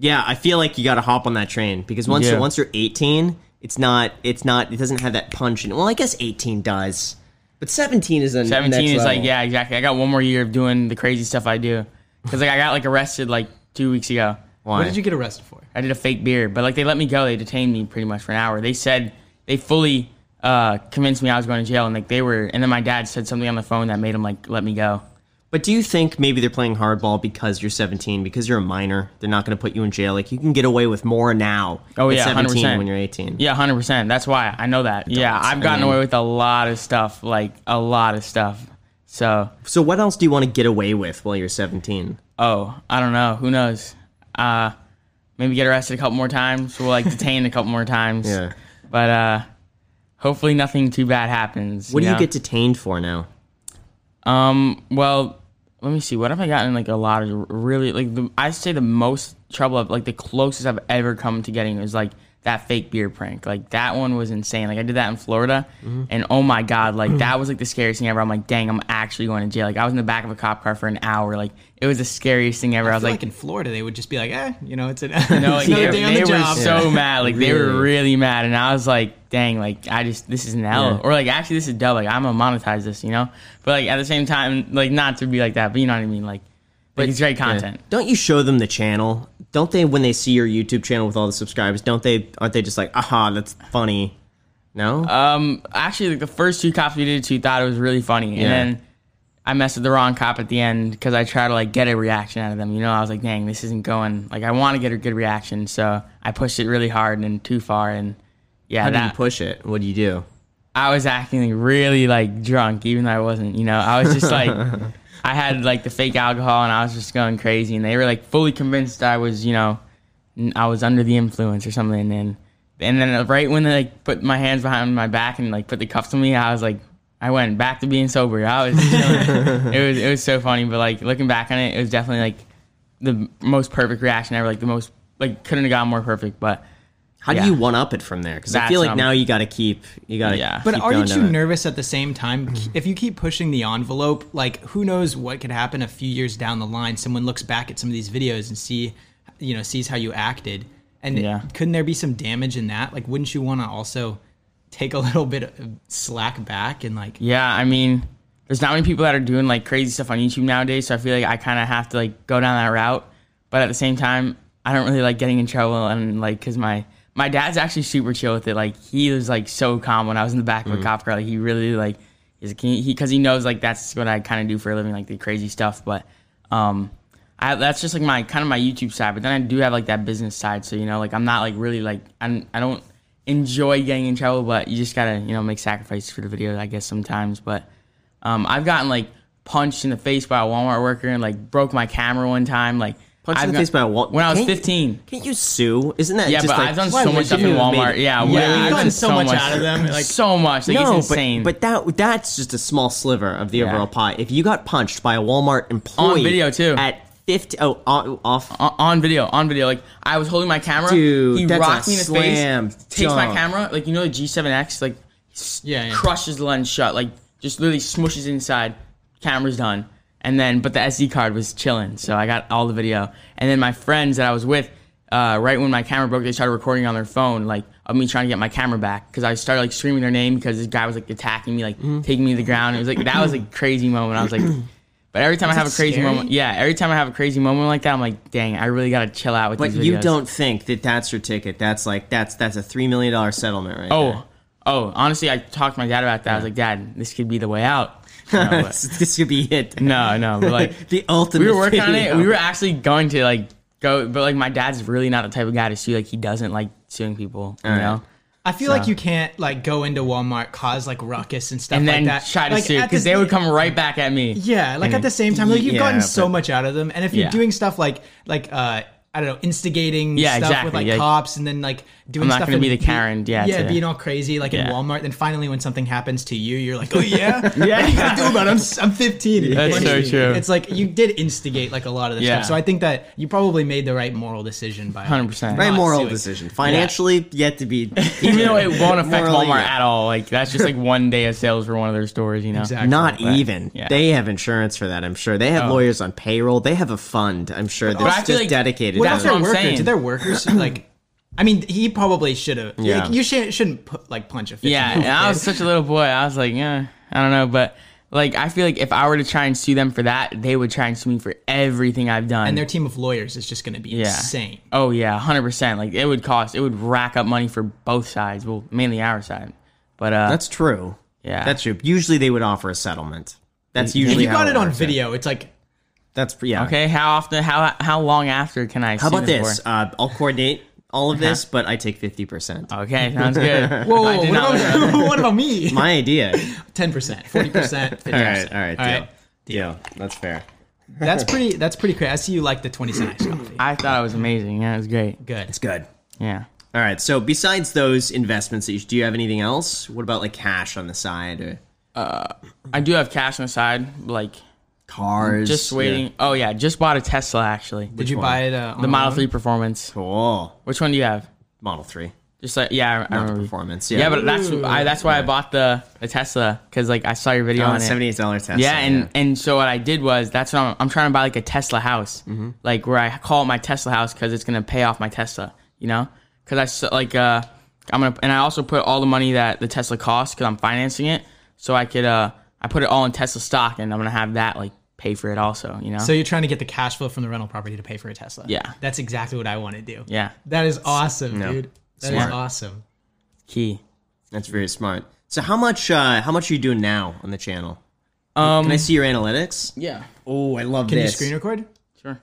Speaker 2: Yeah. I feel like you got to hop on that train because once
Speaker 1: Yeah.
Speaker 2: you're, once you're 18, it's not it's not it doesn't have that punch. In, it. well, I guess 18 does, but 17 is a
Speaker 1: 17
Speaker 2: next
Speaker 1: is like
Speaker 2: level.
Speaker 1: yeah, exactly. I got one more year of doing the crazy stuff I do because like I got like arrested like two weeks ago.
Speaker 2: Why?
Speaker 3: What did you get arrested for?
Speaker 1: I did a fake beard, but like they let me go. They detained me pretty much for an hour. They said they fully uh, convinced me I was going to jail, and like they were. And then my dad said something on the phone that made him like let me go.
Speaker 2: But do you think maybe they're playing hardball because you're 17, because you're a minor? They're not going to put you in jail. Like you can get away with more now.
Speaker 1: Oh
Speaker 2: at
Speaker 1: yeah,
Speaker 2: 17
Speaker 1: 100%.
Speaker 2: when you're 18.
Speaker 1: Yeah, hundred percent. That's why I know that. Yeah,
Speaker 2: Adults.
Speaker 1: I've gotten
Speaker 2: I mean-
Speaker 1: away with a lot of stuff, like a lot of stuff. So,
Speaker 2: So what else do you want to get away with while you're 17?
Speaker 1: oh, I don't know. Who knows? Uh, maybe get arrested a couple more times. We'll like detained a couple more times.
Speaker 2: Yeah.
Speaker 1: But uh, hopefully nothing too bad happens.
Speaker 2: What do
Speaker 1: know?
Speaker 2: you get detained for now?
Speaker 1: Um. Well, let me see. What have I gotten? in, Like a lot of really like the, I say the most trouble of like the closest I've ever come to getting is like that fake beer prank. Like that one was insane. Like I did that in Florida, and oh my god, like that was like the scariest thing ever. I'm like, dang, I'm actually going to jail. Like I was in the back of a cop car for an hour. Like it was the scariest thing ever. I,
Speaker 3: I
Speaker 1: was
Speaker 3: was
Speaker 1: like,
Speaker 3: like, in Florida, they would just be like, eh, you know, it's an
Speaker 1: no, like,
Speaker 3: another
Speaker 1: they,
Speaker 3: day on
Speaker 1: they
Speaker 3: the
Speaker 1: were
Speaker 3: job.
Speaker 1: so mad. Like they were
Speaker 2: Really?
Speaker 1: really mad, and I was like, "Dang! Like I just this is an L,
Speaker 2: Yeah.
Speaker 1: or like actually this is dub. Like I'm gonna monetize this, you know." But like at the same time, like not to be like that, but you know what I mean. Like, like it's great content.
Speaker 2: Don't you show them the channel? Don't they when they see your YouTube channel with all the subscribers? Don't they? Aren't they just like, aha, that's funny? No.
Speaker 1: Um, actually, like the first two cops we did to thought it was really funny,
Speaker 2: Yeah.
Speaker 1: and then I messed with the wrong cop at the end because I tried to like get a reaction out of them. You know, I was like, "Dang, this isn't going." Like I want to get a good reaction, so I pushed it really hard and too far, and yeah,
Speaker 2: How do
Speaker 1: that
Speaker 2: you push it? What do you do?
Speaker 1: I was acting really like drunk, even though I wasn't. You know, I was just like, I had like the fake alcohol, and I was just going crazy. And they were like fully convinced I was, you know, n- I was under the influence or something. And and then right when they like put my hands behind my back and like put the cuffs on me, I was like, I went back to being sober. I was, chilling. it was it was so funny. But like looking back on it, it was definitely like the most perfect reaction ever. Like the most like couldn't have gotten more perfect. But
Speaker 2: How
Speaker 1: Yeah.
Speaker 2: do you one up it from there? Because I
Speaker 1: That's
Speaker 2: feel
Speaker 1: what
Speaker 2: like
Speaker 1: I'm-
Speaker 2: now you got to keep. You got to.
Speaker 1: Yeah.
Speaker 3: But
Speaker 2: keep
Speaker 3: are you
Speaker 2: going
Speaker 3: too
Speaker 2: down that.
Speaker 3: nervous at the same time?
Speaker 1: Mm-hmm.
Speaker 3: If you keep pushing the envelope, like who knows what could happen a few years down the line? Someone looks back at some of these videos and see, you know, sees how you acted, and
Speaker 1: Yeah.
Speaker 3: couldn't there be some damage in that? Like, wouldn't you want to also take a little bit of slack back and like?
Speaker 1: Yeah, I mean, there's not many people that are doing like crazy stuff on YouTube nowadays, so I feel like I kind of have to like go down that route. But at the same time, I don't really like getting in trouble and like because my my dad's actually super chill with it. Like he was like so calm when I was in the back of a cop car. Like he really like is he because he knows like that's what I kind of do for a living, like the crazy stuff. But um, I, that's just like my kind of my YouTube side. But then I do have like that business side, so you know, like I'm not like really like I'm I don't enjoy getting in trouble, but you just gotta, you know, make sacrifices for the video, I guess, sometimes. But um, I've gotten like punched in the face by a Walmart worker and like broke my camera one time. Like
Speaker 2: Punched in
Speaker 1: I've
Speaker 2: the face by a Wal-
Speaker 1: when I was
Speaker 2: Can't you-
Speaker 1: 15.
Speaker 2: Can't you sue? Isn't that
Speaker 1: Yeah,
Speaker 2: Just
Speaker 1: but
Speaker 2: like,
Speaker 1: I've done
Speaker 2: why
Speaker 1: so much
Speaker 2: would
Speaker 1: stuff
Speaker 2: you
Speaker 1: in
Speaker 2: have made
Speaker 1: Walmart.
Speaker 2: it-
Speaker 1: yeah, literally,
Speaker 3: I've
Speaker 1: I've
Speaker 3: gotten
Speaker 1: done
Speaker 3: so much out of them, like-
Speaker 1: so much. Like,
Speaker 2: no,
Speaker 1: it's insane.
Speaker 2: but but that that's just a small sliver of the
Speaker 1: Yeah.
Speaker 2: overall pie. If you got punched by a Walmart employee
Speaker 1: On video, too.
Speaker 2: at fifty oh o- off
Speaker 1: on, on video, on video. Like I was holding my camera.
Speaker 2: Dude,
Speaker 1: he
Speaker 2: that's
Speaker 1: rocked
Speaker 2: a
Speaker 1: me in the
Speaker 2: slam
Speaker 1: face. Takes my
Speaker 2: dunk.
Speaker 1: camera, like you know the G7X, like s-
Speaker 3: Yeah, yeah.
Speaker 1: crushes the lens shut, like just literally smushes inside. Camera's done, and then but the SD card was chilling, so I got all the video. And then my friends that I was with, uh, right when my camera broke, they started recording on their phone, like of me trying to get my camera back because I started like screaming their name because this guy was like attacking me, like
Speaker 2: Mm-hmm.
Speaker 1: taking me to the ground. It was like that was a crazy moment. I was like. But every time I have a
Speaker 3: that
Speaker 1: crazy
Speaker 3: scary?
Speaker 1: moment, yeah, every time I have a crazy moment like that, I'm like, dang, I really gotta chill out with
Speaker 2: But
Speaker 1: these
Speaker 2: you
Speaker 1: videos.
Speaker 2: don't think that that's your ticket? That's like that's that's a three million dollar settlement, right?
Speaker 1: Oh, oh, honestly, I talked to my dad about that. I was like, Dad, this could be the way out. No,
Speaker 2: there.
Speaker 1: but-
Speaker 2: this could be it.
Speaker 1: no, no, but like
Speaker 2: the ultimate.
Speaker 1: we were working on it.
Speaker 2: video.
Speaker 1: We were actually going to like go, but like my dad's really not the type of guy to sue. Like he doesn't like suing people, you
Speaker 2: Alright.
Speaker 1: know.
Speaker 3: I feel like you can't like go into Walmart, cause like ruckus and stuff
Speaker 1: And
Speaker 3: like
Speaker 1: then
Speaker 3: that.
Speaker 1: try to
Speaker 3: Like,
Speaker 1: sue
Speaker 3: at
Speaker 1: because
Speaker 3: the-
Speaker 1: they would come right back at me.
Speaker 3: Yeah, like at the same time, like you've
Speaker 2: Yeah,
Speaker 3: gotten so
Speaker 2: but-
Speaker 3: much out of them, and if you're
Speaker 1: Yeah.
Speaker 3: doing stuff like like uh I don't know, instigating
Speaker 1: Yeah,
Speaker 3: stuff with
Speaker 1: exactly,
Speaker 3: like
Speaker 1: yeah.
Speaker 3: cops, and then like doing
Speaker 1: I'm not
Speaker 3: stuff.
Speaker 1: gonna
Speaker 3: and
Speaker 1: be the Karen, yeah,
Speaker 3: yeah,
Speaker 1: to-
Speaker 3: being all crazy like
Speaker 1: Yeah.
Speaker 3: in Walmart. Then finally, when something happens to you, you're like, oh yeah,
Speaker 1: Yeah.
Speaker 3: What are you gonna do about it? I'm s- I'm 15. and you
Speaker 1: That's
Speaker 3: punched
Speaker 1: so
Speaker 3: me.
Speaker 1: true.
Speaker 3: It's like you did instigate like a lot of this
Speaker 1: Yeah.
Speaker 3: stuff, so I think that you probably made the right moral decision by
Speaker 1: 100%.
Speaker 2: right
Speaker 3: not
Speaker 2: moral
Speaker 3: suing.
Speaker 2: decision. Financially, yet to be.
Speaker 1: Even though it won't affect
Speaker 2: Morally,
Speaker 1: Walmart
Speaker 2: yeah.
Speaker 1: at all, like that's just like one day of sales for one of their stores, you know.
Speaker 3: Exactly.
Speaker 2: Not
Speaker 1: Right.
Speaker 2: even.
Speaker 1: Yeah.
Speaker 2: They have insurance for that. I'm sure. They have
Speaker 1: Oh.
Speaker 2: lawyers on payroll. They have a fund. I'm sure that's
Speaker 1: I
Speaker 2: just
Speaker 1: feel like-
Speaker 2: dedicated.
Speaker 1: what
Speaker 2: to
Speaker 1: That's
Speaker 3: That's
Speaker 2: that.
Speaker 3: their
Speaker 1: what I'm
Speaker 3: workers.
Speaker 1: saying.
Speaker 3: Did their workers like? I mean, he probably should have.
Speaker 2: Yeah.
Speaker 3: Like, you sh- shouldn't put, like punch a 15
Speaker 1: Yeah, and I was such a little boy. I was like, yeah, I don't know, but like I feel like if I were to try and sue them for that, they would try and sue me for everything I've done.
Speaker 3: and their team of lawyers is just going to be
Speaker 1: yeah.
Speaker 3: insane.
Speaker 1: Oh yeah, hundred percent. Like it would cost, it would rack up money for both sides. Well, mainly our side, but uh,
Speaker 2: That's true.
Speaker 1: Yeah.
Speaker 2: that's true. Usually they would offer a settlement. That's
Speaker 3: If
Speaker 2: usually
Speaker 3: you
Speaker 2: how
Speaker 3: got it on
Speaker 2: works.
Speaker 3: video, it's like
Speaker 2: That's yeah.
Speaker 1: okay. How often? How how long after can I?
Speaker 2: How
Speaker 1: sue
Speaker 2: about
Speaker 1: them
Speaker 2: this?
Speaker 1: For?
Speaker 2: Uh, I'll coordinate all
Speaker 1: Uh-huh.
Speaker 2: of this, but I take fifty percent.
Speaker 1: Okay, sounds good.
Speaker 3: whoa,
Speaker 1: I
Speaker 3: whoa,
Speaker 1: did
Speaker 3: what,
Speaker 1: not look
Speaker 3: about, what about me?
Speaker 2: My idea.
Speaker 3: Ten percent, forty percent, fifty
Speaker 2: all right,
Speaker 3: percent.
Speaker 2: all right, deal. deal. That's fair.
Speaker 3: That's pretty. That's pretty crazy. I see you like the twenty cent ice coffee.
Speaker 1: I thought it was amazing. Yeah, it was great.
Speaker 3: Good.
Speaker 2: It's good.
Speaker 1: Yeah.
Speaker 2: All right. So besides those investments, that you- do you have anything else? What about like cash on the side or
Speaker 1: I do have cash on the side, like
Speaker 2: cars?
Speaker 1: just
Speaker 2: Yeah.
Speaker 1: waiting. Oh yeah, just bought a Tesla actually.
Speaker 3: Did you
Speaker 2: one?
Speaker 3: buy it? Uh, on
Speaker 1: The Model
Speaker 3: loan?
Speaker 1: Three Performance.
Speaker 2: Cool.
Speaker 1: Which one do you have?
Speaker 2: Model three.
Speaker 1: Just like yeah, I, I
Speaker 2: Not the
Speaker 1: remember.
Speaker 2: performance.
Speaker 1: Yeah,
Speaker 2: Um, Yeah,
Speaker 1: but that's I, that's why I bought the the Tesla because like I saw your video
Speaker 2: Oh,
Speaker 1: on
Speaker 2: the
Speaker 1: it.
Speaker 2: seventy-eight dollar Tesla.
Speaker 1: yeah, and and so what I did was that's what I'm, I'm trying to buy like a Tesla house, like where I call it my Tesla house because it's gonna pay off my Tesla, you know? Because I s- like uh I'm gonna and I also put all the money that the Tesla costs because I'm financing it, so I could uh I put it all in Tesla stock and I'm gonna have that like pay for it also, you know?
Speaker 3: So you're trying to get the cash flow from the rental property to pay for a Tesla.
Speaker 1: Yeah.
Speaker 3: That's exactly what I want to do.
Speaker 1: yeah,
Speaker 3: That is awesome,
Speaker 2: No.
Speaker 3: dude. That is
Speaker 1: Smart.
Speaker 3: awesome.
Speaker 1: key.
Speaker 2: that's very smart. So how much uh, how much are you doing now on the channel? Um, Can I see your analytics?
Speaker 1: Yeah,
Speaker 2: Oh, I love
Speaker 3: Can
Speaker 2: this.
Speaker 3: you screen record?
Speaker 1: sure.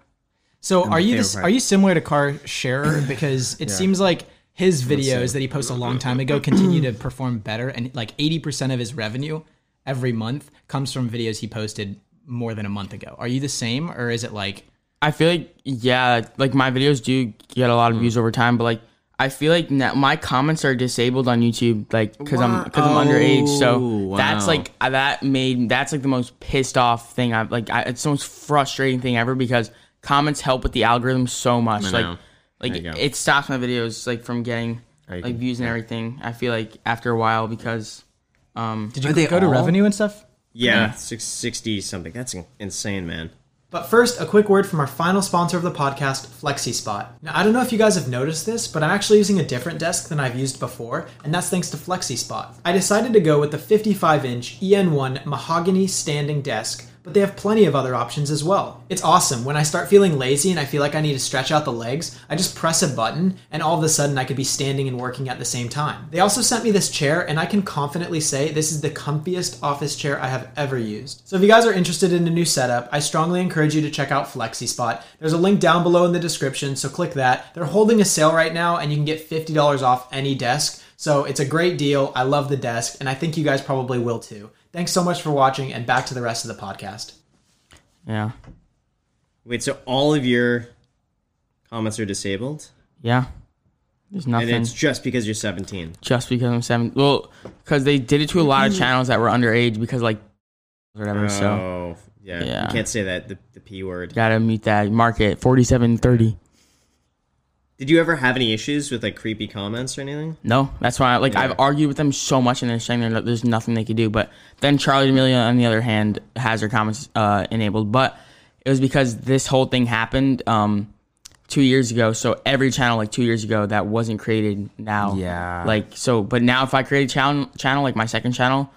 Speaker 3: So are you
Speaker 2: favorite
Speaker 3: this,
Speaker 2: part.
Speaker 3: are you similar to Car Sharer because it seems like his videos that he posted a long time ago continue to perform better and like 80% of his revenue every month comes from videos he posted more than a month ago. Are you the same or is it like
Speaker 1: I feel like yeah, like my videos do get a lot
Speaker 2: Hmm.
Speaker 1: of views over time, but like I feel like now my comments are disabled on YouTube, like because I'm because I'm underage. So
Speaker 2: Wow.
Speaker 1: that's like I- that made that's like the most pissed off thing I've like I, it's the most frustrating thing ever because comments help with the algorithm so much.
Speaker 2: know.
Speaker 1: Like
Speaker 2: There you
Speaker 1: like
Speaker 2: go.
Speaker 1: it stops my videos like from getting
Speaker 2: you
Speaker 1: like
Speaker 2: can-
Speaker 1: views and everything. I feel like after a while because
Speaker 3: did you
Speaker 2: Are they
Speaker 3: go to
Speaker 2: all?
Speaker 3: revenue and stuff?
Speaker 2: Yeah, six sixty something. That's in- insane, man.
Speaker 3: But first, a quick word from our final sponsor of the podcast, FlexiSpot. Now, I don't know if you guys have noticed this, but I'm actually using a different desk than I've used before, and that's thanks to FlexiSpot. I decided to go with the 55 inch EN1 mahogany standing desk, but they have plenty of other options as well. It's awesome. When I start feeling lazy and I feel like I need to stretch out the legs, I just press a button, and all of a sudden I could be standing and working at the same time. They also sent me this chair, and I can confidently say this is the comfiest office chair I have ever used. So if you guys are interested in a new setup, I strongly encourage you to check out FlexiSpot. There's a link down below in the description, so click that. They're holding a sale right now, and you can get $50 off any desk. So it's a great deal. I love the desk, and I think you guys probably will too. Thanks so much for watching, and back to the rest of the podcast.
Speaker 1: yeah
Speaker 2: Wait, so all of your comments are disabled,
Speaker 1: yeah there's
Speaker 2: and
Speaker 1: nothing.
Speaker 2: it's just because you're seventeen.
Speaker 1: just because I'm seven. Well, because they did it to a lot of channels that were underage because like or whatever. So
Speaker 2: oh, yeah.
Speaker 1: Yeah.
Speaker 2: You can't say that the, the p word.
Speaker 1: gotta meet that market forty seven thirty.
Speaker 2: Did you ever have any issues with like creepy comments or anything?
Speaker 1: No, that's why. Like I've argued with them so much, and they're saying they're, there's nothing they could do. But then Charlie D'Amelio, on the other hand, has her comments uh, enabled. But it was because this whole thing happened um, two years ago. So every channel like two years ago that wasn't created now.
Speaker 2: Yeah.
Speaker 1: Like so, but now if I create a channel, channel like my second channel,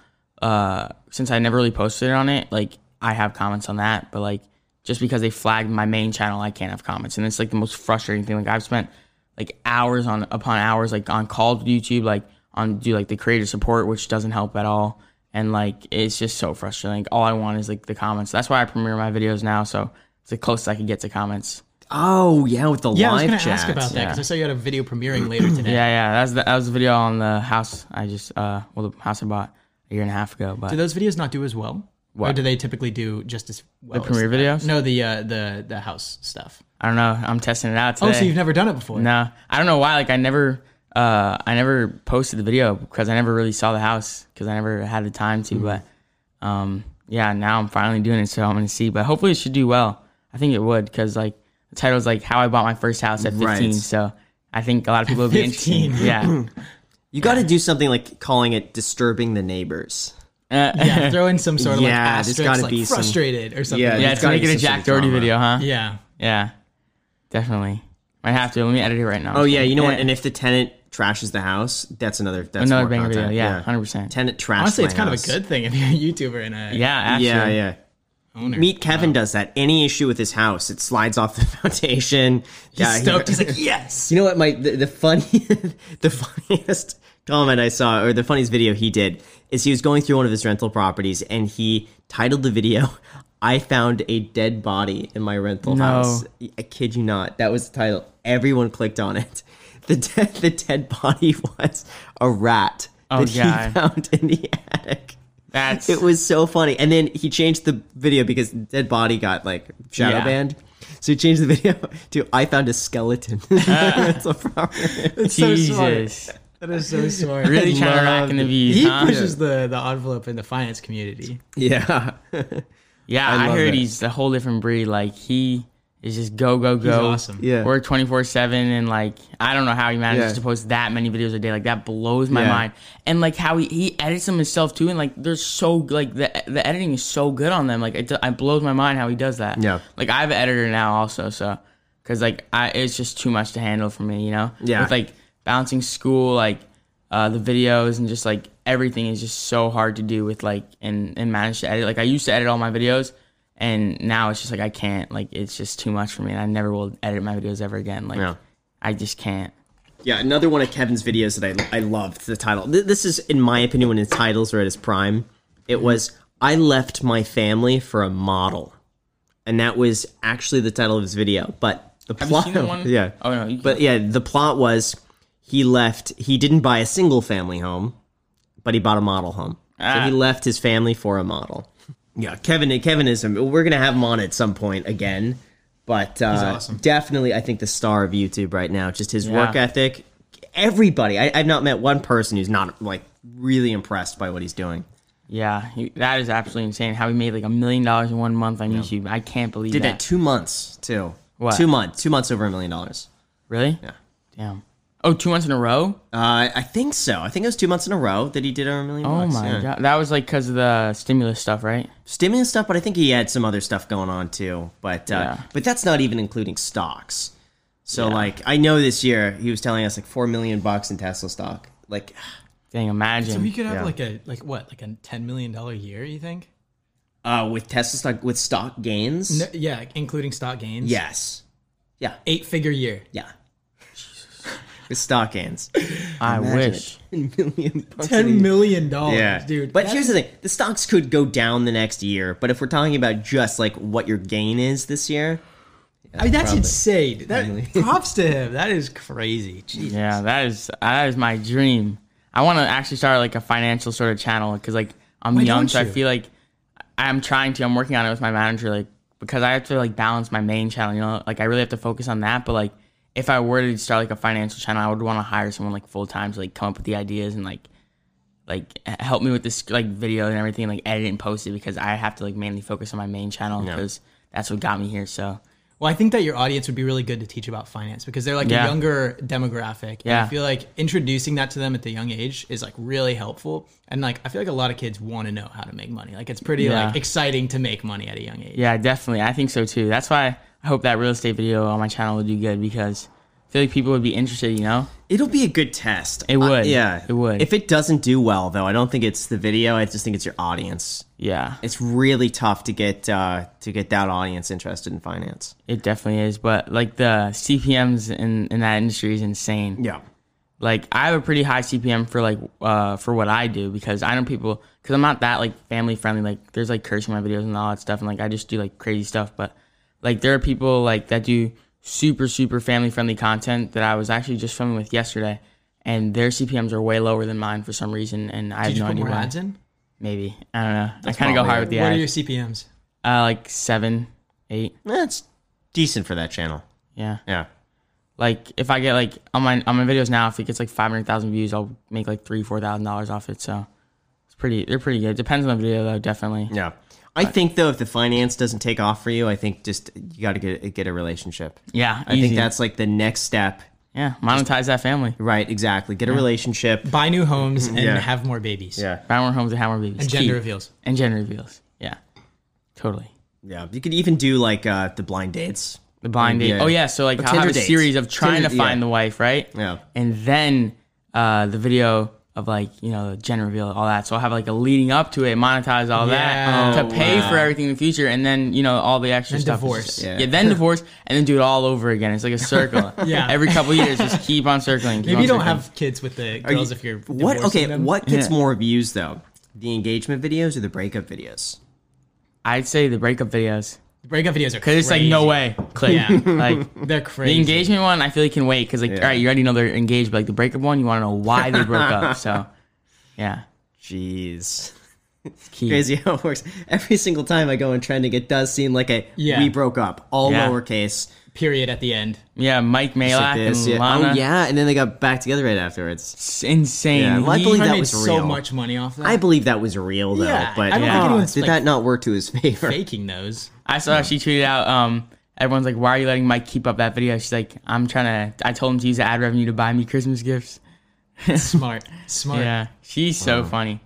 Speaker 1: uh, since I never really posted on it, like I have comments on that. But like just because they flagged my main channel, I can't have comments, and it's like the most frustrating thing. Like I've spent like hours on upon hours like on calls with YouTube, like on do like the creator support, which doesn't help at all. And like it's just so frustrating. Like all I want is like the comments. That's why I premiere my videos now, so it's the closest I can get to comments.
Speaker 2: Oh yeah, with the live chat.
Speaker 3: that because I saw you had a video premiering later today.
Speaker 1: Yeah, yeah. That's the, that was the video on the house I just uh well the house I bought a year and a half ago. But
Speaker 3: Do those videos not do as well? Or
Speaker 1: What?
Speaker 3: do they typically do just as well?
Speaker 1: the premiere
Speaker 3: as
Speaker 1: videos?
Speaker 3: No, the uh, the the house stuff.
Speaker 1: I don't know. I'm testing it out today.
Speaker 3: Oh, so you've never done it before?
Speaker 1: no, I don't know why. Like I never uh I never posted the video because I never really saw the house because I never had the time to.
Speaker 2: Mm-hmm.
Speaker 1: But um yeah, now I'm finally doing it, so I'm gonna see. But hopefully it should do well. I think it would because like the title is like how I bought my first house at 15.
Speaker 2: Right.
Speaker 1: So I think a lot of people would be
Speaker 3: 15.
Speaker 1: interested. Yeah.
Speaker 2: You got to do something like calling it disturbing the neighbors.
Speaker 1: Uh,
Speaker 3: Yeah, throw in some sort of
Speaker 2: Yeah,
Speaker 3: like
Speaker 2: there's
Speaker 3: asterisk,
Speaker 2: gotta
Speaker 3: like
Speaker 2: be some-
Speaker 3: frustrated or something.
Speaker 2: Yeah,
Speaker 1: Yeah,
Speaker 2: there's
Speaker 1: it's
Speaker 2: gotta
Speaker 1: gonna
Speaker 2: be
Speaker 1: get a
Speaker 2: some
Speaker 1: Jack
Speaker 2: sort of
Speaker 1: Doherty
Speaker 2: drama.
Speaker 1: video, huh?
Speaker 3: yeah.
Speaker 1: Yeah, definitely. Might have to. Let me edit it right now.
Speaker 2: Oh yeah, you know what? And if the tenant trashes the house, that's another that's
Speaker 1: another
Speaker 2: more
Speaker 1: banger
Speaker 2: content.
Speaker 1: video. Yeah, hundred percent.
Speaker 2: Tenant trashed.
Speaker 3: Honestly,
Speaker 2: my
Speaker 3: it's kind
Speaker 2: house.
Speaker 3: of a good thing if you're a YouTuber and a
Speaker 1: Yeah, actually.
Speaker 2: Yeah, yeah.
Speaker 3: owner.
Speaker 2: Meet Kevin does that. Any issue with his house, it slides off the foundation. He's
Speaker 3: stoked. He's like, yes.
Speaker 2: You know what? My the, the funny, the funniest comment I saw, or the funniest video he did, is he was going through one of his rental properties and he titled the video, "I found a dead body in my rental
Speaker 1: No.
Speaker 2: house." I kid you not. That was the title. Everyone clicked on it. The dead, the dead body was a rat
Speaker 1: Oh,
Speaker 2: that
Speaker 1: God.
Speaker 2: he found in the attic.
Speaker 1: That's
Speaker 2: It was so funny. And then he changed the video because Dead Body got like shadow
Speaker 1: Yeah.
Speaker 2: banned. So he changed the video to I found a skeleton. in my rental property."
Speaker 3: so
Speaker 1: Jesus.
Speaker 3: That is so smart.
Speaker 1: really trying to rack
Speaker 2: Loved
Speaker 1: in the
Speaker 2: it.
Speaker 1: views,
Speaker 3: He
Speaker 1: huh?
Speaker 3: pushes the, the envelope in the finance community.
Speaker 2: yeah.
Speaker 1: Yeah, I,
Speaker 2: love
Speaker 1: heard
Speaker 2: it.
Speaker 1: he's a whole different breed. Like he is just go go go.
Speaker 3: awesome.
Speaker 4: Yeah.
Speaker 1: work twenty four seven, and like I don't know how he manages
Speaker 4: Yeah.
Speaker 1: to post that many videos a day. Like that blows my
Speaker 4: Yeah.
Speaker 1: mind. And like how he, he edits them himself too, and like they're so like the the editing is so good on them. Like it, do- it blows my mind how he does that.
Speaker 2: Yeah.
Speaker 1: like I have an editor now also, so because like I it's just too much to handle for me, you know.
Speaker 2: Yeah.
Speaker 1: with like balancing school, like uh, the videos, and just like everything is just so hard to do with like and and manage to edit. Like I used to edit all my videos, and now it's just like I can't. Like it's just too much for me, and I never will edit my videos ever again. Like
Speaker 2: Yeah.
Speaker 1: I just can't.
Speaker 2: Yeah, another one of Kevin's videos that I, I loved the title. Th- This is, in my opinion, when his titles were at his prime. It was, I left my family for a model. And that was actually the title of his video. But the
Speaker 1: Have you
Speaker 2: plot.
Speaker 1: seen that one?
Speaker 2: Yeah.
Speaker 1: Oh no. You
Speaker 2: But yeah, the plot was he left, he didn't buy a single family home, but he bought a model home. So
Speaker 1: Ah.
Speaker 2: he left his family for a model. Yeah, Kevin, Kevin is, we're going to have him on at some point again. But uh,
Speaker 3: awesome.
Speaker 2: definitely, I think the star of YouTube right now, just his work
Speaker 1: Yeah.
Speaker 2: ethic. Everybody, I, I've not met one person who's not like really impressed by what he's doing.
Speaker 1: yeah, he, that is absolutely insane. How he made like a million dollars in one month on YouTube. I can't believe
Speaker 2: Did that
Speaker 1: that.
Speaker 2: two months too.
Speaker 1: What?
Speaker 2: Two months, two months over a million dollars.
Speaker 1: really?
Speaker 2: Yeah.
Speaker 1: Damn. Oh, two months in a row.
Speaker 2: Uh, I think so. I think it was two months in a row that he did over a million.
Speaker 1: Oh
Speaker 2: bucks.
Speaker 1: my
Speaker 2: Yeah.
Speaker 1: god, that was like because of the stimulus stuff, right?
Speaker 2: stimulus stuff, but I think he had some other stuff going on too. But uh,
Speaker 1: Yeah.
Speaker 2: but that's not even including stocks. So like I know this year he was telling us like four million bucks in Tesla stock. Like
Speaker 1: Dang, imagine.
Speaker 3: So we could have
Speaker 2: Yeah.
Speaker 3: like a like what like a ten million dollar year? You think?
Speaker 2: uh, with Tesla stock with stock gains.
Speaker 3: No, yeah, including stock gains.
Speaker 2: Yes. Yeah.
Speaker 3: eight figure year.
Speaker 2: Yeah. with stock gains.
Speaker 1: I
Speaker 2: Imagine
Speaker 1: wish.
Speaker 2: it. Ten million bucks. in a
Speaker 3: Ten
Speaker 2: year.
Speaker 3: million dollars,
Speaker 2: Yeah,
Speaker 3: dude.
Speaker 2: But
Speaker 3: that's-
Speaker 2: here's the thing: the stocks could go down the next year. But if we're talking about just like what your gain is this year,
Speaker 3: I mean, that's
Speaker 2: Probably.
Speaker 3: insane.
Speaker 2: Really.
Speaker 3: That props to him. That is crazy. Jeez.
Speaker 1: Yeah, that is that is my dream. I want to actually start like a financial sort of channel because like I'm
Speaker 3: Why
Speaker 1: young,
Speaker 3: don't
Speaker 1: so I
Speaker 3: you?
Speaker 1: feel like I'm trying to. I'm working on it with my manager, like because I have to like balance my main channel. You know, like I really have to focus on that. But like if I were to start like a financial channel, I would want to hire someone like full time to like come up with the ideas and like like h- help me with this like video and everything, like edit and post it because I have to like mainly focus on my main channel because that's what got me here. So
Speaker 3: Well, I think that your audience would be really good to teach about finance because they're like
Speaker 1: Yeah.
Speaker 3: a younger demographic. And
Speaker 1: Yeah.
Speaker 3: I feel like introducing that to them at the young age is like really helpful. And like I feel like a lot of kids want to know how to make money. Like it's pretty
Speaker 1: Yeah.
Speaker 3: like exciting to make money at a young age.
Speaker 1: Yeah, definitely. I think so too. That's why I hope that real estate video on my channel will do good because I feel like people would be interested, you know?
Speaker 2: It'll be a good test. Uh,
Speaker 1: It would.
Speaker 2: yeah.
Speaker 1: It would.
Speaker 2: If it doesn't do well, though, I don't think it's the video. I just think it's your audience.
Speaker 1: Yeah,
Speaker 2: It's really tough to get uh, to get that audience interested in finance.
Speaker 1: it definitely is. But like the CPMs in, in that industry is insane.
Speaker 2: Yeah.
Speaker 1: Like I have a pretty high CPM for like uh for what I do because I know people because I'm not that like family friendly. Like there's like cursing my videos and all that stuff and like I just do like crazy stuff. But like there are people like that do super super family friendly content that I was actually just filming with yesterday. And their CPMs are way lower than mine for some reason, and I
Speaker 3: Did
Speaker 1: have
Speaker 3: you
Speaker 1: no
Speaker 3: put
Speaker 1: idea
Speaker 3: more
Speaker 1: why.
Speaker 3: ads in?
Speaker 1: Maybe I don't know. I kind of go
Speaker 2: probably
Speaker 1: hard
Speaker 2: it.
Speaker 1: with the
Speaker 3: What are
Speaker 1: ads.
Speaker 3: your CPMs?
Speaker 1: uh, like seven, eight.
Speaker 2: That's decent for that channel.
Speaker 1: Yeah.
Speaker 2: Yeah.
Speaker 1: Like if I get like on my on my videos now, if it gets like five hundred thousand views, I'll make like three four thousand dollars off it. So it's pretty. They're pretty good. Depends on the video though, definitely.
Speaker 2: Yeah. I think though, if the finance doesn't take off for you, I think just you got to get get a relationship.
Speaker 1: Yeah.
Speaker 2: I
Speaker 1: easy.
Speaker 2: think that's like the next step.
Speaker 1: yeah. Monetize that family.
Speaker 2: Right. Exactly. Get a relationship.
Speaker 3: Buy new homes and
Speaker 2: Yeah.
Speaker 3: have more babies.
Speaker 2: Yeah.
Speaker 1: Buy more homes and have more babies.
Speaker 3: And gender
Speaker 1: Key.
Speaker 3: reveals.
Speaker 1: And gender reveals. Yeah. Totally.
Speaker 2: Yeah. You could even do like uh, the blind dates.
Speaker 1: The blind date.
Speaker 2: Yeah.
Speaker 1: Oh yeah, so like
Speaker 2: Or
Speaker 1: I'll have
Speaker 2: Tinder
Speaker 1: a
Speaker 2: dates.
Speaker 1: series of trying
Speaker 2: Tinder-
Speaker 1: to find
Speaker 2: yeah.
Speaker 1: the wife, right?
Speaker 2: Yeah.
Speaker 1: And then uh, the video of like you know the gender reveal, all that. So I'll have like a leading up to it, monetize all
Speaker 3: Yeah.
Speaker 1: that
Speaker 2: Oh,
Speaker 1: to pay for everything in the future, and then you know all the extra
Speaker 3: Then
Speaker 1: stuff. is
Speaker 3: divorce.
Speaker 1: just-
Speaker 2: Yeah.
Speaker 1: yeah. Then divorce, and then do it all over again. It's like a circle.
Speaker 3: Yeah.
Speaker 1: Every couple years, just keep on circling. keep
Speaker 3: Maybe
Speaker 1: on
Speaker 3: you don't
Speaker 1: circling.
Speaker 3: have kids with the
Speaker 2: Are
Speaker 3: girls
Speaker 2: you-
Speaker 3: if you're
Speaker 2: what? Okay,
Speaker 3: divorcing them.
Speaker 2: what gets
Speaker 1: Yeah.
Speaker 2: more views though? The engagement videos or the breakup videos?
Speaker 1: I'd say the breakup videos
Speaker 3: breakup videos are
Speaker 1: because it's like no
Speaker 3: crazy.
Speaker 1: way. Click.
Speaker 3: Yeah.
Speaker 1: Like
Speaker 3: They're
Speaker 1: The
Speaker 3: crazy.
Speaker 1: engagement one, I feel like can wait because like, all right, you already know they're engaged, but like the breakup one, you want to know why they broke up. So, yeah,
Speaker 2: Jeez,
Speaker 1: it's key.
Speaker 2: crazy how it works. Every single time I go on trending, it does seem like a
Speaker 3: Yeah.
Speaker 2: we broke up, all
Speaker 1: Yeah.
Speaker 2: lowercase.
Speaker 3: Period at the end.
Speaker 1: Yeah, Mike
Speaker 2: Just
Speaker 1: Malak
Speaker 2: like this,
Speaker 1: and
Speaker 2: yeah.
Speaker 1: Lana.
Speaker 2: Oh yeah, and then they got back together right afterwards.
Speaker 1: It's insane.
Speaker 2: Yeah,
Speaker 1: He-
Speaker 2: luckily
Speaker 3: I
Speaker 2: that
Speaker 3: made
Speaker 2: was
Speaker 3: so
Speaker 2: real.
Speaker 3: much money off that.
Speaker 2: I believe that was real though,
Speaker 3: Yeah,
Speaker 2: but ah,
Speaker 3: I don't
Speaker 1: think
Speaker 2: God,
Speaker 3: anyone's,
Speaker 2: did
Speaker 3: like,
Speaker 2: that not work to his favor?
Speaker 3: faking those.
Speaker 1: I saw she tweeted out um everyone's like, why are you letting Mike keep up that video? She's like, I'm trying to. I told him to use the ad revenue to buy me Christmas gifts.
Speaker 3: Smart, smart.
Speaker 1: Yeah, she's so funny,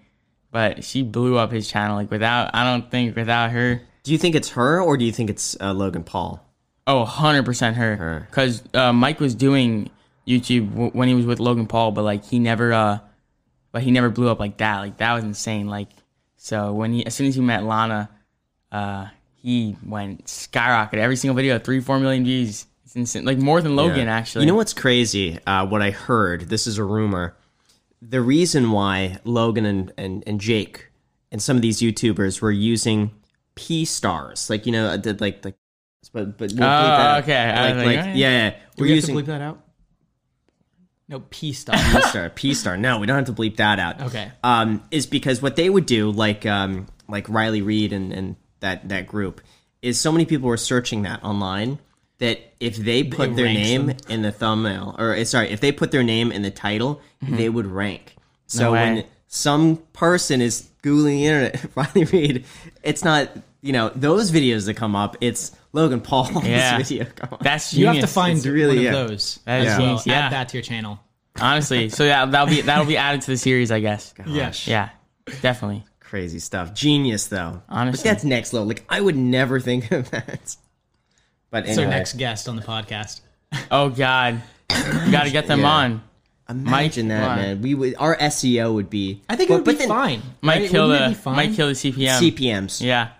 Speaker 1: but she blew up his channel. Like without, I don't think without her.
Speaker 2: Do you think it's her or do you think it's uh, Logan Paul?
Speaker 1: Oh, 100% her.
Speaker 2: Her.
Speaker 1: Because uh, Mike was doing YouTube w- when he was with Logan Paul, but like he never, uh, but he never blew up like that. Like that was insane. Like so when he, as soon as he met Lana, uh, he went skyrocket. Every single video, three, four million views. It's insane. Like more than Logan
Speaker 2: Yeah.
Speaker 1: actually.
Speaker 2: You know what's crazy? Uh, what I heard, this is a rumor. The reason why Logan and, and, and Jake and some of these YouTubers were using P stars, like, you know, I did like, like, but, but, we'll bleep that out.
Speaker 1: okay. I
Speaker 2: Like,
Speaker 1: was
Speaker 2: like,
Speaker 1: like,
Speaker 2: yeah,
Speaker 1: oh,
Speaker 2: yeah.
Speaker 3: Do
Speaker 2: We're
Speaker 3: we have
Speaker 2: using
Speaker 3: to bleep that out? No, P stuff.
Speaker 2: P star, P star. No, we don't have to bleep that out.
Speaker 3: Okay.
Speaker 2: Um, is because what they would do, like um, like Riley Reed and, and that that group, is so many people were searching that online that if they put their
Speaker 3: ranks
Speaker 2: name in the thumbnail, or eh, sorry, if they put their name in the title, they would rank. So when
Speaker 1: way.
Speaker 2: some person is googling the internet, Riley Reed, it's not you know those videos that come up. It's Logan Paul's
Speaker 1: Yeah.
Speaker 2: video. Come up.
Speaker 1: That's
Speaker 3: you
Speaker 1: genius.
Speaker 3: have to find
Speaker 2: It's really-
Speaker 3: one
Speaker 2: yeah.
Speaker 3: of those
Speaker 1: That is
Speaker 3: as well.
Speaker 1: genius, yeah.
Speaker 3: Add that to your channel.
Speaker 1: honestly. So yeah, that'll be that'll be added to the series, I guess.
Speaker 3: Yes.
Speaker 1: Yeah, definitely.
Speaker 2: Crazy stuff. Genius though.
Speaker 1: Honestly.
Speaker 2: But that's next level. Like I would never think of that. But anyway,
Speaker 3: So next guest on the podcast.
Speaker 1: Oh God, you got to get them
Speaker 2: Yeah.
Speaker 1: on.
Speaker 2: imagine that,
Speaker 1: Mike, why?
Speaker 2: man. We would our SEO would be
Speaker 3: I think it
Speaker 2: but-
Speaker 3: would be
Speaker 2: but then
Speaker 3: fine.
Speaker 1: Might
Speaker 3: right?
Speaker 1: kill
Speaker 3: Wouldn't it
Speaker 1: the
Speaker 3: be fine?
Speaker 1: might kill the CPM.
Speaker 2: CPMs.
Speaker 1: Yeah.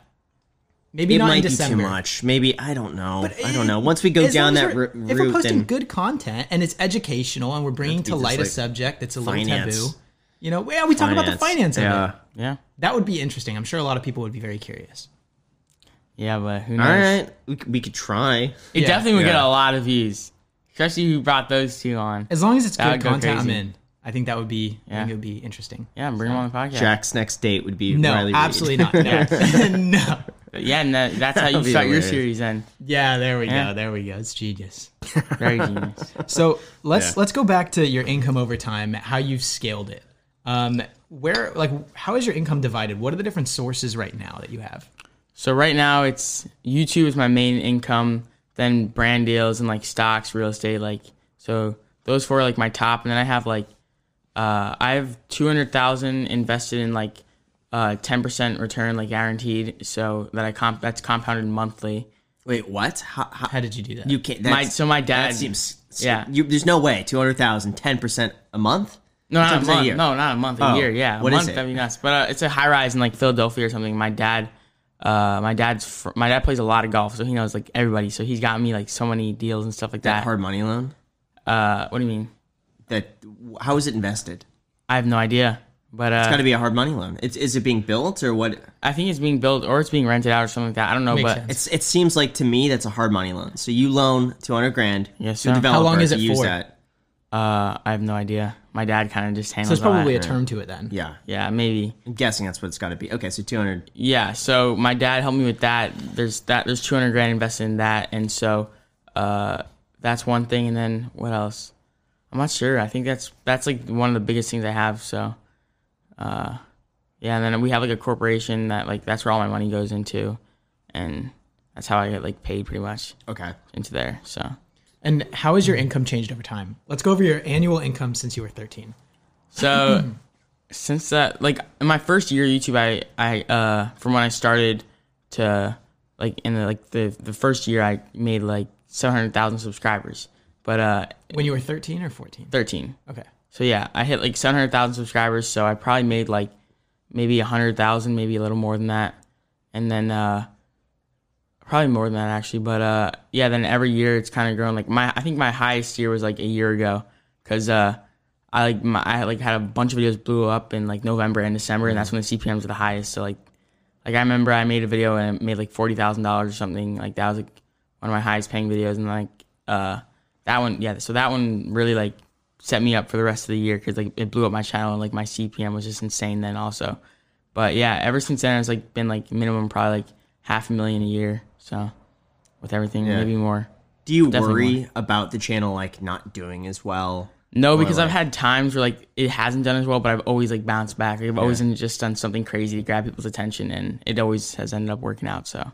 Speaker 3: Maybe
Speaker 2: It
Speaker 3: not in
Speaker 2: might be too
Speaker 3: December.
Speaker 2: much. Maybe I don't know.
Speaker 3: But
Speaker 2: I
Speaker 3: it-
Speaker 2: don't know. Once we go
Speaker 3: as
Speaker 2: down
Speaker 3: long as
Speaker 2: that
Speaker 3: we're-
Speaker 2: ru-
Speaker 3: if we're
Speaker 2: route,
Speaker 3: posting
Speaker 2: then
Speaker 3: good content and it's educational and we're bringing
Speaker 2: be
Speaker 3: to
Speaker 2: just
Speaker 3: light a
Speaker 2: like
Speaker 3: subject that's a little
Speaker 2: finance.
Speaker 3: taboo, you know, yeah, we talk about the finance of
Speaker 2: Yeah.
Speaker 3: it.
Speaker 1: Yeah.
Speaker 3: That would be interesting. I'm sure a lot of people would be very curious.
Speaker 1: Yeah, but who knows?
Speaker 2: All right, we, c- we could try.
Speaker 1: It
Speaker 3: Yeah.
Speaker 1: definitely would get
Speaker 2: Yeah.
Speaker 1: a lot of views, especially who brought those two on.
Speaker 3: As long as it's
Speaker 1: That
Speaker 3: good
Speaker 1: would go
Speaker 3: content, I'm
Speaker 1: crazy.
Speaker 3: in. I think that would be. I
Speaker 1: Yeah.
Speaker 3: think it would be interesting.
Speaker 1: Yeah, bring them on the podcast.
Speaker 2: Jack's next date would be
Speaker 3: No,
Speaker 2: Riley Reid.
Speaker 3: absolutely not. No. no.
Speaker 1: But yeah, and that, that's how you
Speaker 2: That'd be
Speaker 1: start your
Speaker 2: hilarious.
Speaker 1: series. Then
Speaker 3: Yeah, there we
Speaker 1: Yeah.
Speaker 3: go. There we go. It's genius.
Speaker 1: very genius.
Speaker 3: So let's
Speaker 2: Yeah.
Speaker 3: let's go back to your income over time, how you've scaled it. Um, where like how is your income divided? What are the different sources right now that you have?
Speaker 1: So right now it's YouTube is my main income, then brand deals and like stocks, real estate, like so those four are like my top, and then I have like uh I have two hundred thousand invested in like uh ten percent return like guaranteed, so that I comp that's compounded monthly.
Speaker 2: Wait, what? How, how,
Speaker 3: How did you do that?
Speaker 2: you can't.
Speaker 1: My-
Speaker 2: that's-
Speaker 1: so my dad-
Speaker 2: That seems.
Speaker 1: yeah.
Speaker 2: You, there's no way. 200,000, 10 percent a month.
Speaker 1: No, not a
Speaker 2: 10% a
Speaker 1: month.
Speaker 2: year.
Speaker 1: No, not a month. A
Speaker 2: Oh,
Speaker 1: year. Yeah, a
Speaker 2: what is
Speaker 1: month.
Speaker 2: it?
Speaker 1: That'd be nuts. But uh, it's a high rise in like Philadelphia or something. My dad, uh, my dad's fr- my dad plays a lot of golf, so he knows like everybody. So he's got me like so many deals and stuff like
Speaker 2: That
Speaker 1: that.
Speaker 2: hard money loan.
Speaker 1: Uh, what do you mean?
Speaker 2: That how is it invested?
Speaker 1: I have no idea. But uh,
Speaker 2: Got to be a hard money loan. It's is it being built or what?
Speaker 1: I think it's being built or it's being rented out or something like that. I don't know,
Speaker 3: Makes
Speaker 1: but
Speaker 3: sense.
Speaker 2: It's it seems like to me that's a hard money loan. So you loan two hundred grand.
Speaker 1: Yes,
Speaker 2: to a
Speaker 1: sir.
Speaker 2: developer
Speaker 3: How long is
Speaker 2: to
Speaker 3: it
Speaker 2: use
Speaker 3: for?
Speaker 2: That.
Speaker 1: uh, I have no idea. My dad kind of just handles.
Speaker 3: so it's
Speaker 1: all
Speaker 3: probably a
Speaker 1: that.
Speaker 3: term to it then.
Speaker 2: Yeah,
Speaker 1: Yeah, maybe.
Speaker 2: I'm guessing that's what it's got to be. Okay, so two hundred.
Speaker 1: Yeah, so my dad helped me with that. There's that. There's 200 grand invested in that, and so uh, that's one thing. And then what else? I'm not sure. I think that's that's like one of the biggest things I have. So, uh, yeah. And then we have like a corporation that like that's where all my money goes into, and that's how I get like paid pretty much
Speaker 2: Okay,
Speaker 1: into there. So,
Speaker 3: And how has your
Speaker 1: Mm-hmm.
Speaker 3: income changed over time? Let's go over your annual income since you were 13.
Speaker 1: so since that like in my first year of youtube i i uh from when i started to like in the like the the first year i made like 700000 subscribers but uh
Speaker 3: When you were 13 or 14?
Speaker 1: 13
Speaker 3: Okay.
Speaker 1: so yeah i hit like 700000 subscribers so i probably made like maybe 100000 maybe a little more than that and then uh probably more than that actually but uh yeah then every year it's kind of grown like my i think my highest year was like a year ago because uh i like my i like had a bunch of videos blew up in like november and december and that's when the cpms were the highest so like like i remember i made a video and it made like $40000 or something like that was like one of my highest paying videos and like uh that one yeah so that one really like set me up for the rest of the year because like it blew up my channel and like my cpm was just insane then also but yeah, ever since then, it's like been like minimum probably like half a million a year. So with everything,
Speaker 2: Yeah.
Speaker 1: maybe more.
Speaker 2: do you
Speaker 1: Definitely.
Speaker 2: worry about the channel like not doing as well?
Speaker 1: No, because
Speaker 2: like-
Speaker 1: I've had times where like it hasn't done as well, but I've always like bounced back. Like, I've always done- just done something crazy to grab people's attention, and it always has ended up working out. So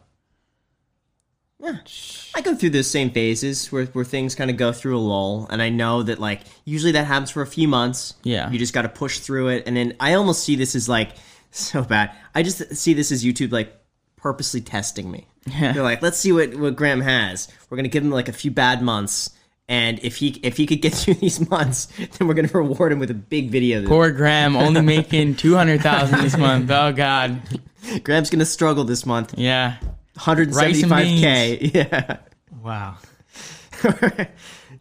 Speaker 2: I go through those same phases where, where things kind of go through a lull, and I know that like usually that happens for a few months.
Speaker 1: Yeah.
Speaker 2: you just got to push through it, and then I almost see this as like so bad. I just see this as YouTube like purposely testing me. They're like, let's see what what Graham has. We're gonna give him like a few bad months, and if he if he could get through these months, then we're gonna reward him with a big video. that-
Speaker 1: Poor Graham, only making two hundred thousand this month. Oh God,
Speaker 2: Graham's gonna struggle this month,
Speaker 1: yeah.
Speaker 2: 175k. Yeah,
Speaker 3: Wow.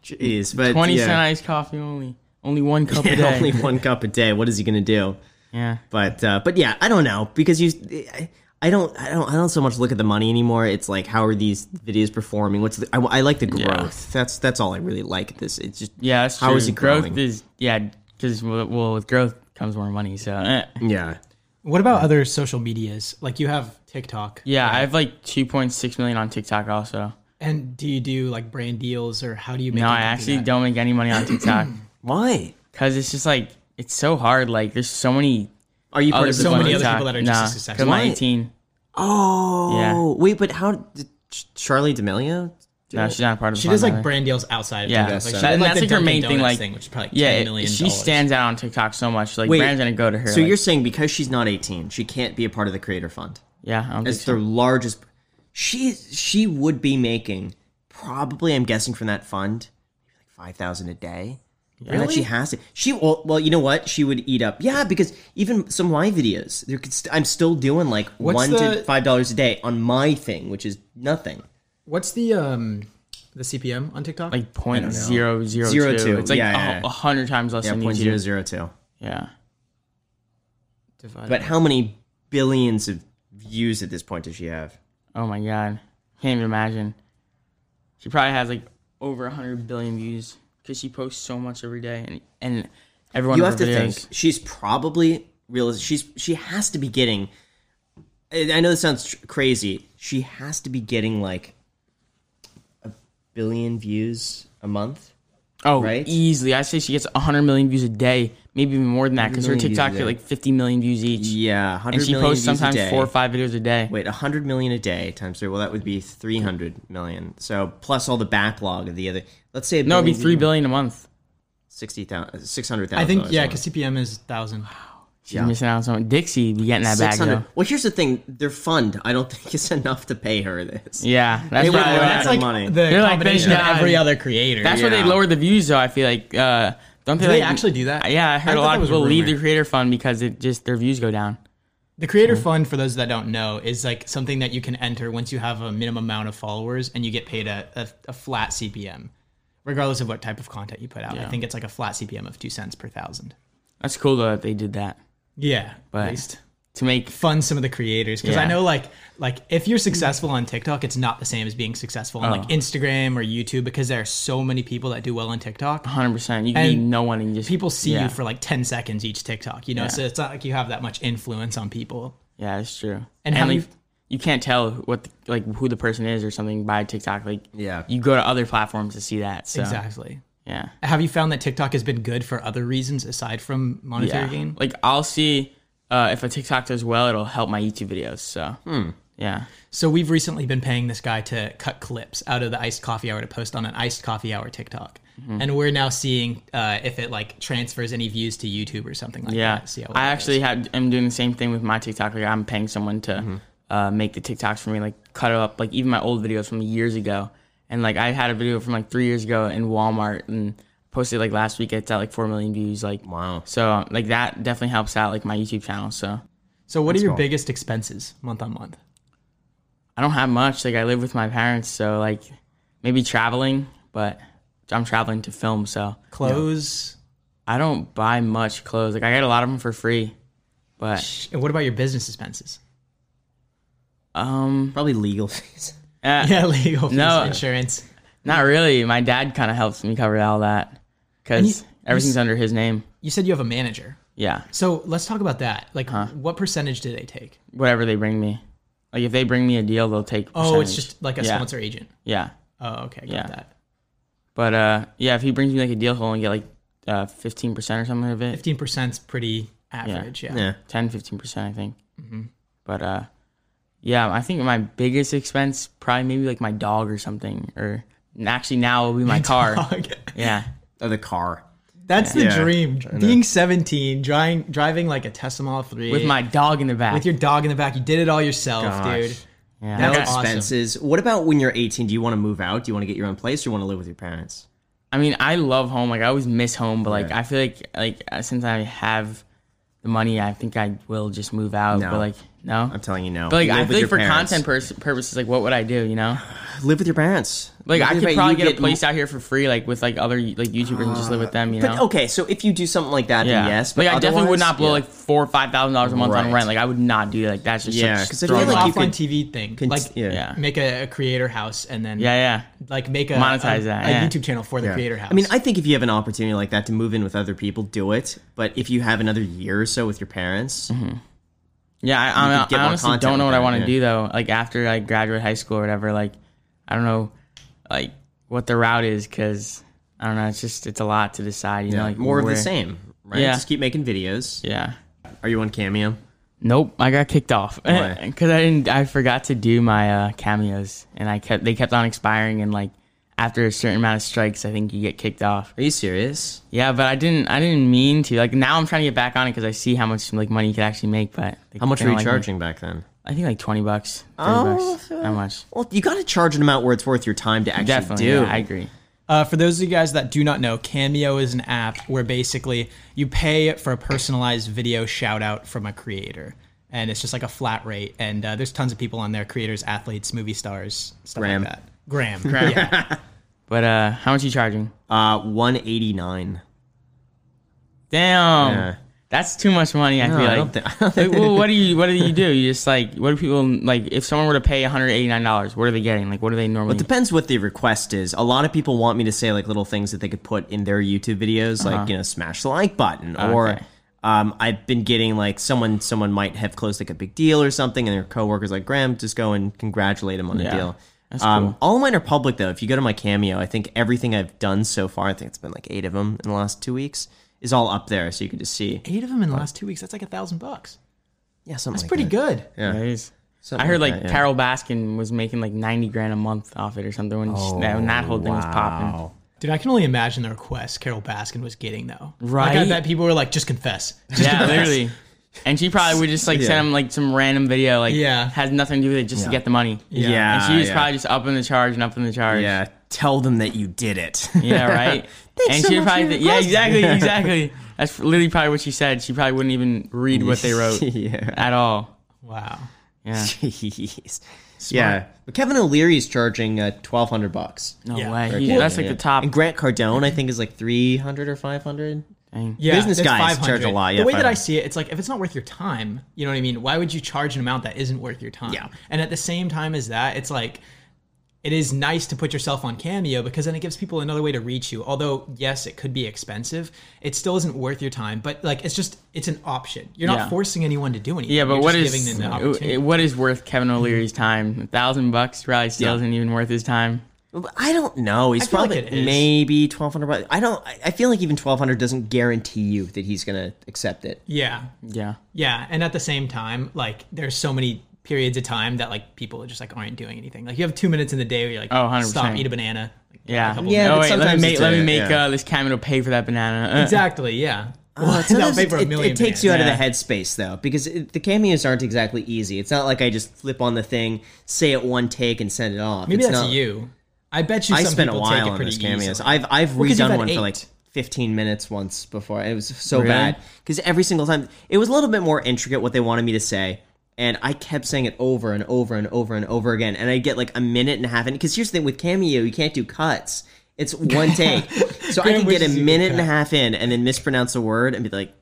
Speaker 2: jeez, but
Speaker 1: Twenty
Speaker 2: yeah.
Speaker 1: cent iced coffee only. Only one cup a
Speaker 2: Yeah,
Speaker 1: day.
Speaker 2: only one cup a day. What is he gonna do?
Speaker 1: yeah.
Speaker 2: But uh, but yeah, I don't know because you, I- I don't I don't I don't so much look at the money anymore. It's like how are these videos performing? What's the, I, I like the growth. That's that's all I really like. at This it's just
Speaker 1: Yeah, that's
Speaker 2: How
Speaker 1: true.
Speaker 2: is it
Speaker 1: growth
Speaker 2: growing?
Speaker 1: is yeah, because well, with growth comes more money. So eh.
Speaker 2: yeah.
Speaker 3: What about other social medias? Like you have TikTok.
Speaker 1: yeah, I have like two point six million on TikTok also.
Speaker 3: And do you do like brand deals or how do you make
Speaker 1: No, I
Speaker 3: it do
Speaker 1: actually
Speaker 3: that?
Speaker 1: don't make any money on TikTok
Speaker 2: Why
Speaker 1: because it's just like it's so hard. Like there's so many
Speaker 2: are you part
Speaker 1: other
Speaker 2: of the
Speaker 3: Oh, so
Speaker 1: people
Speaker 3: many
Speaker 1: on
Speaker 3: other
Speaker 1: TikTok.
Speaker 3: people that are just as successful.
Speaker 1: Come on,
Speaker 2: Why?
Speaker 1: 18.
Speaker 2: Oh wait, but how did Ch- Charlie D'Amelio? do
Speaker 1: No,
Speaker 2: it?
Speaker 1: she's not part of. the
Speaker 3: She does
Speaker 1: fund
Speaker 3: like
Speaker 1: either.
Speaker 3: brand deals outside of
Speaker 1: Yeah,
Speaker 3: TikTok. Like,
Speaker 2: so-
Speaker 3: she did,
Speaker 1: and that's
Speaker 3: the
Speaker 1: like her
Speaker 3: Dunkin'
Speaker 1: main thing,
Speaker 3: Donuts
Speaker 1: like-
Speaker 3: thing, which is probably like
Speaker 1: yeah,
Speaker 3: ten
Speaker 1: it-
Speaker 3: million
Speaker 1: she
Speaker 3: dollars.
Speaker 1: stands out on TikTok so much. Like
Speaker 2: Wait,
Speaker 1: brands gonna go to her.
Speaker 2: So
Speaker 1: like-
Speaker 2: you're saying because she's not 18, she can't be a part of the creator fund.
Speaker 1: yeah, I don't think
Speaker 2: It's
Speaker 1: so.
Speaker 2: their largest. She she would be making probably I'm guessing from that fund maybe like five thousand a day. And that she has to. She well, well, you know what? She would eat up. Yeah, because even some of my videos, there could st- I'm still doing like
Speaker 3: What's
Speaker 2: one
Speaker 3: the-
Speaker 2: to five dollars a day on my thing, which is nothing.
Speaker 3: What's the um the CPM on TikTok?
Speaker 1: like point zero zero
Speaker 2: Zero
Speaker 1: two.
Speaker 2: two,
Speaker 1: It's like
Speaker 2: yeah,
Speaker 1: a
Speaker 2: yeah, yeah.
Speaker 1: a hundred times less
Speaker 2: Yeah,
Speaker 1: than
Speaker 2: point
Speaker 1: YouTube.
Speaker 2: zero zero two.
Speaker 1: Yeah,
Speaker 3: divided.
Speaker 2: But how many billions of views at this point does she have?
Speaker 1: Oh my god, can't even imagine. She probably has like over hundred billion views because she posts so much every day, and and everyone.
Speaker 2: you have to think she's probably realized she's she has to be getting i I know this sounds tr- crazy she has to be getting like a billion views a month
Speaker 1: Oh,
Speaker 2: right?
Speaker 1: easily. I say she gets hundred million views a day, maybe even more than that, because her
Speaker 2: 100 million views a
Speaker 1: TikTok
Speaker 2: day.
Speaker 1: get like fifty million views each,
Speaker 2: yeah 100
Speaker 1: and she
Speaker 2: million
Speaker 1: posts
Speaker 2: views a
Speaker 1: sometimes
Speaker 2: day.
Speaker 1: four or five videos a day.
Speaker 2: wait 100 million a day times three well that would be 300 million so plus all the backlog of the other let's say a
Speaker 1: no, it'd be
Speaker 2: billion
Speaker 1: three
Speaker 2: views-
Speaker 1: billion a month.
Speaker 2: 60,000 600,000
Speaker 3: I think yeah, because CPM is thousand.
Speaker 1: She's missing out on something. Dixie be getting that bag though.
Speaker 2: well here's the thing their fund I don't think is enough to pay her this
Speaker 1: Yeah, that's
Speaker 2: They wouldn't
Speaker 1: probably
Speaker 2: want
Speaker 1: why.
Speaker 2: that
Speaker 3: That's like
Speaker 2: money.
Speaker 3: the
Speaker 1: They're like,
Speaker 3: combination
Speaker 1: thank
Speaker 3: of
Speaker 1: God.
Speaker 3: every other creator.
Speaker 1: That's why they
Speaker 2: Yeah.
Speaker 1: lowered the views, though. I feel like uh, don't they,
Speaker 3: Do they
Speaker 1: like-
Speaker 3: actually do that?
Speaker 1: Yeah, I
Speaker 3: I
Speaker 1: heard a
Speaker 3: thought
Speaker 1: lot
Speaker 3: that
Speaker 1: of
Speaker 3: was
Speaker 1: people
Speaker 3: a
Speaker 1: leave
Speaker 3: rumor.
Speaker 1: the creator fund because it just their views go down.
Speaker 3: The creator fund, for those that don't know, is like something that you can enter once you have a minimum amount of followers and you get paid a, a, a flat CPM, regardless of what type of content you put out. I think it's like a flat CPM of two cents per thousand.
Speaker 1: That's cool though that they did that
Speaker 3: Yeah,
Speaker 1: But-
Speaker 3: at least
Speaker 1: to make.
Speaker 3: fund some of the creators because I
Speaker 1: Yeah.
Speaker 3: know like like if you're successful on TikTok, it's not the same as being successful on
Speaker 1: Oh.
Speaker 3: like Instagram or YouTube because there are so many people that do well on TikTok.
Speaker 1: Hundred percent. You can be
Speaker 3: And
Speaker 1: no one and just
Speaker 3: People see
Speaker 1: yeah.
Speaker 3: you for like ten seconds each TikTok, you know, so it's not like you have that much influence on people.
Speaker 1: Yeah, that's true.
Speaker 3: And
Speaker 1: And,
Speaker 3: how
Speaker 1: like,
Speaker 3: you-
Speaker 1: you, can't tell what the, like who the person is or something by TikTok. Like
Speaker 2: Yeah.
Speaker 1: you go to other platforms to see that. So
Speaker 3: Exactly.
Speaker 1: yeah,
Speaker 3: Have you found that TikTok has been good for other reasons aside from monetary
Speaker 1: yeah.
Speaker 3: gain?
Speaker 1: Like I'll see uh, if a TikTok does well, it'll help my YouTube videos. So
Speaker 3: Hmm.
Speaker 1: yeah,
Speaker 3: So we've recently been paying this guy to cut clips out of the iced coffee hour to post on an iced coffee hour TikTok,
Speaker 1: Mm-hmm.
Speaker 3: and we're now seeing uh, if it like transfers any views to YouTube or something like
Speaker 1: yeah.
Speaker 3: that. See how well
Speaker 1: I
Speaker 3: it
Speaker 1: actually had am doing the same thing with my TikTok. Like I'm paying someone to
Speaker 3: Mm-hmm.
Speaker 1: uh, make the TikToks for me. Like cut up like even my old videos from years ago. And like I had a video from like three years ago in Walmart and posted like last week. It's at like four million views. Like
Speaker 2: Wow.
Speaker 1: So like that definitely helps out like my YouTube channel. So
Speaker 3: is. So what are your biggest expenses month on month?
Speaker 1: I don't have much. Like I live with my parents, so like maybe traveling, but I'm traveling to film, so
Speaker 3: Clothes.
Speaker 1: I don't buy much clothes. Like I get a lot of them for free, but
Speaker 3: And what about your business expenses?
Speaker 1: um,
Speaker 2: probably legal fees
Speaker 1: uh,
Speaker 3: Yeah, legal fees,
Speaker 1: No.
Speaker 3: insurance.
Speaker 1: not really. My dad kind of helps me cover all that because
Speaker 3: you-
Speaker 1: everything's under his name.
Speaker 3: You said you have a manager.
Speaker 1: Yeah,
Speaker 3: So let's talk about that. Like, what percentage do they take?
Speaker 1: whatever they bring me. Like if they bring me a deal, they'll take.
Speaker 3: Oh,
Speaker 1: percentage.
Speaker 3: it's just like a
Speaker 1: Yeah.
Speaker 3: sponsor agent.
Speaker 1: yeah.
Speaker 3: Oh, okay, got
Speaker 1: Yeah.
Speaker 3: that.
Speaker 1: But uh, yeah, if he brings me like a deal, he'll only get like fifteen percent or something of it.
Speaker 3: Fifteen percent's pretty average. Yeah.
Speaker 2: yeah
Speaker 3: Mm-hmm.
Speaker 1: 10 15 percent i think but uh yeah, I think my biggest expense probably maybe like my dog or something, or actually now will be my car. Yeah,
Speaker 2: Or the car.
Speaker 3: That's the
Speaker 4: Yeah.
Speaker 3: dream.
Speaker 4: I know.
Speaker 3: Being 17, driving driving like a Tesla Model 3
Speaker 1: with my dog in the back.
Speaker 3: with your dog in the back. You did it all yourself,
Speaker 4: Gosh.
Speaker 3: dude.
Speaker 1: yeah.
Speaker 3: That's
Speaker 1: Okay.
Speaker 3: awesome.
Speaker 2: Expenses. What about when you're 18? Do you want to move out? Do you want to get your own place? Or you want to live with your parents?
Speaker 1: I mean, I love home. Like I always miss home, but like I feel like like uh, since I have the money, I think I will just move out.
Speaker 2: No.
Speaker 1: But like no,
Speaker 2: I'm telling you, no.
Speaker 1: but like I
Speaker 2: Live with
Speaker 1: feel like
Speaker 2: your
Speaker 1: for
Speaker 2: parents.
Speaker 1: content pers- purposes, like what would I do? You know,
Speaker 2: live with your parents.
Speaker 1: like
Speaker 2: Live
Speaker 1: I
Speaker 2: with
Speaker 1: could
Speaker 2: your-
Speaker 1: probably
Speaker 2: you
Speaker 1: get, a place out here for free, like with like other like YouTubers and just live with them. You know.
Speaker 2: But okay, so if you do something like that,
Speaker 1: Yeah.
Speaker 2: then yes. But
Speaker 1: like I definitely would
Speaker 2: otherwise-
Speaker 1: not blow
Speaker 2: yeah.
Speaker 1: like four or five thousand dollars a month on
Speaker 2: Right.
Speaker 1: rent. Like I would not do that. Like that's just
Speaker 2: Yeah,
Speaker 1: such
Speaker 2: 'cause I
Speaker 1: throwing
Speaker 2: feel
Speaker 1: off-
Speaker 2: like you
Speaker 3: Offline
Speaker 2: could
Speaker 3: TV thing.
Speaker 2: Can-
Speaker 3: like
Speaker 2: yeah.
Speaker 1: yeah.
Speaker 3: make a, a creator house and then
Speaker 1: yeah, yeah,
Speaker 3: like make a
Speaker 1: Monetize
Speaker 3: a,
Speaker 1: that,
Speaker 3: a
Speaker 1: yeah.
Speaker 3: YouTube channel for the
Speaker 4: Yeah.
Speaker 3: creator house.
Speaker 2: I mean, I think if you have an opportunity like that to move in with other people, do it. But if you have another year or so with your parents,
Speaker 1: Mm-hmm. yeah. I, I,
Speaker 2: could get
Speaker 1: I
Speaker 2: more
Speaker 1: honestly
Speaker 2: content
Speaker 1: don't know
Speaker 2: with
Speaker 1: what I
Speaker 2: that,
Speaker 1: want to
Speaker 2: yeah.
Speaker 1: do though. Like after I graduate high school or whatever. Like I don't know, like what the route is because I don't know. It's just it's a lot to decide. You know, like
Speaker 2: more of
Speaker 1: where-
Speaker 2: the same, right?
Speaker 1: Yeah.
Speaker 2: Just keep making videos.
Speaker 1: Yeah.
Speaker 2: Are you on Cameo?
Speaker 1: Nope, I got kicked off
Speaker 2: Why?
Speaker 1: because I didn't. I forgot to do my uh, cameos, and I kept they kept on expiring. And like after a certain amount of strikes, I think you get kicked off.
Speaker 2: Are you serious?
Speaker 1: Yeah, but I didn't. I didn't mean to. Like now, I'm trying to get back on it because I see how much like money you could actually make. But they-
Speaker 2: How much
Speaker 1: they
Speaker 2: were
Speaker 1: don't like
Speaker 2: you
Speaker 1: me.
Speaker 2: charging back then?
Speaker 1: I think like twenty bucks. 30
Speaker 2: Oh,
Speaker 1: bucks. How much?
Speaker 2: Well, you got to charge an amount where it's worth your time to actually
Speaker 1: Definitely.
Speaker 2: do.
Speaker 1: yeah, I agree.
Speaker 3: Uh, for those of you guys that do not know, Cameo is an app where basically you pay for a personalized video shout out from a creator. And it's just like a flat rate. And uh, there's tons of people on there creators, athletes, movie stars, stuff
Speaker 2: Graham.
Speaker 3: like that. Graham.
Speaker 1: Graham.
Speaker 3: Yeah.
Speaker 1: But uh, how much you charging?
Speaker 2: Uh, one eighty nine.
Speaker 1: Damn,
Speaker 2: Yeah.
Speaker 1: that's too much money. I feel like.
Speaker 2: I don't thi- I don't
Speaker 1: like, well, what do you? What do you do? You just like what do people like? If someone were to pay 189 dollars, what are they getting? Like, what do they normally?
Speaker 2: It depends what the request is. A lot of people want me to say like little things that they could put in their YouTube videos, like you know, smash the like button, or
Speaker 1: Uh-huh. Okay.
Speaker 2: um, I've been getting like someone someone might have closed like a big deal or something, and their coworkers like Graham, just go and congratulate him on the
Speaker 1: Yeah.
Speaker 2: deal.
Speaker 1: That's
Speaker 2: Um,
Speaker 1: cool.
Speaker 2: All of mine are public though. If you go to my Cameo, I think everything I've done so far, I think it's been like eight of them in the last two weeks, is all up there, so you can just see.
Speaker 3: Eight of them in the last two weeks. That's like a thousand bucks.
Speaker 2: Yeah, something
Speaker 3: That's pretty good.
Speaker 2: Yeah.
Speaker 1: That is.
Speaker 2: Something
Speaker 1: I heard
Speaker 2: like
Speaker 1: like,
Speaker 2: that, yeah.
Speaker 1: Carol Baskin was making like 90 grand a month off it or something when, she, that, when that whole thing was popping.
Speaker 3: Dude, I can only imagine the requests Carol Baskin was getting, though. Like, I
Speaker 1: Right?
Speaker 3: bet people were like, just confess. Just
Speaker 1: yeah,
Speaker 3: confess.
Speaker 1: literally. And she probably would just like send him like some random video, like
Speaker 3: Yeah.
Speaker 1: has nothing to do with it, just to
Speaker 2: Yeah.
Speaker 1: get the money.
Speaker 2: Yeah,
Speaker 1: and she was
Speaker 2: yeah.
Speaker 1: probably just up in the charge and up in the charge.
Speaker 2: yeah. Tell them that you did it.
Speaker 1: yeah, right. and
Speaker 2: so
Speaker 1: she
Speaker 2: much
Speaker 1: probably,
Speaker 2: for your
Speaker 1: thi- yeah,
Speaker 2: request.
Speaker 1: exactly, exactly. That's literally probably what she said. She probably wouldn't even read what they wrote
Speaker 2: yeah.
Speaker 1: at all.
Speaker 3: Wow.
Speaker 1: Yeah,
Speaker 2: Jeez. Yeah. But Kevin O'Leary is charging uh, twelve hundred bucks.
Speaker 1: no
Speaker 3: Yeah.
Speaker 1: way.
Speaker 2: Very
Speaker 1: He-
Speaker 2: cool.
Speaker 1: that's like
Speaker 2: Yeah.
Speaker 1: the top.
Speaker 2: And Grant Cardone, I think, is like three hundred or five hundred.
Speaker 1: thing.
Speaker 3: Yeah,
Speaker 2: Business
Speaker 3: that's
Speaker 2: guys charge
Speaker 3: 500.
Speaker 2: a lot, yeah,
Speaker 3: the way that I
Speaker 2: 500.
Speaker 3: see it, it's like if it's not worth your time, you know what I mean. Why would you charge an amount that isn't worth your time?
Speaker 2: Yeah.
Speaker 3: And at the same time as that, it's like it is nice to put yourself on Cameo because then it gives people another way to reach you. Although yes, it could be expensive, it still isn't worth your time. But like it's just it's an option. You're not
Speaker 1: Yeah.
Speaker 3: forcing anyone to do anything.
Speaker 1: Yeah, but
Speaker 3: You're
Speaker 1: what
Speaker 3: just
Speaker 1: is
Speaker 3: giving them the
Speaker 1: uh,
Speaker 3: opportunity.
Speaker 1: what is worth Kevin O'Leary's time? A thousand bucks probably still
Speaker 2: Mm-hmm. Yeah.
Speaker 1: isn't even worth his time.
Speaker 2: I don't know. He's
Speaker 3: feel like
Speaker 2: probably
Speaker 3: it is.
Speaker 2: maybe twelve hundred bucks. I don't. I I feel like even twelve hundred doesn't guarantee you that he's going to accept it.
Speaker 3: yeah,
Speaker 1: Yeah,
Speaker 3: yeah. And at the same time, like there's so many periods of time that like people just like aren't doing anything. Like you have two minutes in the day where you're like,
Speaker 1: Oh, 100%.
Speaker 3: stop, eat a banana. Like,
Speaker 1: yeah,
Speaker 3: couple
Speaker 2: Yeah,
Speaker 1: Oh,
Speaker 2: but
Speaker 1: wait, let
Speaker 2: sometimes
Speaker 1: me make
Speaker 2: it's
Speaker 1: let me
Speaker 2: a-
Speaker 1: make
Speaker 2: yeah.
Speaker 1: uh, this Cameron to pay for that banana. Uh,
Speaker 3: Exactly. Yeah. Well,
Speaker 2: But sometimes Oh, it, it- it takes you out
Speaker 1: Yeah.
Speaker 2: of the headspace though, because it, the cameos aren't exactly easy. It's not like I just flip on the thing, say it one take, and send it off.
Speaker 3: Maybe
Speaker 2: it's
Speaker 3: that's
Speaker 2: not,
Speaker 3: you. I bet you.
Speaker 2: I
Speaker 3: some
Speaker 2: spent a
Speaker 3: people
Speaker 2: while
Speaker 3: take it
Speaker 2: on
Speaker 3: pretty
Speaker 2: those cameos.
Speaker 3: easily.
Speaker 2: I've I've
Speaker 3: Well, 'cause you've
Speaker 2: redone
Speaker 3: had
Speaker 2: one for like
Speaker 3: eight.
Speaker 2: 15 minutes once before. It was so
Speaker 1: Really?
Speaker 2: bad because every single time it was a little bit more intricate what they wanted me to say, and I kept saying it over and over and over and over again, and I get like a minute and a half. And because here's the thing with cameo, you can't do cuts. It's one take, so I
Speaker 3: Graham
Speaker 2: can get a
Speaker 3: wishes he could
Speaker 2: minute and a
Speaker 3: cut.
Speaker 2: half in and then mispronounce a word and be like,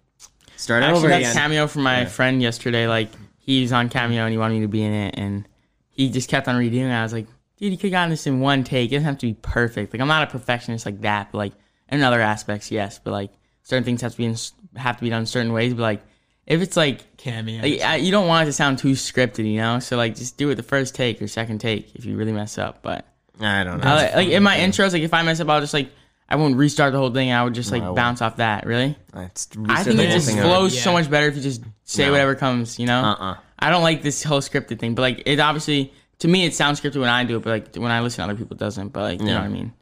Speaker 2: start over
Speaker 1: Actually, that
Speaker 2: again.
Speaker 1: cameo from my friend yesterday, like he's on cameo and he wanted me to be in it, and he just kept on redoing it. I was like, dude, you could have gotten this in one take. It doesn't have to be perfect. Like I'm not a perfectionist like that, but like in other aspects, yes. But like certain things have to be in, have to be done certain ways. But like if it's like
Speaker 3: Cameo.
Speaker 1: Like, I, you don't want it to sound too scripted, you know. So like, just do it the first take or second take if you really mess up. But
Speaker 2: I don't know.
Speaker 1: I, like, like in my intros, like if I mess up, I'll just like I won't restart the whole thing. I would just like bounce off that. Really,
Speaker 2: It's-
Speaker 1: I think it just
Speaker 2: Yeah.
Speaker 1: flows
Speaker 3: Yeah.
Speaker 1: so much better if you just say whatever comes. You know.
Speaker 2: Uh-uh.
Speaker 1: I I don't like this whole scripted thing, but like it obviously to me it sounds scripted when I do it, but like when I listen to other people it doesn't. But like you know what I mean?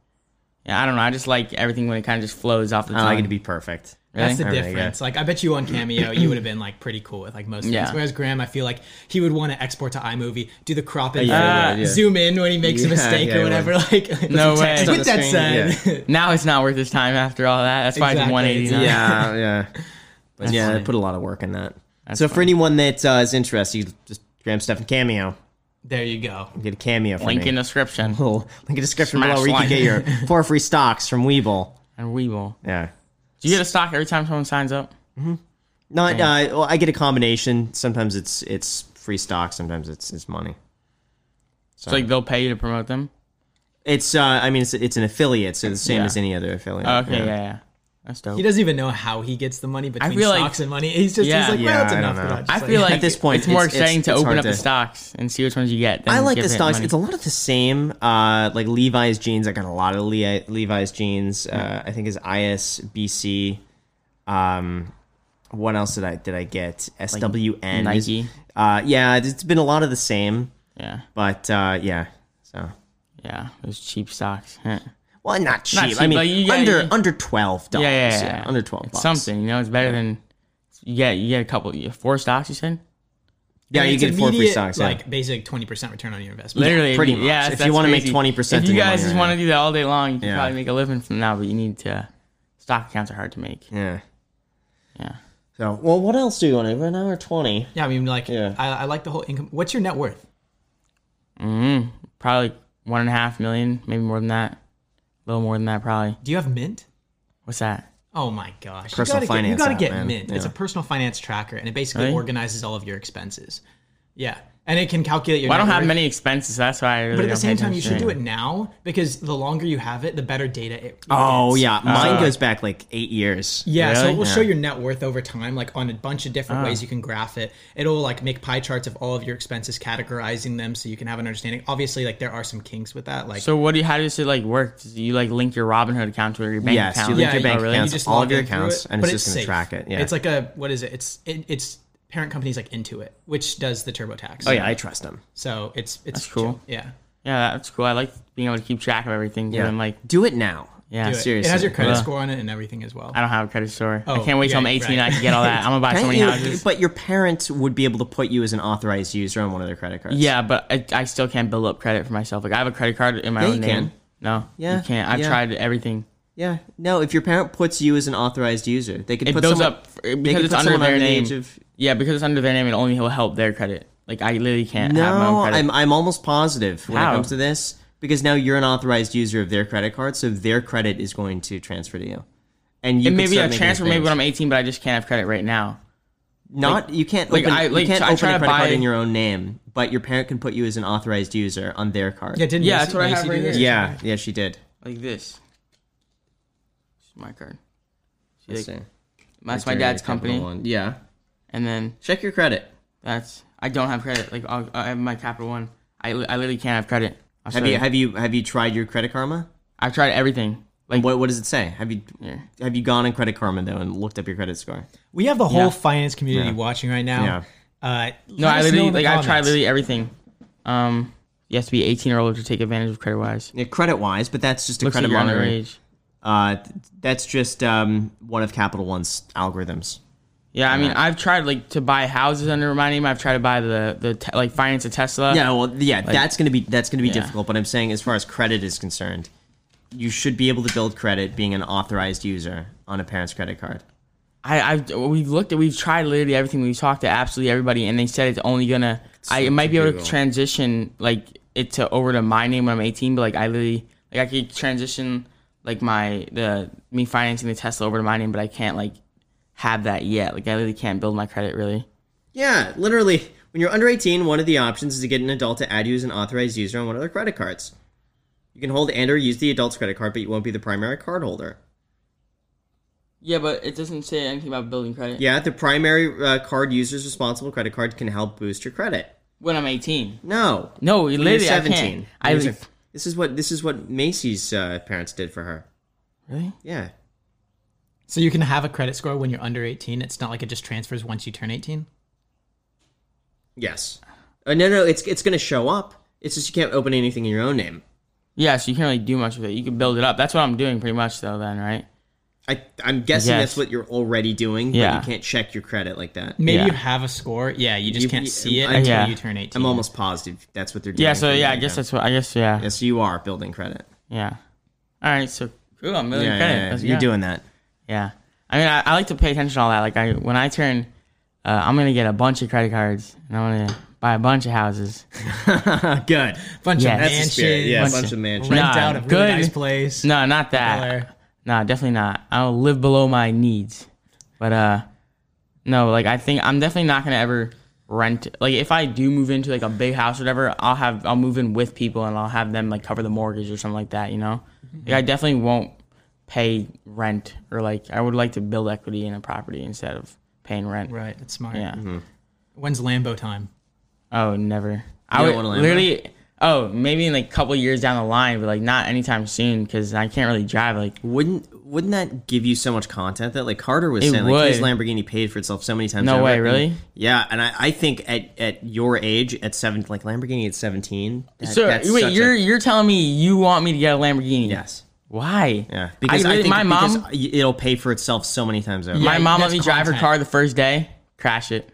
Speaker 1: Yeah, I don't know. I just like everything when it kind of just flows off the
Speaker 2: I
Speaker 1: tongue.
Speaker 2: like it to be perfect.
Speaker 3: That's the
Speaker 2: There we go.
Speaker 3: difference. Like, I bet you on Cameo, you would have been like pretty cool with like most
Speaker 1: Yeah.
Speaker 3: things. Whereas Graham, I feel like he would want to export to iMovie, do the crop and
Speaker 2: yeah,
Speaker 1: yeah, yeah.
Speaker 3: zoom in when he makes a
Speaker 2: Yeah,
Speaker 3: mistake
Speaker 2: yeah,
Speaker 3: or
Speaker 2: he
Speaker 3: whatever. Like,
Speaker 1: No way.
Speaker 2: text on
Speaker 3: With
Speaker 2: the
Speaker 3: that
Speaker 2: screen,
Speaker 3: said,
Speaker 1: now it's not worth his time after all that. That's why it's
Speaker 3: Exactly.
Speaker 1: 180.
Speaker 2: yeah, yeah. But yeah,
Speaker 1: funny.
Speaker 2: I put a lot of work in that. so for anyone that uh, is interested, you just Graham Stefan cameo.
Speaker 3: there you go.
Speaker 2: Get a cameo from
Speaker 1: Link
Speaker 2: me.
Speaker 1: in description
Speaker 2: Cool. Link in description
Speaker 1: Smash
Speaker 2: below where you can
Speaker 1: like.
Speaker 2: get your four free stocks from Weeble.
Speaker 1: and we will.
Speaker 2: Yeah.
Speaker 1: Do you get a stock every time someone signs up?
Speaker 2: Not. Uh, well, I get a combination. Sometimes it's it's free stock. Sometimes it's it's money.
Speaker 1: So like they'll pay you to promote them.
Speaker 2: It's. Uh, I mean, it's it's an affiliate, so the same
Speaker 1: Yeah.
Speaker 2: as any other affiliate.
Speaker 1: Okay, yeah, yeah. That's dope.
Speaker 3: He doesn't even know how he gets the money between
Speaker 1: feel like-
Speaker 3: stocks and money. He's just
Speaker 1: Yeah.
Speaker 3: he's like,
Speaker 2: Yeah,
Speaker 3: well, that's
Speaker 2: I don't
Speaker 3: enough.
Speaker 2: know.
Speaker 3: for that. Just
Speaker 1: I feel like
Speaker 2: At this point,
Speaker 1: it's more
Speaker 2: it's- it's-
Speaker 1: exciting to
Speaker 2: it's
Speaker 1: open
Speaker 2: hard
Speaker 1: up the
Speaker 2: to-
Speaker 1: stocks and see which ones you get. than
Speaker 2: I like
Speaker 1: give
Speaker 2: the
Speaker 1: it
Speaker 2: stocks.
Speaker 1: money.
Speaker 2: It's a lot of the same. Uh, like Levi's jeans. I got a lot of Le- Levi's jeans. Uh, I think is ISBC. Um, what else did I did I get? SWN.
Speaker 1: Nike.
Speaker 2: Uh, yeah, it's been a lot of the same,
Speaker 1: yeah,
Speaker 2: but uh, yeah. So
Speaker 1: yeah. Those cheap stocks. Yeah,
Speaker 2: well, not cheap.
Speaker 1: cheap,
Speaker 2: I mean,
Speaker 1: but you- yeah,
Speaker 2: under
Speaker 1: yeah.
Speaker 2: under twelve
Speaker 1: yeah,
Speaker 2: dollars.
Speaker 1: yeah. yeah.
Speaker 2: under twelve.
Speaker 1: It's
Speaker 2: bucks.
Speaker 1: something you know. It's better than you get. You get a couple. You four stocks. You said
Speaker 2: Yeah,
Speaker 3: And
Speaker 2: you
Speaker 3: it's
Speaker 2: get four free
Speaker 3: immediate,
Speaker 2: stocks. Yeah.
Speaker 3: Like basic twenty percent return on your investment.
Speaker 1: literally if
Speaker 2: pretty
Speaker 1: you-
Speaker 2: much.
Speaker 1: Yeah,
Speaker 2: If
Speaker 1: that's
Speaker 2: you wanna make
Speaker 1: crazy.
Speaker 2: 20%
Speaker 1: if you
Speaker 2: of your
Speaker 1: guys
Speaker 2: money
Speaker 1: just
Speaker 2: right
Speaker 1: want to do that all day long, you can
Speaker 2: Yeah.
Speaker 1: probably make a living from that. But you need to. Stock accounts are hard to make.
Speaker 2: yeah.
Speaker 1: Yeah.
Speaker 2: So, well, what else do you want? to We're an hour twenty.
Speaker 3: Yeah, I mean, like,
Speaker 2: Yeah.
Speaker 3: I, I like the whole income. What's your net worth?
Speaker 1: Probably one and a half million, maybe more than that. A little more than that, probably.
Speaker 3: Do you have Mint?
Speaker 1: What's that?
Speaker 3: Oh my gosh!
Speaker 2: Personal
Speaker 3: you gotta
Speaker 2: finance
Speaker 3: Get, you gotta
Speaker 2: app,
Speaker 3: get
Speaker 2: man.
Speaker 3: Mint. It's a
Speaker 2: Yeah.
Speaker 3: personal finance tracker, and it basically
Speaker 1: Really?
Speaker 3: organizes all of your expenses. Yeah, and it can calculate your.
Speaker 1: Well, I don't
Speaker 3: net
Speaker 1: have
Speaker 3: worth.
Speaker 1: many expenses, so that's why I really
Speaker 3: But at the
Speaker 1: don't
Speaker 3: same
Speaker 1: pay
Speaker 3: time, you
Speaker 1: attention
Speaker 3: should
Speaker 1: to
Speaker 3: do it now because the longer you have it, the better data it.
Speaker 2: Oh
Speaker 3: gets.
Speaker 2: yeah, mine goes back like eight years.
Speaker 3: Yeah, so
Speaker 1: Really? Oh.
Speaker 3: it will show your net worth over time, like on a bunch of different ways you can graph it. It'll like make pie charts of all of your expenses, categorizing them so you can have an understanding. Obviously, like there are some kinks with that. Like,
Speaker 1: So what do you, how does it like work? Do you like link your Robinhood account to your bank
Speaker 2: Yes,
Speaker 1: account?
Speaker 2: you link
Speaker 3: yeah,
Speaker 2: your
Speaker 3: you-
Speaker 2: bank
Speaker 1: oh, really?
Speaker 2: accounts,
Speaker 3: you just
Speaker 2: all
Speaker 3: log
Speaker 2: of your
Speaker 3: in through
Speaker 2: accounts,
Speaker 3: it,
Speaker 2: and
Speaker 3: but
Speaker 2: it's just gonna
Speaker 3: safe.
Speaker 2: track it, yeah.
Speaker 3: it's like a what is it? It's it, it's parent companies like Intuit, which does the TurboTax.
Speaker 2: Oh yeah, I trust them.
Speaker 3: so it's it's
Speaker 1: That's cool.
Speaker 3: chill. Yeah,
Speaker 1: Yeah, that's cool. I like being able to keep track of everything. Yeah. I'm like,
Speaker 2: do it now.
Speaker 1: yeah,
Speaker 3: Do it.
Speaker 2: serious.
Speaker 3: It has your credit
Speaker 1: Yeah.
Speaker 3: score on it and everything as well.
Speaker 1: I don't have a credit store.
Speaker 3: Oh,
Speaker 1: I can't wait till I'm
Speaker 3: yeah,
Speaker 1: 18.
Speaker 3: right.
Speaker 1: I can get all that. I'm gonna buy so many
Speaker 2: You-
Speaker 1: houses.
Speaker 2: But your parents would be able to put you as an authorized user on one of their credit cards.
Speaker 1: yeah, but I, I still can't build up credit for myself. Like I have a credit card in my
Speaker 2: Yeah,
Speaker 1: own
Speaker 2: you
Speaker 1: name.
Speaker 2: can.
Speaker 1: No,
Speaker 2: Yeah,
Speaker 1: you can't. I've
Speaker 2: yeah.
Speaker 1: tried everything.
Speaker 2: yeah. No, if your parent puts you as an authorized user, they could
Speaker 1: It
Speaker 2: put
Speaker 1: builds
Speaker 2: someone,
Speaker 1: up
Speaker 2: they
Speaker 1: because
Speaker 2: could
Speaker 1: it's
Speaker 2: put
Speaker 1: under
Speaker 2: someone
Speaker 1: their
Speaker 2: under the
Speaker 1: name.
Speaker 2: age of
Speaker 1: Yeah, because it's under their name, it only will help their credit. Like I literally can't have my
Speaker 2: No,
Speaker 1: own credit.
Speaker 2: I'm I'm almost positive when
Speaker 1: How?
Speaker 2: it comes to this because now you're an authorized user of their credit card, so their credit is going to transfer to you. And
Speaker 1: and
Speaker 2: you could
Speaker 1: maybe
Speaker 2: start
Speaker 1: I
Speaker 2: making
Speaker 1: transfer maybe when I'm
Speaker 2: payments.
Speaker 1: 18, but I just can't have credit right now.
Speaker 2: not you can't
Speaker 1: like,
Speaker 2: open,
Speaker 1: I- like,
Speaker 2: you can't
Speaker 1: I
Speaker 2: open
Speaker 1: try
Speaker 2: a
Speaker 1: to
Speaker 2: credit card
Speaker 1: buy-
Speaker 2: in your own name, but your parent can put you as an authorized user on their card.
Speaker 3: yeah, didn't
Speaker 1: Yeah,
Speaker 3: Macy-
Speaker 1: that's what I
Speaker 3: Macy
Speaker 1: have
Speaker 3: do
Speaker 1: right
Speaker 3: this?
Speaker 1: here.
Speaker 2: yeah, yeah, she did.
Speaker 1: Like this. This is my card. See,
Speaker 2: Let's
Speaker 1: like,
Speaker 2: see.
Speaker 1: that's my
Speaker 2: Return
Speaker 1: dad's
Speaker 2: to Capital
Speaker 1: company.
Speaker 2: One. Yeah,
Speaker 1: And then
Speaker 2: check your credit.
Speaker 1: that's I don't have credit. Like I'll, I have my Capital One. I, li- I literally can't have credit. I'll
Speaker 2: Have
Speaker 1: show
Speaker 2: you have you have you tried your credit karma?
Speaker 1: I've tried everything. Like
Speaker 2: What what does it say? Have you have you gone on credit karma though and looked up your credit score?
Speaker 3: We have the whole
Speaker 1: Yeah.
Speaker 3: finance community watching right now.
Speaker 2: Yeah.
Speaker 3: Uh,
Speaker 1: no, I literally like I've tried literally everything. Um, you have to be 18 or older to take advantage of CreditWise.
Speaker 2: Yeah, credit wise, but that's just a
Speaker 1: Looks
Speaker 2: credit
Speaker 1: like you're
Speaker 2: monitoring.
Speaker 1: underage.
Speaker 2: Uh, th- that's just um, one of Capital One's algorithms.
Speaker 1: Yeah, I mean, I've tried like to buy houses under my name. I've tried to buy the the te- like finance a Tesla.
Speaker 2: Yeah, well, yeah, that's gonna be that's gonna be
Speaker 1: Yeah.
Speaker 2: difficult. But I'm saying, as far as credit is concerned, you should be able to build credit being an authorized user on a parent's credit card.
Speaker 1: I, I've we've looked at we've tried literally everything. We've talked to absolutely everybody, and they said it's only gonna. I it might be able to transition like it to over to my name when I'm 18, but like I literally like I could transition like my the me financing the Tesla over to my name, but I can't like have that yet. Like I literally can't build my credit really.
Speaker 2: Yeah, literally, when you're under 18, one of the options is to get an adult to add you as an authorized user on one of their credit cards. You can hold and/or use the adult's credit card, but you won't be the primary card holder.
Speaker 1: Yeah, but it doesn't say anything about building credit.
Speaker 2: Yeah, the primary uh, card user's responsible credit card can help boost your credit.
Speaker 1: When I'm 18.
Speaker 2: No,
Speaker 1: No, literally,
Speaker 2: You're seventeen.
Speaker 1: I
Speaker 2: You're
Speaker 1: can't. I
Speaker 2: se- this is what this is what Macy's uh, parents did for her.
Speaker 1: really.
Speaker 2: Yeah,
Speaker 3: So you can have a credit score when you're under 18. It's not like it just transfers once you turn 18.
Speaker 2: Yes. Uh, no, no, it's it's going to show up. It's just you can't open anything in your own name.
Speaker 1: Yeah, so you can't really do much with it. You can build it up. That's what I'm doing pretty much, though. Then, right?
Speaker 2: I, I'm guessing
Speaker 1: Yes.
Speaker 2: that's what you're already doing, but
Speaker 1: Yeah.
Speaker 2: you can't check your credit like that.
Speaker 3: Maybe
Speaker 1: Yeah.
Speaker 3: you have a score. Yeah, you just
Speaker 2: You-
Speaker 3: can't
Speaker 2: you-
Speaker 3: see it
Speaker 2: I-
Speaker 3: until
Speaker 1: yeah.
Speaker 3: you turn 18.
Speaker 2: I'm almost positive that's what they're doing.
Speaker 1: Yeah. So
Speaker 2: for you
Speaker 1: yeah, I
Speaker 2: right
Speaker 1: guess
Speaker 2: now.
Speaker 1: that's what I guess. Yeah.
Speaker 2: Yes, you are building credit.
Speaker 1: Yeah. All right. So cool. I'm building
Speaker 2: Yeah,
Speaker 1: credit.
Speaker 2: yeah, yeah.
Speaker 1: Let's
Speaker 2: You're
Speaker 1: go.
Speaker 2: doing that.
Speaker 1: Yeah. I mean, I, I like to pay attention to all that. Like, I when I turn, uh, I'm gonna get a bunch of credit cards, and I'm gonna buy a bunch of houses.
Speaker 2: Good.
Speaker 3: bunch
Speaker 1: Yeah.
Speaker 3: of
Speaker 1: That's the
Speaker 3: mansions.
Speaker 2: spirit. Yeah, a bunch of
Speaker 3: Rent
Speaker 2: mansions.
Speaker 1: Nah,
Speaker 3: out a really
Speaker 1: good.
Speaker 3: nice place.
Speaker 1: No, not that.
Speaker 3: Or-
Speaker 1: No, definitely not. I'll live below my needs. But uh, no, like I think I'm definitely not gonna ever rent. Like, if I do move into like a big house or whatever, I'll have I'll move in with people, and I'll have them like cover the mortgage or something like that. You know, like I definitely won't pay rent or like I would like to build equity in a property instead of paying rent.
Speaker 3: Right, that's smart.
Speaker 1: Yeah.
Speaker 3: When's Lambo time?
Speaker 1: Oh, never. I
Speaker 2: don't
Speaker 1: would
Speaker 2: want a Lambo?
Speaker 1: literally. Oh, maybe in like a couple years down the line, but like not anytime soon because I can't really drive. Like,
Speaker 2: Wouldn't wouldn't that give you so much content that like Carter was
Speaker 1: It
Speaker 2: saying like his
Speaker 1: would.
Speaker 2: Lamborghini paid for itself so many times.
Speaker 1: No
Speaker 2: over.
Speaker 1: way,
Speaker 2: And-
Speaker 1: really?
Speaker 2: yeah, and I, I think at at your age at seven like Lamborghini at seventeen. That,
Speaker 1: so
Speaker 2: that's such
Speaker 1: wait,
Speaker 2: a-
Speaker 1: you're you're telling me you want me to get a Lamborghini?
Speaker 2: yes.
Speaker 1: Why?
Speaker 2: Yeah,
Speaker 1: Because I, really-
Speaker 2: think
Speaker 1: my
Speaker 2: because
Speaker 1: mom,
Speaker 2: it'll pay for itself so many times over.
Speaker 1: my
Speaker 3: Yeah,
Speaker 1: mom let
Speaker 3: that's
Speaker 1: me drive her
Speaker 3: content.
Speaker 1: car the first day, crash it.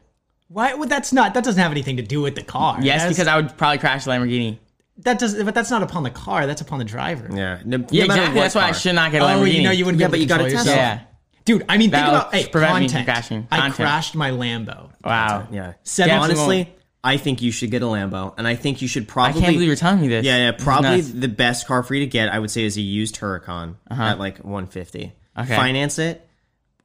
Speaker 3: Why? Well, that's not. That doesn't have anything to do with the car.
Speaker 1: Yes,
Speaker 3: That's-
Speaker 1: because I would probably crash the Lamborghini.
Speaker 3: that does. But that's not upon the car. That's upon the driver.
Speaker 2: yeah, no, no
Speaker 1: Yeah,
Speaker 2: matter
Speaker 1: exactly.
Speaker 2: what
Speaker 1: That's why I
Speaker 2: car.
Speaker 1: should not get a
Speaker 3: Oh,
Speaker 1: Lamborghini.
Speaker 3: you know you wouldn't.
Speaker 2: Yeah,
Speaker 3: be
Speaker 2: but you
Speaker 3: able to
Speaker 2: got a
Speaker 3: control
Speaker 2: Tesla.
Speaker 3: yourself.
Speaker 1: Yeah.
Speaker 3: Dude, I mean, think
Speaker 1: That'll
Speaker 3: about hey,
Speaker 1: prevent me from
Speaker 3: content.
Speaker 1: crashing.
Speaker 3: I
Speaker 1: Content.
Speaker 3: crashed my Lambo.
Speaker 1: Wow.
Speaker 2: Yeah,
Speaker 3: Seven-
Speaker 2: honestly, I think you should get a Lambo, and I think you should
Speaker 1: I
Speaker 2: probably.
Speaker 1: can't believe you're telling me this.
Speaker 2: yeah, yeah,
Speaker 1: This is
Speaker 2: probably
Speaker 1: nuts. Uh-huh.
Speaker 2: the best car for you to get, I would say, is a used Huracan at like 150.
Speaker 1: Okay.
Speaker 2: Finance it,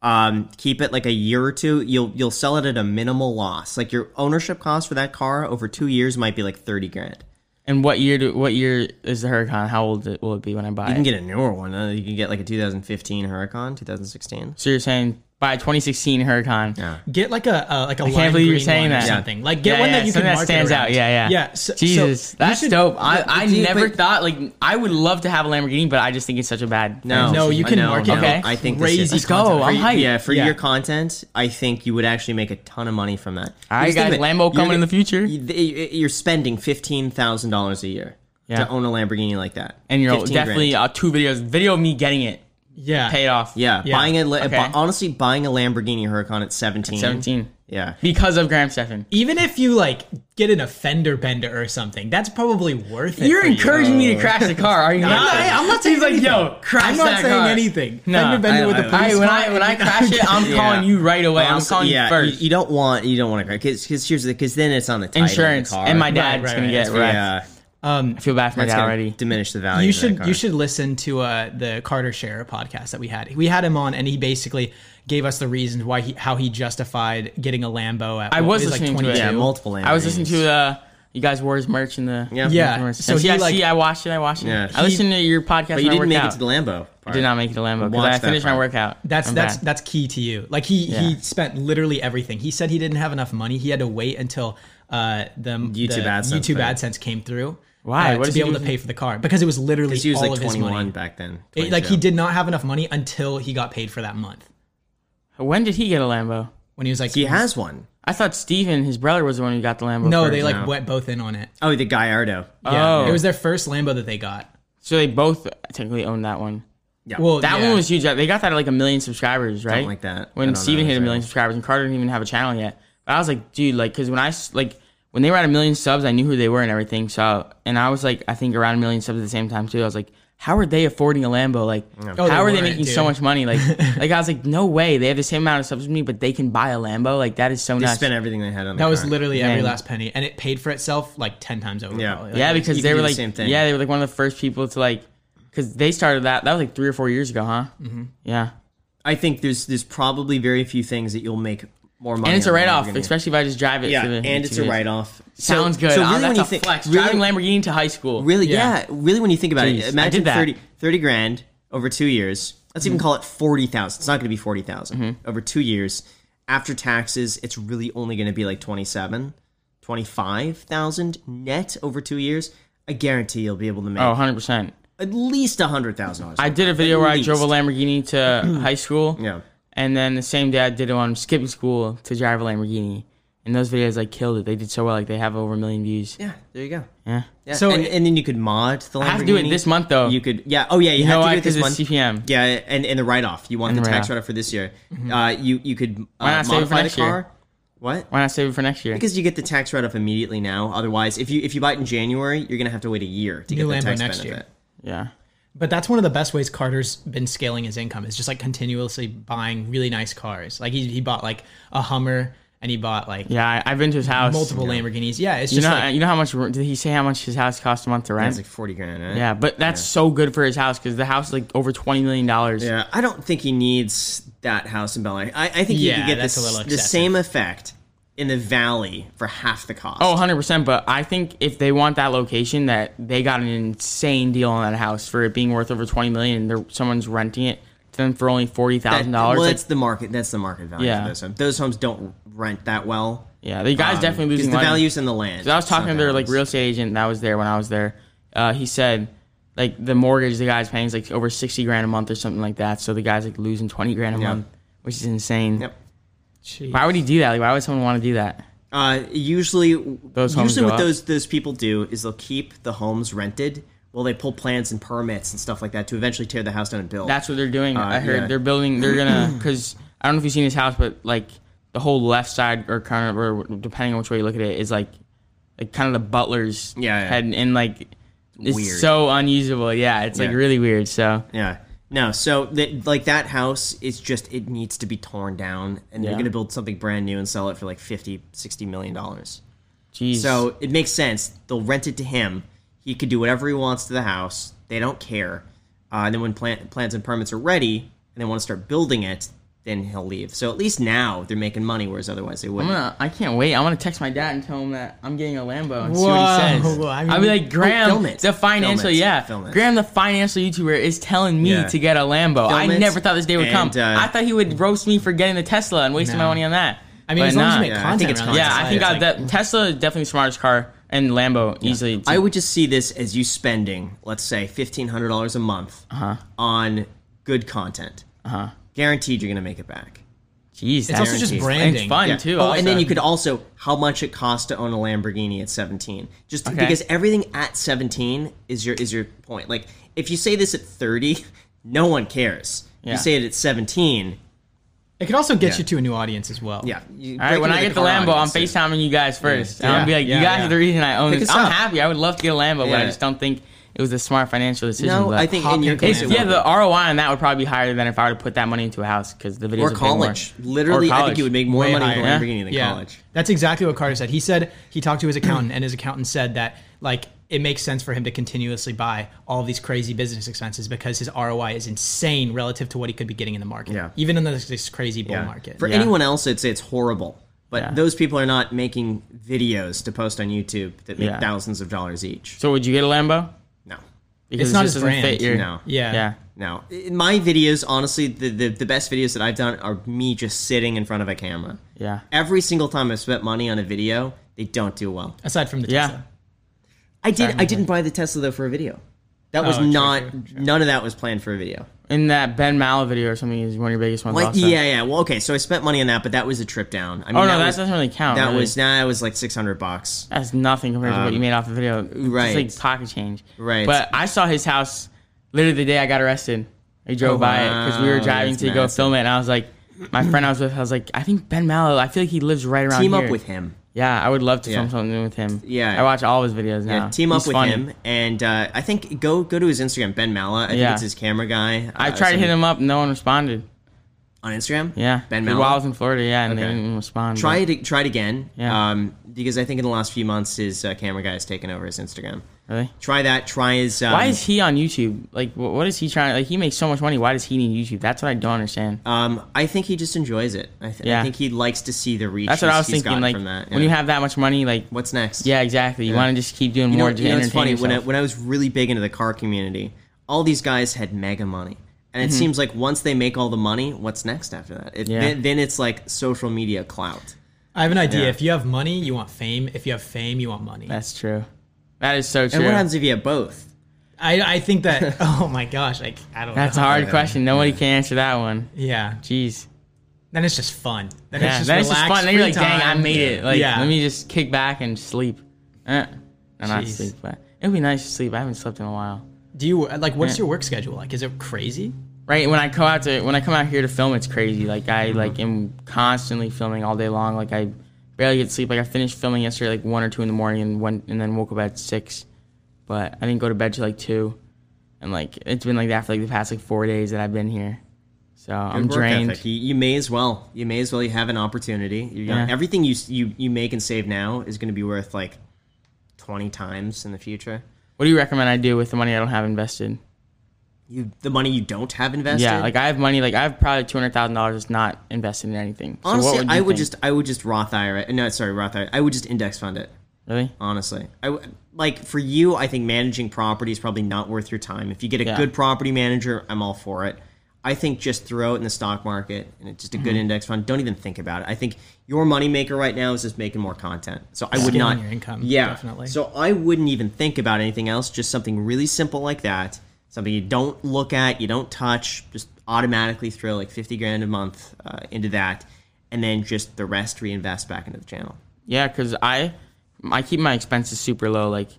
Speaker 2: um, keep it like a year or two. You'll you'll sell it at a minimal loss. Like your ownership cost for that car over two years might be like 30 grand.
Speaker 1: And what year? Do, what year is the Huracan? How old it- will it be when I buy
Speaker 2: You can
Speaker 1: it?
Speaker 2: get a newer one. uh, You can get like a 2015 Huracan, 2016.
Speaker 1: So you're saying by 2016 Huracan?
Speaker 2: Yeah.
Speaker 3: Get like a uh, like a lime
Speaker 1: can't believe you're
Speaker 3: green
Speaker 1: saying
Speaker 3: one or
Speaker 1: that. Yeah.
Speaker 3: something. Like get
Speaker 1: Yeah,
Speaker 3: one
Speaker 1: yeah,
Speaker 3: that you can
Speaker 1: something
Speaker 3: market
Speaker 1: that stands
Speaker 3: around.
Speaker 1: out. Yeah, yeah.
Speaker 3: Yeah. So, so
Speaker 1: Jesus,
Speaker 3: you
Speaker 1: that's
Speaker 3: should-
Speaker 1: dope. I, I
Speaker 2: dude,
Speaker 1: never
Speaker 2: but-
Speaker 1: thought like I would love to have a Lamborghini, but I just think it's such a bad.
Speaker 2: No,
Speaker 3: No, you
Speaker 2: I
Speaker 3: can
Speaker 2: know,
Speaker 3: market
Speaker 2: no,
Speaker 1: Okay.
Speaker 2: I think this
Speaker 3: crazy.
Speaker 2: is-
Speaker 1: Let's go. I'm hyped.
Speaker 2: Yeah, for
Speaker 3: Yeah.
Speaker 2: your content, I think you would actually make a ton of money from that.
Speaker 1: All right,
Speaker 2: Because think
Speaker 1: guys,
Speaker 2: of it,
Speaker 1: Lambo
Speaker 2: you're
Speaker 1: coming
Speaker 2: gonna-
Speaker 1: in the future.
Speaker 2: you- th- You're spending fifteen thousand dollars a year
Speaker 1: Yeah.
Speaker 2: to own a Lamborghini like that,
Speaker 1: and you're
Speaker 2: 15 grand. Uh,
Speaker 1: definitely uh, two videos. Video of me getting it
Speaker 3: Yeah.
Speaker 1: paid off.
Speaker 2: yeah,
Speaker 3: Yeah.
Speaker 2: buying a la-
Speaker 1: Okay.
Speaker 2: bu- honestly buying a Lamborghini Huracan at seventeen.
Speaker 1: 17
Speaker 2: yeah.
Speaker 1: because of Graham Stefan.
Speaker 3: Even if you like get an offender bender or something, that's probably worth it.
Speaker 1: You're
Speaker 3: for you.
Speaker 1: encouraging me to crash the car. Are you
Speaker 3: I'm
Speaker 1: not?
Speaker 3: not, I'm not saying
Speaker 1: He's like,
Speaker 3: anything.
Speaker 1: yo, crash
Speaker 3: I'm not
Speaker 1: that
Speaker 3: saying
Speaker 1: car.
Speaker 3: anything.
Speaker 1: No,
Speaker 3: Fender bender
Speaker 2: I-
Speaker 3: with
Speaker 2: I-
Speaker 3: a
Speaker 2: I-
Speaker 1: All right,
Speaker 3: police
Speaker 1: when
Speaker 3: car
Speaker 1: I when I
Speaker 3: and-
Speaker 1: crash it, I'm
Speaker 2: Yeah.
Speaker 1: calling you right away. I'm
Speaker 2: Honestly,
Speaker 1: calling
Speaker 2: yeah,
Speaker 1: you first.
Speaker 2: You, don't want you don't want to because here's the because then it's on the title of the
Speaker 1: Insurance
Speaker 2: car.
Speaker 1: and my dad's
Speaker 3: Right, right,
Speaker 1: gonna
Speaker 3: right.
Speaker 1: get
Speaker 3: That's
Speaker 1: wrecked.
Speaker 2: Yeah,
Speaker 1: I feel bad for my
Speaker 2: that's
Speaker 1: dad
Speaker 2: gonna
Speaker 1: already.
Speaker 2: diminish the value.
Speaker 3: you
Speaker 2: of that
Speaker 3: should
Speaker 2: car.
Speaker 3: you should listen to uh, the Carter Scherer podcast that we had. We had him on, and he basically gave us the reasons why he how he justified getting a Lambo at.
Speaker 1: I
Speaker 3: what,
Speaker 1: was
Speaker 3: it
Speaker 1: listening to it.
Speaker 2: yeah
Speaker 3: 22.
Speaker 2: multiple. Lamborghinis.
Speaker 1: I was listening to uh, you guys wore his merch in the
Speaker 2: Yeah.
Speaker 3: Yeah.
Speaker 1: So
Speaker 3: So
Speaker 1: yeah,
Speaker 3: he like
Speaker 1: see, I watched it. I watched it.
Speaker 2: Yeah.
Speaker 1: I listened to your podcast.
Speaker 2: but
Speaker 1: when I
Speaker 2: you didn't
Speaker 1: worked
Speaker 2: make
Speaker 1: out.
Speaker 2: it to the Lambo.
Speaker 1: I did not make it to Lambo
Speaker 2: Watch
Speaker 1: because I
Speaker 2: that
Speaker 1: finished my
Speaker 2: part.
Speaker 1: workout.
Speaker 3: That's
Speaker 1: I'm
Speaker 3: that's
Speaker 1: bad.
Speaker 3: that's key to you. Like he
Speaker 1: Yeah.
Speaker 3: he spent literally everything. He said he didn't have enough money. He had to wait until uh, the YouTube
Speaker 2: AdSense
Speaker 3: YouTube
Speaker 2: thing.
Speaker 3: AdSense came through.
Speaker 1: Why?
Speaker 3: Uh,
Speaker 1: What
Speaker 3: to
Speaker 1: does
Speaker 3: be
Speaker 1: he
Speaker 3: able
Speaker 1: do
Speaker 3: to
Speaker 1: with
Speaker 3: pay for the car because it was literally
Speaker 2: He was
Speaker 3: all
Speaker 2: like
Speaker 3: of his
Speaker 2: twenty one
Speaker 3: money.
Speaker 2: back then.
Speaker 3: It- like he
Speaker 2: 22.
Speaker 3: did not have enough money until he got paid for that month
Speaker 1: When did he get a Lambo?
Speaker 3: when he was like "Mm,
Speaker 2: He has one.
Speaker 1: I thought Steven, his brother, was the one who got the Lambo.
Speaker 3: no
Speaker 1: first.
Speaker 3: they like
Speaker 2: now.
Speaker 3: went both in on it.
Speaker 2: Oh, the Gallardo.
Speaker 3: Yeah,
Speaker 1: Oh.
Speaker 3: it was their first Lambo that they got.
Speaker 1: so they both technically owned that one.
Speaker 2: Yeah.
Speaker 3: Well,
Speaker 1: That
Speaker 3: yeah.
Speaker 1: one was huge. They got that at like a million subscribers, right?
Speaker 2: like that. I
Speaker 1: When
Speaker 2: don't
Speaker 1: Steven
Speaker 2: know,
Speaker 1: hit a
Speaker 2: so-
Speaker 1: million subscribers, and Carter didn't even have a channel yet. But I was like, dude, like, because when I s- like when they were at a million subs, I knew who they were and everything. So, and I was like, I think around a million subs at the same time too. I was like, how are they affording a Lambo? Like,
Speaker 3: Oh, they
Speaker 1: how are they
Speaker 3: weren't,
Speaker 1: making so
Speaker 3: dude.
Speaker 1: much money? Like, like I was like, no way. They have the same amount of subs as me, but they can buy a Lambo. Like, that is so
Speaker 2: They
Speaker 1: nuts.
Speaker 2: spent everything they had on
Speaker 3: That
Speaker 2: the
Speaker 3: was
Speaker 2: car.
Speaker 3: literally every
Speaker 1: Man.
Speaker 3: last penny, and it paid for itself like ten times over.
Speaker 2: Yeah.
Speaker 3: probably. Like,
Speaker 1: yeah,
Speaker 3: it was-
Speaker 1: because
Speaker 2: you
Speaker 1: they
Speaker 2: can
Speaker 1: were
Speaker 2: do the
Speaker 1: like,
Speaker 2: same thing.
Speaker 1: yeah, they were like one of the first people to like, because they started that. That was like three or four years ago, huh? Mm-hmm. Yeah.
Speaker 2: I think there's there's probably very few things that you'll make more money.
Speaker 1: And it's a
Speaker 2: on than
Speaker 1: write off,
Speaker 2: Lamborghini.
Speaker 1: especially if I just drive it.
Speaker 2: Yeah,
Speaker 1: for the
Speaker 2: and it's a
Speaker 1: two days.
Speaker 2: write off.
Speaker 1: Sounds good.
Speaker 3: Oh,
Speaker 1: Ah, that's a flex. Driving
Speaker 2: really,
Speaker 1: Lamborghini to high school.
Speaker 2: really,
Speaker 3: Yeah.
Speaker 2: yeah. really when you think about
Speaker 1: Jeez, I
Speaker 2: it, imagine
Speaker 1: did that. Mm-hmm.
Speaker 2: 30, 30 grand over two years. Let's even call it forty thousand. It's not going to be forty over two years. After taxes, it's really only going to be like 27, 25,000 net over two years. I guarantee you'll be able to make
Speaker 1: Oh, 100%.
Speaker 2: at least hundred thousand dollars.
Speaker 1: I did a video where I drove a
Speaker 2: least.
Speaker 1: Lamborghini to high school.
Speaker 2: Yeah.
Speaker 1: And then the same day I did one skipping school to drive a Lamborghini. And those videos like killed it. They did so well. Like they have over a million views.
Speaker 2: Yeah, there you go.
Speaker 1: Yeah.
Speaker 2: Yeah.
Speaker 3: So
Speaker 2: So and,
Speaker 3: it-
Speaker 2: and then you could mod the.
Speaker 1: I have to do it
Speaker 2: Lamborghini.
Speaker 1: this month though.
Speaker 2: You could, yeah. Oh yeah, you,
Speaker 1: know
Speaker 2: have to
Speaker 1: why?
Speaker 2: do it this
Speaker 1: 'Cause
Speaker 2: month.
Speaker 1: it's CPM.
Speaker 2: Yeah, and, and the write off. You want
Speaker 1: And
Speaker 2: the
Speaker 1: the
Speaker 2: tax
Speaker 1: write-off.
Speaker 2: write off for this year. Uh, you you could uh,
Speaker 1: Why not save it for
Speaker 2: modify
Speaker 1: next
Speaker 2: the
Speaker 1: year?
Speaker 2: car. What?
Speaker 1: Why not save it for next year?
Speaker 2: Because you get the tax write off immediately now. Otherwise, if you if you buy it in January, you're gonna have to wait a year to
Speaker 3: New
Speaker 2: get the
Speaker 3: Lambo
Speaker 2: tax
Speaker 3: next
Speaker 2: benefit.
Speaker 3: year.
Speaker 1: yeah.
Speaker 3: But that's one of the best ways Carter's been scaling his income is just like continuously buying really nice cars. Like he, he bought like a Hummer and he bought like
Speaker 1: Yeah. I, I've been to his house.
Speaker 3: multiple Lamborghinis. Yeah, it's
Speaker 1: You
Speaker 3: just
Speaker 1: know,
Speaker 3: like,
Speaker 1: you know how much did he say how much his house cost a month to
Speaker 2: That's
Speaker 1: rent?
Speaker 2: like forty grand. Right?
Speaker 1: yeah, but that's so good for his house because the house is like over twenty million dollars.
Speaker 2: Yeah, I don't think he needs that house in Bel Air. I, I think you
Speaker 3: Yeah,
Speaker 2: could get
Speaker 3: that's
Speaker 2: this,
Speaker 3: a little
Speaker 2: the
Speaker 3: excessive.
Speaker 2: same effect in the valley for half the cost.
Speaker 1: Oh, 100%. But I think if they want that location, that they got an insane deal on that house for it being worth over 20 million and they're, someone's renting it to them for only $40,000.
Speaker 2: That- Well,
Speaker 1: Like,
Speaker 2: that's the market. That's the market value
Speaker 1: Yeah.
Speaker 2: for those homes. Those homes don't rent that well.
Speaker 1: yeah, the guy's
Speaker 2: Um,
Speaker 1: definitely
Speaker 2: 'cause
Speaker 1: losing
Speaker 2: the
Speaker 1: money.
Speaker 2: values in the land.
Speaker 1: So I was talking to
Speaker 2: It's
Speaker 1: their
Speaker 2: not
Speaker 1: like
Speaker 2: values.
Speaker 1: real estate agent that was there when I was there. Uh, he said like the mortgage the guy's paying is like over 60 grand a month or something like that. So the guy's like losing 20 grand a
Speaker 2: Yeah.
Speaker 1: month, which is insane.
Speaker 2: Yep.
Speaker 3: Jeez.
Speaker 1: Why would he do that? Like, why would someone want to do that?
Speaker 2: Uh, usually,
Speaker 1: Those homes
Speaker 2: usually
Speaker 1: go
Speaker 2: what
Speaker 1: up.
Speaker 2: those those people do is they'll keep the homes rented while they pull plans and permits and stuff like that to eventually tear the house down and build.
Speaker 1: That's what they're doing. I heard
Speaker 2: Uh, yeah.
Speaker 1: they're building. They're gonna because I don't know if you've seen his house, but like the whole left side or kind of or depending on which way you look at it is like like kind of the butler's
Speaker 2: Yeah, yeah.
Speaker 1: head and like it's
Speaker 2: Weird.
Speaker 1: so unusable. Yeah, it's like
Speaker 2: Yeah.
Speaker 1: really weird. So
Speaker 2: yeah. No, so that like that house is just it needs to be torn down, and they're
Speaker 1: Yeah.
Speaker 2: going to build something brand new and sell it for like 50, 60 million dollars.
Speaker 1: jeez.
Speaker 2: So it makes sense. They'll rent it to him. He could do whatever he wants to the house. They don't care. Uh, and then when plan- plans and permits are ready, and they want to start building it, then he'll leave. So at least now they're making money, whereas otherwise they
Speaker 1: I'm
Speaker 2: wouldn't.
Speaker 1: gonna, I can't wait. I want to text my dad and tell him that I'm getting a Lambo and see
Speaker 3: Whoa,
Speaker 1: what he says.
Speaker 3: well, I mean- oh,
Speaker 1: I'll be like, Graham,
Speaker 2: film it.
Speaker 1: the
Speaker 2: Film
Speaker 1: financial,
Speaker 2: it.
Speaker 1: yeah,
Speaker 2: Film it.
Speaker 1: Graham, the financial YouTuber, is telling me
Speaker 2: Yeah.
Speaker 1: to get a Lambo. I
Speaker 2: it,
Speaker 1: never thought this day would come.
Speaker 2: and, uh,
Speaker 1: I thought he would roast me for getting the Tesla and wasting
Speaker 3: No.
Speaker 1: my money on that.
Speaker 3: I mean,
Speaker 1: But
Speaker 3: as long as you
Speaker 1: nah.
Speaker 3: make
Speaker 2: Yeah, I
Speaker 3: content,
Speaker 2: think it's
Speaker 3: around it,
Speaker 1: Yeah, I
Speaker 3: it's
Speaker 1: think
Speaker 3: like-
Speaker 1: I, that Tesla is definitely the smartest car, and Lambo easily.
Speaker 2: I would just see this as you spending, let's say, fifteen hundred dollars a month on good content. Uh-huh. Guaranteed, you're going to make it back.
Speaker 1: Jeez,
Speaker 3: It's also just
Speaker 2: Guaranteed.
Speaker 1: and
Speaker 3: branding.
Speaker 1: it's fun
Speaker 2: Yeah.
Speaker 1: too.
Speaker 2: Oh, and then
Speaker 1: also.
Speaker 2: you could also how much it costs to own a Lamborghini at seventeen. Just
Speaker 1: Okay.
Speaker 2: because everything at seventeen is your is your point. Like if you say this at thirty, no one cares.
Speaker 1: Yeah.
Speaker 2: You say it at seventeen,
Speaker 3: It could also get
Speaker 2: Yeah.
Speaker 3: you to a new audience as well.
Speaker 2: yeah.
Speaker 1: All right, when I get the Lambo, I'm FaceTiming you guys first. And I'll be like,
Speaker 3: Yeah,
Speaker 1: you guys
Speaker 3: yeah.
Speaker 1: are the reason I own
Speaker 2: Pick
Speaker 1: this.
Speaker 2: us
Speaker 1: I'm
Speaker 2: up.
Speaker 1: happy. I would love to get a Lambo, but I
Speaker 2: Yeah.
Speaker 1: just don't think it was a smart financial decision.
Speaker 2: No,
Speaker 1: but
Speaker 2: I think in your
Speaker 3: Hop your
Speaker 2: case,
Speaker 1: It's,
Speaker 2: it
Speaker 3: plan.
Speaker 1: yeah, the
Speaker 2: would.
Speaker 1: ROI on that would probably be higher than if I were to put that money into a house because the videos
Speaker 2: or
Speaker 1: would pay more.
Speaker 2: college. Literally,
Speaker 1: Or
Speaker 2: I think
Speaker 1: college.
Speaker 2: you would make more
Speaker 3: Way
Speaker 2: money
Speaker 3: higher.
Speaker 2: with a
Speaker 1: Yeah.
Speaker 2: Lamborghini than
Speaker 3: Yeah.
Speaker 2: college.
Speaker 3: That's exactly what Carter said. He said he talked to his accountant, and his accountant said that like it makes sense for him to continuously buy all these crazy business expenses because his ROI is insane relative to what he could be getting in the market.
Speaker 2: Yeah.
Speaker 3: Even in this, this crazy bull
Speaker 2: Yeah.
Speaker 3: market.
Speaker 2: For
Speaker 1: Yeah.
Speaker 2: anyone else, it's it's horrible. But
Speaker 1: Yeah.
Speaker 2: those people are not making videos to post on YouTube that make
Speaker 1: Yeah.
Speaker 2: thousands of dollars each.
Speaker 1: So would you get a Lambo?
Speaker 2: No,
Speaker 1: Because
Speaker 3: It's not
Speaker 1: it just
Speaker 3: his
Speaker 1: doesn't
Speaker 3: brand.
Speaker 1: fit your.
Speaker 2: No.
Speaker 3: yeah.
Speaker 1: Yeah.
Speaker 2: no. In my videos, honestly, the, the the best videos that I've done are me just sitting in front of a camera.
Speaker 1: Yeah.
Speaker 2: Every single time I've spent money on a video, they don't do well.
Speaker 3: Aside from the
Speaker 1: Yeah.
Speaker 3: Tesla.
Speaker 2: I did. I didn't buy the Tesla though for a video. That was
Speaker 3: Oh, true,
Speaker 2: not.
Speaker 3: true,
Speaker 2: None of that was planned for a video.
Speaker 1: In that Ben Mallow video or something is one of your biggest ones.
Speaker 2: Like,
Speaker 1: also.
Speaker 2: yeah, yeah. Well, okay. So I spent money on that, but that was a trip down. I mean,
Speaker 1: Oh no, that
Speaker 2: was,
Speaker 1: doesn't really count.
Speaker 2: that
Speaker 1: really.
Speaker 2: was nah. It was like six hundred bucks.
Speaker 1: That's nothing compared to what you made off the video.
Speaker 2: right.
Speaker 1: It's like pocket change.
Speaker 2: Right.
Speaker 1: But I saw his house literally the day I got arrested. I drove by it because we were
Speaker 2: Oh, wow,
Speaker 1: driving
Speaker 2: that's
Speaker 1: to go
Speaker 2: massive.
Speaker 1: film it, and I was like, my friend I was with, I was like, I think Ben Mallow. I feel like he lives right around
Speaker 2: Team
Speaker 1: here.
Speaker 2: up with him.
Speaker 1: Yeah, I would love to
Speaker 2: Yeah.
Speaker 1: film something with him.
Speaker 2: Yeah.
Speaker 1: I watch all of his videos now.
Speaker 2: Yeah, team up
Speaker 1: He's
Speaker 2: with
Speaker 1: funny.
Speaker 2: him, and uh, I think go go to his Instagram, Ben Mala. I think
Speaker 1: Yeah.
Speaker 2: it's his camera guy. Uh,
Speaker 1: I tried to hit him up, no one responded.
Speaker 2: on Instagram.
Speaker 1: Yeah,
Speaker 2: Ben
Speaker 1: While I was
Speaker 2: Mala.
Speaker 1: in Florida, yeah, and they
Speaker 2: Okay.
Speaker 1: didn't respond.
Speaker 2: Try
Speaker 1: but-
Speaker 2: it. Try it again.
Speaker 1: Yeah.
Speaker 2: Um, because I think in the last few months, his uh, camera guy has taken over his Instagram.
Speaker 1: Really?
Speaker 2: Try that. Try his. Um,
Speaker 1: Why is he on YouTube? Like, wh- what is he trying? Like, he makes so much money. Why does he need YouTube? That's what I don't understand.
Speaker 2: Um, I think he just enjoys it. I, th- I
Speaker 1: Yeah.
Speaker 2: think he likes to see the reach.
Speaker 1: That's what I
Speaker 2: he's-
Speaker 1: was
Speaker 2: he's
Speaker 1: thinking.
Speaker 2: gotten
Speaker 1: Like,
Speaker 2: from that.
Speaker 1: when
Speaker 2: yeah.
Speaker 1: you have that much money, like,
Speaker 2: what's next?
Speaker 1: Yeah, exactly. You want to just keep doing
Speaker 2: You know,
Speaker 1: more.
Speaker 2: you know it's
Speaker 1: it's
Speaker 2: funny when I, when I was really big into the car community, all these guys had mega money, and it seems like once they make all the money, what's next after that? It,
Speaker 1: Mm-hmm. Yeah.
Speaker 2: then, then it's like social media clout.
Speaker 3: I have an idea.
Speaker 2: Yeah.
Speaker 3: If you have money, you want fame. If you have fame, you want money.
Speaker 1: That's true. That is so
Speaker 2: And
Speaker 1: true.
Speaker 2: what happens if you have both?
Speaker 3: I, I think that oh my gosh, like I don't
Speaker 1: That's a
Speaker 3: know.
Speaker 1: hard question. Nobody can answer that one.
Speaker 3: Yeah.
Speaker 1: Jeez.
Speaker 3: Then it's just fun. Then
Speaker 1: Yeah,
Speaker 3: it's just
Speaker 1: then it's
Speaker 3: relaxed,
Speaker 1: just fun. Then you're
Speaker 3: free
Speaker 1: like, dang, I
Speaker 3: time.
Speaker 1: made it. Like,
Speaker 3: Yeah.
Speaker 1: let me just kick back and sleep. Eh, no, not
Speaker 3: Jeez.
Speaker 1: sleep, but it would be nice to sleep. I haven't slept in a while.
Speaker 3: Do you like? What's your work schedule like? Is it crazy?
Speaker 1: Right when I come out to when I come out here to film, it's crazy. Like I
Speaker 3: Mm-hmm.
Speaker 1: like am constantly filming all day long. Like I barely get sleep. Like I finished filming yesterday like one or two in the morning and went and then woke up at six. But I didn't go to bed till like two, and like it's been like that for like the past like four days that I've been here. So I'm
Speaker 2: Work
Speaker 1: drained.
Speaker 2: ethic. You, you may as well. You may as well. You have an opportunity. You're gonna-
Speaker 1: Yeah.
Speaker 2: Everything you s- you you make and save now is going to be worth like twenty times in the future.
Speaker 1: What do you recommend I do with the money I don't have invested?
Speaker 2: You the money you don't have invested.
Speaker 1: Yeah, like I have money. Like I have probably two hundred thousand dollars that's not invested in anything. So what
Speaker 2: honestly,
Speaker 1: would you
Speaker 2: I would
Speaker 1: think?
Speaker 2: just I would just Roth IRA. No, sorry, Roth IRA. I would just index fund it.
Speaker 1: really.
Speaker 2: Honestly, I w- like for you. I think managing property is probably not worth your time. If you get a
Speaker 1: Yeah.
Speaker 2: good property manager, I'm all for it. I think just throw it in the stock market and it's just a
Speaker 3: Mm-hmm.
Speaker 2: good index fund. Don't even think about it. I think your moneymaker right now is just making more content. So I would
Speaker 3: Scaling
Speaker 2: not
Speaker 3: your income,
Speaker 2: Yeah,
Speaker 3: definitely.
Speaker 2: So I wouldn't even think about anything else. Just something really simple like that. Something you don't look at, you don't touch. Just automatically throw like fifty grand a month uh, into that, and then just the rest reinvest back into the channel.
Speaker 1: Yeah, because I I keep my expenses super low. Like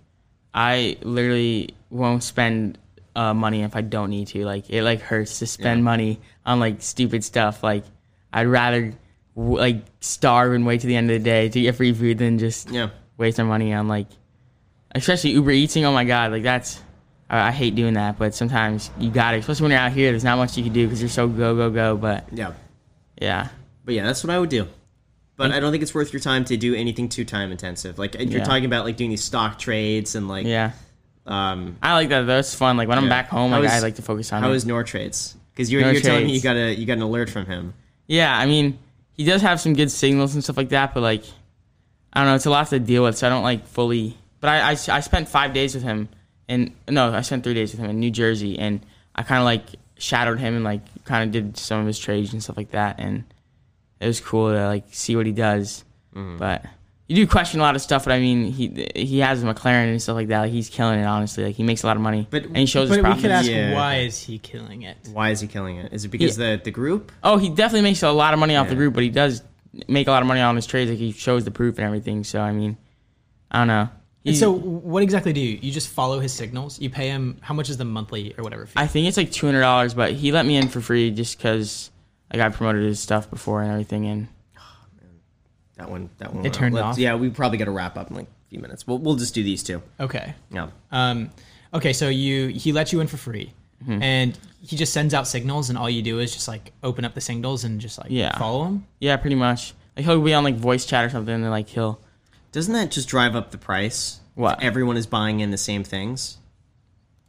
Speaker 1: I literally won't spend uh, money if I don't need to. Like it like hurts to spend money on like stupid stuff. Like I'd rather w- like starve and wait to the end of the day to get free food than just
Speaker 2: Yeah.
Speaker 1: waste my money on like especially Uber Eating. Oh my god, like that's I, I hate doing that. But sometimes you got to, especially when you're out here. There's not much you can do because you're so go go go. But
Speaker 2: Yeah.
Speaker 1: yeah.
Speaker 2: But yeah, that's what I would do. But I don't think it's worth your time to do anything too time intensive. Like you're
Speaker 1: Yeah.
Speaker 2: talking about like doing these stock trades and like
Speaker 1: Yeah,
Speaker 2: um
Speaker 1: I like that. That's fun. Like when I'm
Speaker 2: Yeah.
Speaker 1: back home,
Speaker 2: How
Speaker 1: like, I
Speaker 2: is-
Speaker 1: like to focus on.
Speaker 2: how
Speaker 1: it.
Speaker 2: is Nor trades? Because you're,
Speaker 1: Nor
Speaker 2: you're telling me you
Speaker 1: Trades.
Speaker 2: got a you got an alert from him.
Speaker 1: Yeah, I mean, he does have some good signals and stuff like that, but like, I don't know, it's a lot to deal with, so I don't like fully. But I, I, I spent five days with him, and no, I spent three days with him in New Jersey, and I kind of like shadowed him and like kind of did some of his trades and stuff like that, and it was cool to like see what he does.
Speaker 3: Mm-hmm.
Speaker 1: But you do question a lot of stuff, but I mean, he he has a McLaren and stuff like that. Like, he's killing it, honestly. Like he makes a lot of money,
Speaker 2: But-
Speaker 1: and he shows his
Speaker 3: But we
Speaker 1: profits.
Speaker 3: could ask,
Speaker 2: Yeah.
Speaker 3: why is he killing it?
Speaker 2: Why is he killing it? Is it because the the group?
Speaker 1: Oh, he definitely makes a lot of money off the
Speaker 2: Yeah.
Speaker 1: group, but he does make a lot of money on his trades. Like he shows the proof and everything. So I mean, I don't know. He,
Speaker 3: And so, what exactly do you? You just follow his signals. You pay him. How much is the monthly or whatever? Fee?
Speaker 1: I think it's like two hundred dollars, but he let me in for free just because like I promoted his stuff before and everything. And
Speaker 2: That one that one.
Speaker 3: It
Speaker 2: went
Speaker 3: turned
Speaker 2: Let's-
Speaker 3: off.
Speaker 2: Yeah, we probably got to wrap up in like a few minutes. We'll we'll just do these two.
Speaker 3: okay.
Speaker 2: Yeah.
Speaker 3: Um, okay. So you he lets you in for free, and he just sends out signals, and all you do is just like open up the signals and just like
Speaker 1: Yeah.
Speaker 3: follow him.
Speaker 1: yeah, pretty much. Like he'll be on like voice chat or something, and like he'll
Speaker 2: Doesn't that just drive up the price?
Speaker 1: What?
Speaker 2: If Everyone is buying in the same things.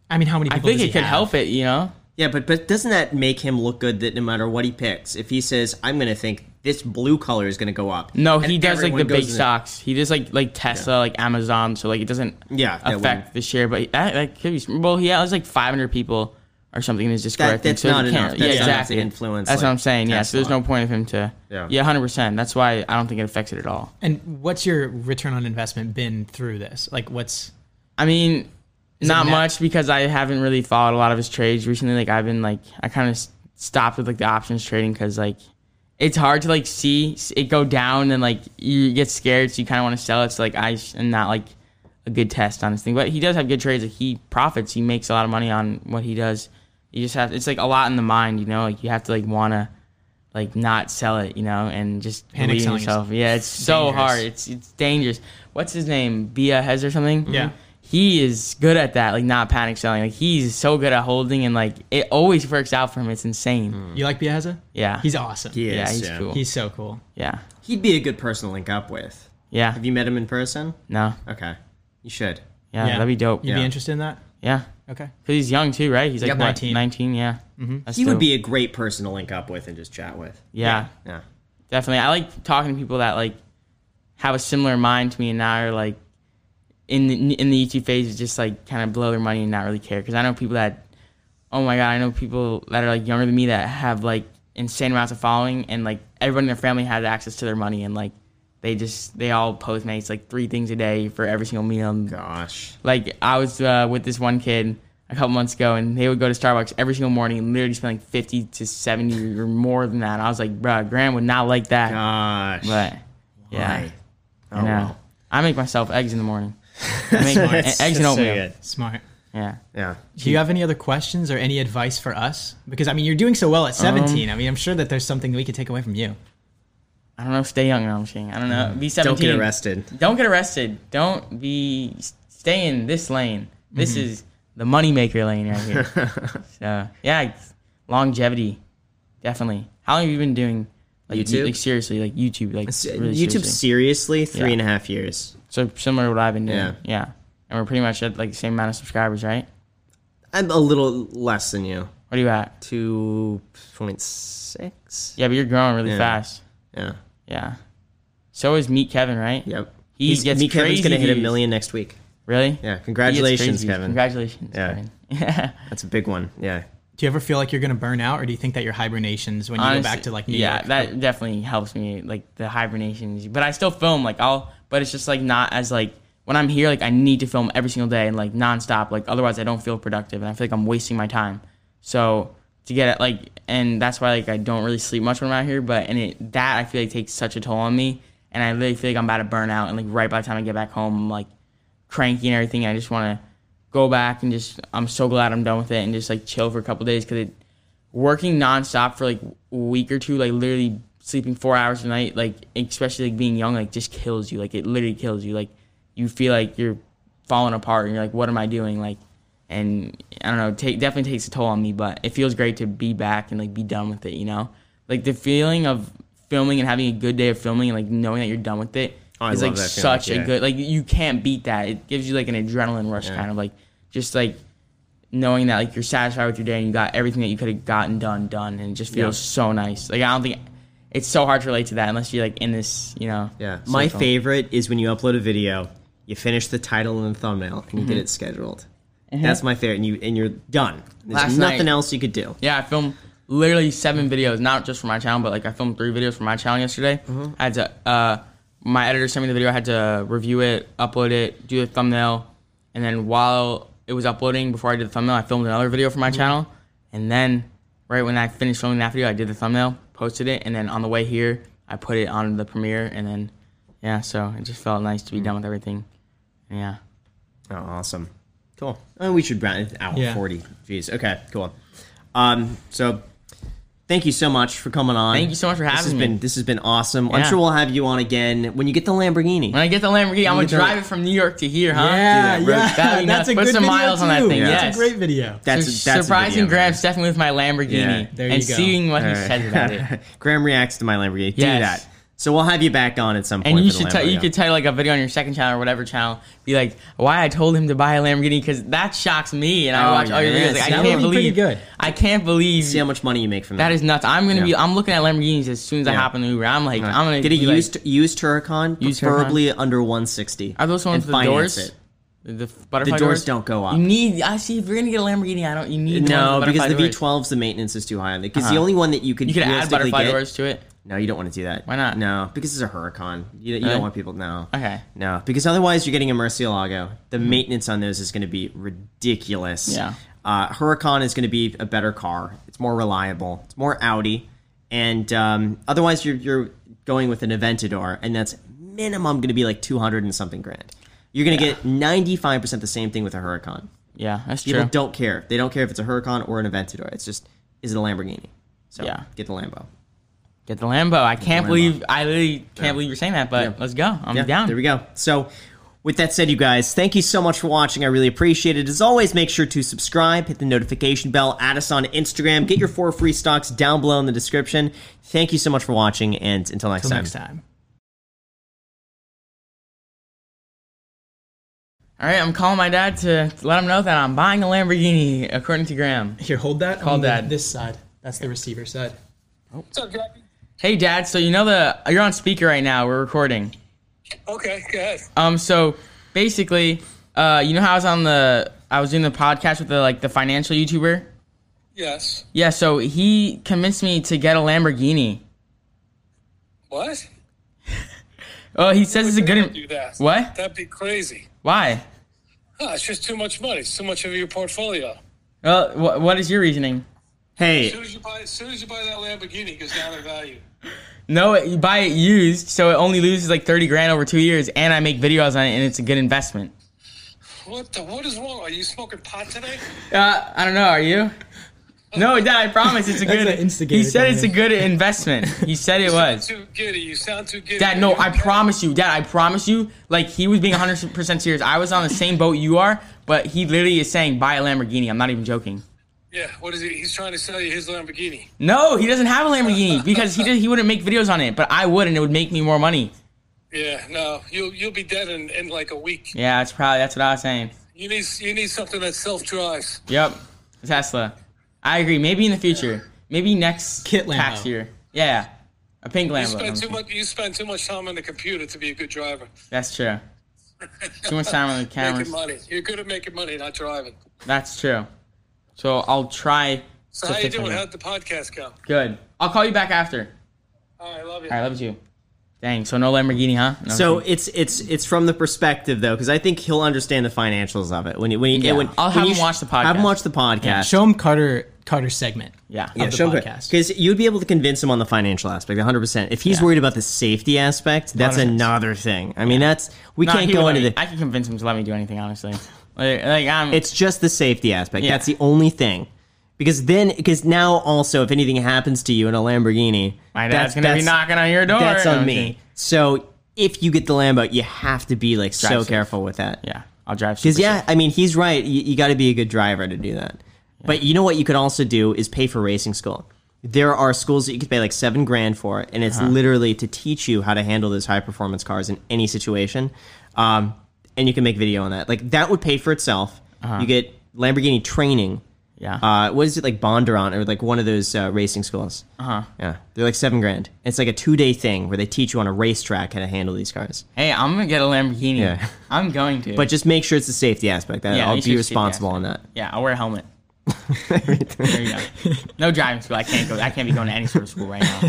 Speaker 3: I mean, how many?
Speaker 1: I
Speaker 3: People
Speaker 1: think
Speaker 3: does
Speaker 1: it
Speaker 3: he
Speaker 1: could
Speaker 3: have?
Speaker 1: help it, you know.
Speaker 2: Yeah, but but doesn't that make him look good that no matter what he picks, if he says I'm going to think this blue color is going to go up.
Speaker 1: No,
Speaker 2: and
Speaker 1: he does like
Speaker 2: everyone
Speaker 1: the
Speaker 2: goes
Speaker 1: big
Speaker 2: in
Speaker 1: stocks. He does like like Tesla, like Amazon. So like it doesn't
Speaker 2: Yeah, that
Speaker 1: affect the share. But that, that could be well. He has like 500 people or something in his Discord. I
Speaker 2: That-
Speaker 1: think,
Speaker 2: that's
Speaker 1: so he
Speaker 2: not enough.
Speaker 1: can't-
Speaker 2: That's
Speaker 1: yeah,
Speaker 2: not enough to
Speaker 1: exactly.
Speaker 2: influence,
Speaker 1: That's what
Speaker 2: like,
Speaker 1: I'm saying. Yeah, so there's
Speaker 2: Tesla.
Speaker 1: no point of him to.
Speaker 2: Yeah.
Speaker 1: Yeah, 100. percent That's why I don't think it affects it at all.
Speaker 3: And what's your return on investment been through this? Like, what's
Speaker 1: I mean,
Speaker 3: it
Speaker 1: not
Speaker 3: net?
Speaker 1: much because I haven't really followed a lot of his trades recently. Like I've been like I kind of stopped with like the options trading because like it's hard to like see s- it go down and like you get scared, so you kind of want to sell it. So like I s- am not like a good test on this thing, but he does have good trades. Like he profits, he makes a lot of money on what he does. You just have it's like a lot in the mind, you know. Like you have to like want to like not sell it, you know, and just
Speaker 3: Panic
Speaker 1: believe in
Speaker 3: selling is
Speaker 1: yourself. Yeah, it's so
Speaker 3: dangerous.
Speaker 1: hard. It's it's dangerous. What's his name? Bia Hez or something?
Speaker 3: Yeah.
Speaker 1: He is good at that, like not panic selling. Like he's so good at holding and like it always works out for him. It's insane.
Speaker 3: you like Piazza?
Speaker 1: Yeah.
Speaker 3: Mm. he's awesome.
Speaker 2: He is,
Speaker 1: Yeah, he's
Speaker 2: yeah.
Speaker 1: cool.
Speaker 3: he's so cool.
Speaker 1: yeah.
Speaker 2: He'd be a good person to link up with.
Speaker 1: Yeah.
Speaker 2: Have you met him in person?
Speaker 1: no.
Speaker 2: Okay. You should.
Speaker 1: Yeah, that'd be dope.
Speaker 3: You'd
Speaker 1: Yeah.
Speaker 3: be
Speaker 2: Yeah.
Speaker 3: interested in that?
Speaker 1: 'Cause
Speaker 3: Okay.
Speaker 1: he's young too, right? He's like
Speaker 3: Yeah,
Speaker 1: what,
Speaker 3: 19.
Speaker 1: 19, yeah. Mm-hmm.
Speaker 2: he would be a great person to link up with and just chat with.
Speaker 1: yeah.
Speaker 2: Yeah.
Speaker 1: definitely. I like talking to people that like have a similar mind to me and now are like in the in the YouTube phase is just like kind of blow their money and not really care. Because I know people that, oh my god, I know people that are like younger than me that have like insane amounts of following and like everyone in their family has access to their money and like they just they all post mates like three things a day for every single meal. And,
Speaker 2: Gosh.
Speaker 1: like I was uh, with this one kid a couple months ago, and they would go to Starbucks every single morning and literally spend like fifty to seventy or more than that. And I was like, bruh, Graham would not like that.
Speaker 2: Gosh.
Speaker 1: But yeah,
Speaker 2: Why? Oh,
Speaker 1: I know.
Speaker 2: well.
Speaker 1: I make myself eggs in the morning. I make my, eggs and
Speaker 2: So
Speaker 1: oatmeal.
Speaker 2: good.
Speaker 3: Smart.
Speaker 1: yeah.
Speaker 2: Yeah.
Speaker 3: Do you have any other questions or any advice for us? Because I mean, you're doing so well at
Speaker 1: Um,
Speaker 3: 17. I mean, I'm sure that there's something we could take away from you.
Speaker 1: I don't know. Stay young. No, I'm kidding. I don't know. Be seventeen.
Speaker 2: Don't get arrested.
Speaker 1: Don't get arrested. Don't be stay in this lane. This
Speaker 2: Mm-hmm.
Speaker 1: is the moneymaker lane right here. so yeah, it's- longevity, definitely. How long have you been doing like
Speaker 2: YouTube? uh,
Speaker 1: like seriously like YouTube like really
Speaker 2: YouTube
Speaker 1: seriously?
Speaker 2: seriously, three
Speaker 1: Yeah.
Speaker 2: and a half years.
Speaker 1: So similar to what I've been doing.
Speaker 2: Yeah.
Speaker 1: Yeah. And we're pretty much at like the same amount of subscribers, right?
Speaker 2: I'm a little less than you.
Speaker 1: What are you at?
Speaker 2: Two point six.
Speaker 1: Yeah, but you're growing really
Speaker 2: Yeah.
Speaker 1: fast.
Speaker 2: Yeah.
Speaker 1: Yeah. So is Meet Kevin, right?
Speaker 2: Yep.
Speaker 1: He gets
Speaker 2: me, Kevin's
Speaker 1: crazy
Speaker 2: gonna hit a
Speaker 1: views.
Speaker 2: million next week.
Speaker 1: Really?
Speaker 2: Yeah.
Speaker 1: He gets
Speaker 2: Congratulations,
Speaker 1: crazy.
Speaker 2: Kevin.
Speaker 1: Congratulations,
Speaker 2: Yeah.
Speaker 1: Kevin. Yeah.
Speaker 2: That's a big one. Yeah.
Speaker 3: Do you ever feel like you're going to burn out, or do you think that your hibernations when you go back
Speaker 1: Honestly,
Speaker 3: to like New
Speaker 1: yeah,
Speaker 3: York?
Speaker 1: that definitely helps me like the hibernations. But I still film like I'll, but it's just like not as like when I'm here like I need to film every single day and like nonstop. Like otherwise I don't feel productive and I feel like I'm wasting my time. So to get it like and that's why like I don't really sleep much when I'm out here. But and it that I feel like takes such a toll on me and I literally feel like I'm about to burn out and like right by the time I get back home I'm like cranky and everything. I just want to go back and just I'm so glad I'm done with it and just like chill for a couple days because it working nonstop for like a week or two, like literally sleeping four hours a night, like especially like being young, like just kills you. Like it literally kills you. Like you feel like you're falling apart and you're like, what am I doing? Like, and I don't know, take definitely takes a toll on me, but it feels great to be back and like be done with it. You know, like the feeling of filming and having a good day of filming and like knowing that you're done with it is
Speaker 2: Oh, I love
Speaker 1: like
Speaker 2: that feeling,
Speaker 1: such
Speaker 2: yeah.
Speaker 1: a good like you can't beat that. It gives you like an adrenaline rush, kind of like just like knowing that like you're satisfied with your day and you got everything that you could have gotten done done and it just feels so nice like i don't think it's so hard to relate to that unless you're like in this you know
Speaker 2: Yeah. My
Speaker 1: social-
Speaker 2: favorite is when you upload a video, you finish the title and the thumbnail, and you
Speaker 1: Mm-hmm.
Speaker 2: get it scheduled. That's my favorite, and you and you're done. There's
Speaker 1: Last
Speaker 2: nothing
Speaker 1: night-
Speaker 2: else you could do.
Speaker 1: yeah i filmed literally seven videos not just for my channel but like i filmed three videos for my channel yesterday
Speaker 2: Mm-hmm.
Speaker 1: i had to uh my editor sent me the video i had to review it upload it do the thumbnail and then while it was uploading before i did the thumbnail i filmed another video for my
Speaker 2: Mm-hmm.
Speaker 1: channel and then right when i finished filming that video i did the thumbnail posted it and then on the way here i put it on the premiere and then yeah so it just felt nice to
Speaker 2: Mm.
Speaker 1: be done with everything yeah
Speaker 2: Oh, awesome. Cool. Oh, we should round it out
Speaker 3: Yeah.
Speaker 2: 40. Jeez. Okay, cool. Um, so thank you so much for coming on.
Speaker 1: Thank you so much for
Speaker 2: This
Speaker 1: having
Speaker 2: has
Speaker 1: me.
Speaker 2: Been, this has been awesome. I'm
Speaker 1: Yeah.
Speaker 2: sure we'll have you on again when you get the Lamborghini.
Speaker 1: when i get the lamborghini i'm gonna
Speaker 2: get the-
Speaker 1: drive it from new york to here huh
Speaker 3: yeah,
Speaker 2: do that,
Speaker 3: yeah,
Speaker 2: bro.
Speaker 1: That'd be
Speaker 3: that's
Speaker 1: nuts.
Speaker 3: a
Speaker 1: uh, Put
Speaker 3: good
Speaker 1: some
Speaker 3: video
Speaker 1: miles
Speaker 3: too.
Speaker 1: on that thing,
Speaker 3: That's
Speaker 1: yes.
Speaker 3: a great video.
Speaker 1: That's, surprising
Speaker 2: video, man.
Speaker 1: Graham stepping with my Lamborghini
Speaker 2: Yeah,
Speaker 3: there
Speaker 1: and
Speaker 3: you go.
Speaker 1: seeing what
Speaker 2: All
Speaker 1: he
Speaker 2: right.
Speaker 1: says about it.
Speaker 2: Graham reacts to my Lamborghini. Do
Speaker 1: Yes.
Speaker 2: that. So we'll have you back on at some point.
Speaker 1: And you
Speaker 2: for the
Speaker 1: should tell you
Speaker 2: Lamborghini.
Speaker 1: could tell like a video on your second channel or whatever channel be like why I told him to buy a Lamborghini because that shocks me and I
Speaker 2: Oh,
Speaker 1: watch all your videos
Speaker 2: yes.
Speaker 1: like, I
Speaker 3: That
Speaker 1: can't
Speaker 3: would be pretty
Speaker 1: believe
Speaker 3: good.
Speaker 1: I can't believe
Speaker 2: see how much money you make from
Speaker 1: that
Speaker 2: that.
Speaker 1: is nuts. I'm gonna be
Speaker 2: Yeah.
Speaker 1: I'm looking at Lamborghinis as soon as I
Speaker 2: Yeah.
Speaker 1: hop in the Uber. I'm like
Speaker 2: All right.
Speaker 1: I'm gonna
Speaker 2: get a
Speaker 1: be like,
Speaker 2: used used Turrican,
Speaker 1: Used
Speaker 2: preferably under 160.
Speaker 1: are those the
Speaker 2: and
Speaker 1: ones with the
Speaker 2: finance
Speaker 1: doors?
Speaker 2: it.
Speaker 1: The, the butterfly
Speaker 2: The doors don't go up.
Speaker 1: You need I see if you're gonna get a Lamborghini I don't you need one
Speaker 2: No,
Speaker 1: with
Speaker 2: because the
Speaker 1: butterfly
Speaker 2: V12's
Speaker 1: doors. Uh-huh.
Speaker 2: the maintenance is too high. Because the only one that you could
Speaker 1: you could add
Speaker 2: realistically
Speaker 1: butterfly
Speaker 2: get-
Speaker 1: doors to it.
Speaker 2: No, you don't want to do that.
Speaker 1: Why not?
Speaker 2: No, because it's a Huracan. You, you don't
Speaker 1: Really?
Speaker 2: want people no.
Speaker 1: Okay.
Speaker 2: No, because otherwise you're getting a Murcielago. The maintenance on those is going to be ridiculous.
Speaker 1: Yeah.
Speaker 2: Uh, Huracan is going to be a better car. It's more reliable. It's more Audi, and um, otherwise you're you're going with an Aventador, and that's minimum going to be like two hundred and something grand. You're going to get ninety five percent the same thing with a Huracan.
Speaker 1: Yeah, that's
Speaker 2: People
Speaker 1: true.
Speaker 2: don't care. They don't care if it's a Huracan or an Aventador. It's just is it a Lamborghini? So
Speaker 1: Yeah.
Speaker 2: get the Lambo.
Speaker 1: Get the Lambo. I can't
Speaker 2: Lambo.
Speaker 1: believe I literally can't believe you're saying that, but
Speaker 2: Yeah.
Speaker 1: let's go. I'm
Speaker 2: Yeah,
Speaker 1: down.
Speaker 2: There we go. So, with that said, you guys, thank you so much for watching. I really appreciate it. As always, make sure to subscribe, hit the notification bell, add us on Instagram, get your four free stocks down below in the description. Thank you so much for watching, and until next
Speaker 3: Till
Speaker 2: time.
Speaker 3: next time.
Speaker 1: All right, I'm calling my dad to let him know that I'm buying a Lamborghini, according to Graham.
Speaker 3: Here, hold that.
Speaker 1: Call
Speaker 3: on the-
Speaker 1: dad.
Speaker 3: This side. That's the receiver side.
Speaker 4: What's up, Jackie?
Speaker 1: Hey, Dad. So you know the you're on speaker right now. We're recording.
Speaker 4: Okay, go ahead.
Speaker 1: Um. So basically, uh, you know how I was on the I was doing the podcast with the like the financial YouTuber.
Speaker 4: Yes.
Speaker 1: Yeah. So he convinced me to get a Lamborghini.
Speaker 4: What?
Speaker 1: Oh, he says it's a good.
Speaker 4: do that.
Speaker 1: What?
Speaker 4: That'd be crazy.
Speaker 1: Why?
Speaker 4: Ah, it's just too much money. It's too much of your portfolio.
Speaker 1: Well, wh- what is your reasoning?
Speaker 4: As
Speaker 2: Hey,
Speaker 4: soon as you buy, as soon as you buy that Lamborghini, it goes down in value.
Speaker 1: No, it- you buy it used, so it only loses like thirty grand over two years, and I make videos on it, and it's a good investment.
Speaker 4: What the? What is wrong? Are you smoking pot today?
Speaker 1: Uh, I don't know. Are you? No, Dad, I promise it's a
Speaker 3: That's
Speaker 1: good.
Speaker 3: an instigator
Speaker 1: he said
Speaker 3: down
Speaker 1: it's a good investment. He said it was.
Speaker 4: Sound too giddy. You sound too giddy.
Speaker 1: Dad, no, I promise you. Dad, I promise you. Like he was being 100 percent serious. I was on the same boat you are, but he literally is saying buy a Lamborghini. I'm not even joking.
Speaker 4: Yeah. What is he? He's trying to sell you his Lamborghini.
Speaker 1: No, he doesn't have a Lamborghini because he did, he wouldn't make videos on it, but I would, and it would make me more money.
Speaker 4: Yeah. No. You'll you'll be dead in, in like a week.
Speaker 1: Yeah, that's probably that's what I was saying.
Speaker 4: You need you need something that self drives.
Speaker 1: Yep, Tesla. I agree. Maybe in the future. Maybe next
Speaker 3: Kit Lambo.
Speaker 1: tax year. Yeah, a pink
Speaker 4: You
Speaker 1: Lambo.
Speaker 4: spend too much. You spend too much time on the computer to be a good driver.
Speaker 1: That's true. Too much time on the cameras.
Speaker 4: Making money. You're good at making money, not driving.
Speaker 1: That's true. So I'll try.
Speaker 4: So
Speaker 1: to
Speaker 4: how you
Speaker 1: fix my
Speaker 4: doing?
Speaker 1: life.
Speaker 4: How'd the podcast go?
Speaker 1: Good. I'll call you back after.
Speaker 4: All right. Love you.
Speaker 1: All right, love you. Dang. So no Lamborghini, huh? No,
Speaker 2: so
Speaker 1: okay.
Speaker 2: it's it's it's from the perspective though, because I think he'll understand the financials of it when you when you
Speaker 1: Yeah.
Speaker 2: when,
Speaker 1: I'll
Speaker 2: when
Speaker 1: have
Speaker 2: you
Speaker 1: him
Speaker 2: sh-
Speaker 1: watch the podcast.
Speaker 2: Have him watch the podcast.
Speaker 3: Show him Carter Carter segment.
Speaker 1: yeah.
Speaker 3: Yeah.
Speaker 1: yeah.
Speaker 3: the podcast.
Speaker 2: Because you'd be able to convince him on the financial aspect, 100. percent If he's
Speaker 1: Yeah.
Speaker 2: worried about the safety aspect, that's
Speaker 1: 100%.
Speaker 2: another thing. I mean, that's we can't go into the.
Speaker 1: I can convince him to let me do anything. Honestly, like, like I'm.
Speaker 2: It's just the safety aspect.
Speaker 1: Yeah.
Speaker 2: That's the only thing. Because then, because now also, if anything happens to you in a Lamborghini,
Speaker 1: my dad's gonna be knocking on your door.
Speaker 2: That's
Speaker 1: No,
Speaker 2: on
Speaker 1: I'm
Speaker 2: me.
Speaker 1: kidding.
Speaker 2: So if you get the Lambo, you have to be like so
Speaker 1: safe.
Speaker 2: careful with that.
Speaker 1: Yeah, I'll drive.
Speaker 2: Because
Speaker 1: super
Speaker 2: yeah,
Speaker 1: safe.
Speaker 2: I mean, he's right. You, you got to be a good driver to do that. But you know what you could also do is pay for racing school. There are schools that you could pay like seven grand for, and it's
Speaker 1: Uh-huh.
Speaker 2: literally to teach you how to handle those high performance cars in any situation. Um, and you can make video on that. Like that would pay for itself.
Speaker 1: Uh-huh.
Speaker 2: You get Lamborghini training.
Speaker 1: yeah.
Speaker 2: Uh, what is it like Bondurant or like one of those uh, racing schools?
Speaker 1: Uh-huh.
Speaker 2: Uh huh. Yeah, they're like seven grand. It's like a two day thing where they teach you on a racetrack how to handle these cars.
Speaker 1: hey, I'm gonna get a Lamborghini.
Speaker 2: Yeah.
Speaker 1: I'm going to.
Speaker 2: But just make sure it's the safety aspect. I-
Speaker 1: Yeah,
Speaker 2: I'll
Speaker 1: make sure
Speaker 2: be
Speaker 1: it's the safety
Speaker 2: responsible on that.
Speaker 1: yeah, I'll wear a helmet. there you go. No driving school. I can't go. I can't be going to any sort of school right now.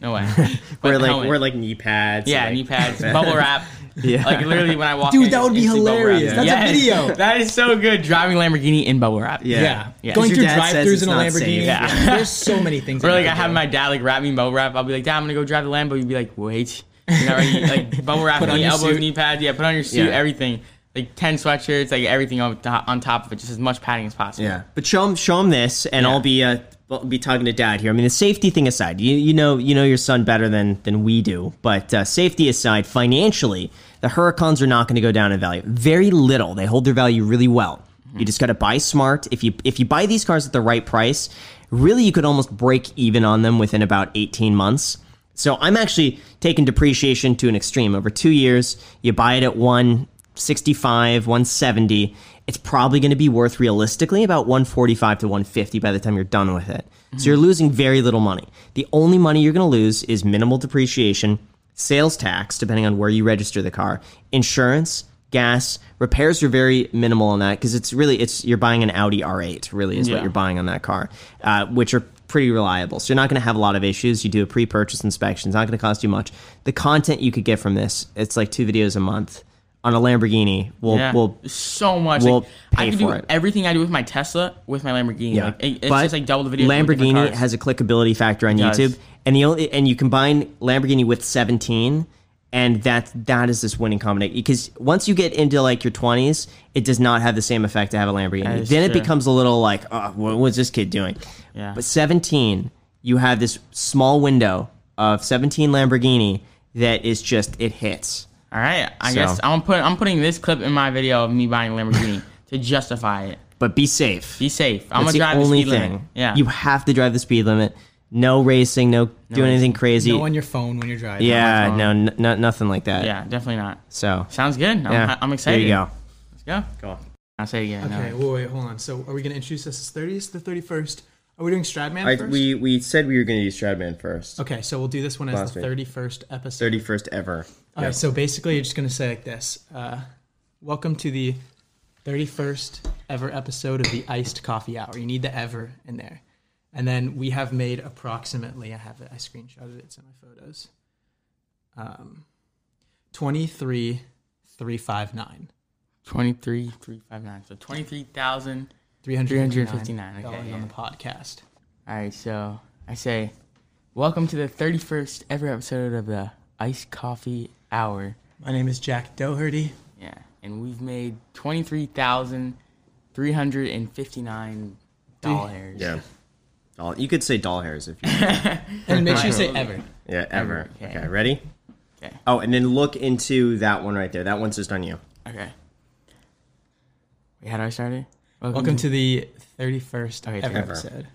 Speaker 1: No way. But
Speaker 2: We're like
Speaker 1: helmet.
Speaker 2: we're like knee pads.
Speaker 1: yeah,
Speaker 2: like-
Speaker 1: knee pads, bubble wrap.
Speaker 2: Yeah.
Speaker 1: Like literally when I walk
Speaker 3: Dude,
Speaker 1: in,
Speaker 3: that would be
Speaker 1: it's the bubble wrap.
Speaker 3: hilarious. That's a video.
Speaker 1: That is so good. Driving Lamborghini in bubble wrap.
Speaker 2: Yeah.
Speaker 3: Yeah.
Speaker 1: Yeah.
Speaker 3: Going
Speaker 2: Your
Speaker 3: through
Speaker 2: dad says
Speaker 3: drive-throughs
Speaker 2: it's
Speaker 3: in a
Speaker 2: not safe.
Speaker 3: Lamborghini.
Speaker 1: Yeah.
Speaker 3: There's so many things.
Speaker 1: Or like
Speaker 3: that
Speaker 1: I have
Speaker 3: do.
Speaker 1: my dad like wrap me in bubble wrap. I'll be like, Dad, I'm gonna go drive the Lambo. You'd be like, Wait, you're not ready. Like bubble wrap,
Speaker 3: Put on
Speaker 1: knee,
Speaker 3: your
Speaker 1: elbows,
Speaker 3: suit.
Speaker 1: knee pads. Yeah, put on your suit,
Speaker 2: Yeah.
Speaker 1: everything. Like ten sweatshirts, like everything on to- on top of it, just as much padding as possible.
Speaker 2: Yeah. But show him show him this, and I'll be uh I'll be talking to dad here. I mean, the safety thing aside, you you know you know your son better than than we do. But uh, safety aside, financially, the Huracans are not going to go down in value. Very little. They hold their value really well.
Speaker 1: Mm-hmm.
Speaker 2: You just got to buy smart. If you if you buy these cars at the right price, really you could almost break even on them within about eighteen months. So I'm actually taking depreciation to an extreme. Over two years, you buy it at 165, 170. It's probably going to be worth realistically about 145 to 150 by the time you're done with it. So you're losing very little money. The only money you're going to lose is minimal depreciation, sales tax, depending on where you register the car, insurance, gas, repairs are very minimal on that because it's really it's you're buying an Audi R8 really is what
Speaker 1: Yeah.
Speaker 2: you're buying buying on that car, uh, which are pretty reliable. So you're not going to have a lot of issues. You do a pre-purchase inspection; it's not going to cost you much. The content you could get from this, it's like two videos a month on a Lamborghini. We'll,
Speaker 1: Yeah.
Speaker 2: we'll
Speaker 1: so much.
Speaker 2: we'll
Speaker 1: like, I
Speaker 2: pay
Speaker 1: can do
Speaker 2: for it.
Speaker 1: everything I do with my Tesla with my Lamborghini.
Speaker 2: yeah.
Speaker 1: Like, it- it's
Speaker 2: but
Speaker 1: just like double the video.
Speaker 2: Lamborghini has a clickability factor on
Speaker 1: does.
Speaker 2: YouTube, and the only and you combine Lamborghini with 17. And that that is this winning combination because once you get into like your twenties, it does not have the same effect to have a Lamborghini.
Speaker 1: is
Speaker 2: Then it
Speaker 1: true.
Speaker 2: becomes a little like, oh, what was this kid doing?
Speaker 1: Yeah.
Speaker 2: But 17, you have this small window of 17 Lamborghini that is just, it hits.
Speaker 1: All right, I
Speaker 2: So.
Speaker 1: guess I'm put I'm putting this clip in my video of me buying a Lamborghini to justify it.
Speaker 2: But be safe.
Speaker 1: Be safe. I'm
Speaker 2: That's
Speaker 1: gonna drive
Speaker 2: the
Speaker 1: the
Speaker 2: only
Speaker 1: speed
Speaker 2: thing.
Speaker 1: limit. Yeah.
Speaker 2: You have to drive the speed limit. No racing, no, doing anything crazy.
Speaker 3: No on your phone when you're driving.
Speaker 2: yeah, no, n- n- nothing like that.
Speaker 1: yeah, definitely not.
Speaker 2: So,
Speaker 1: Sounds good. I'm,
Speaker 2: yeah.
Speaker 1: I'm excited.
Speaker 2: There you go.
Speaker 1: Let's go. Go on. I'll say it again.
Speaker 3: Okay.
Speaker 1: No.
Speaker 3: Well, wait. Hold on. So are we gonna introduce this as 30th to 31st? Are we doing Stradman first?
Speaker 2: we said we were going to do Stradman first.
Speaker 3: okay. So we'll do this one as
Speaker 2: Last
Speaker 3: the
Speaker 2: week.
Speaker 3: 31st episode.
Speaker 2: 31st ever.
Speaker 3: All right, so basically, you're just gonna say like this: uh, "Welcome to the 31st ever episode of the Iced Coffee Hour." You need the "ever" in there, and then we have made approximately. I have it. I screenshotted it. It's in my photos. Um, twenty-three, three, five, nine.
Speaker 1: Twenty-three, three, five, nine. So twenty-three thousand.
Speaker 3: 359
Speaker 1: Okay,
Speaker 3: dollars
Speaker 1: yeah.
Speaker 3: on the podcast.
Speaker 1: All right, so I say, welcome to the thirty-first ever episode of the Iced Coffee Hour.
Speaker 3: My name is Jack Doherty.
Speaker 1: Yeah, and we've made twenty-three thousand three hundred and fifty-nine dollars.
Speaker 2: Yeah. Doll, you could say doll hairs if you.
Speaker 3: And make sure you say ever.
Speaker 2: Yeah, ever.
Speaker 1: Okay.
Speaker 2: Okay, ready?
Speaker 1: Okay.
Speaker 2: Oh, and then look into that one right there. That one's just on you.
Speaker 1: Okay. Wait, how do I start it?
Speaker 3: Welcome to the 31st
Speaker 1: Okay,
Speaker 3: ever
Speaker 2: ever.
Speaker 3: episode.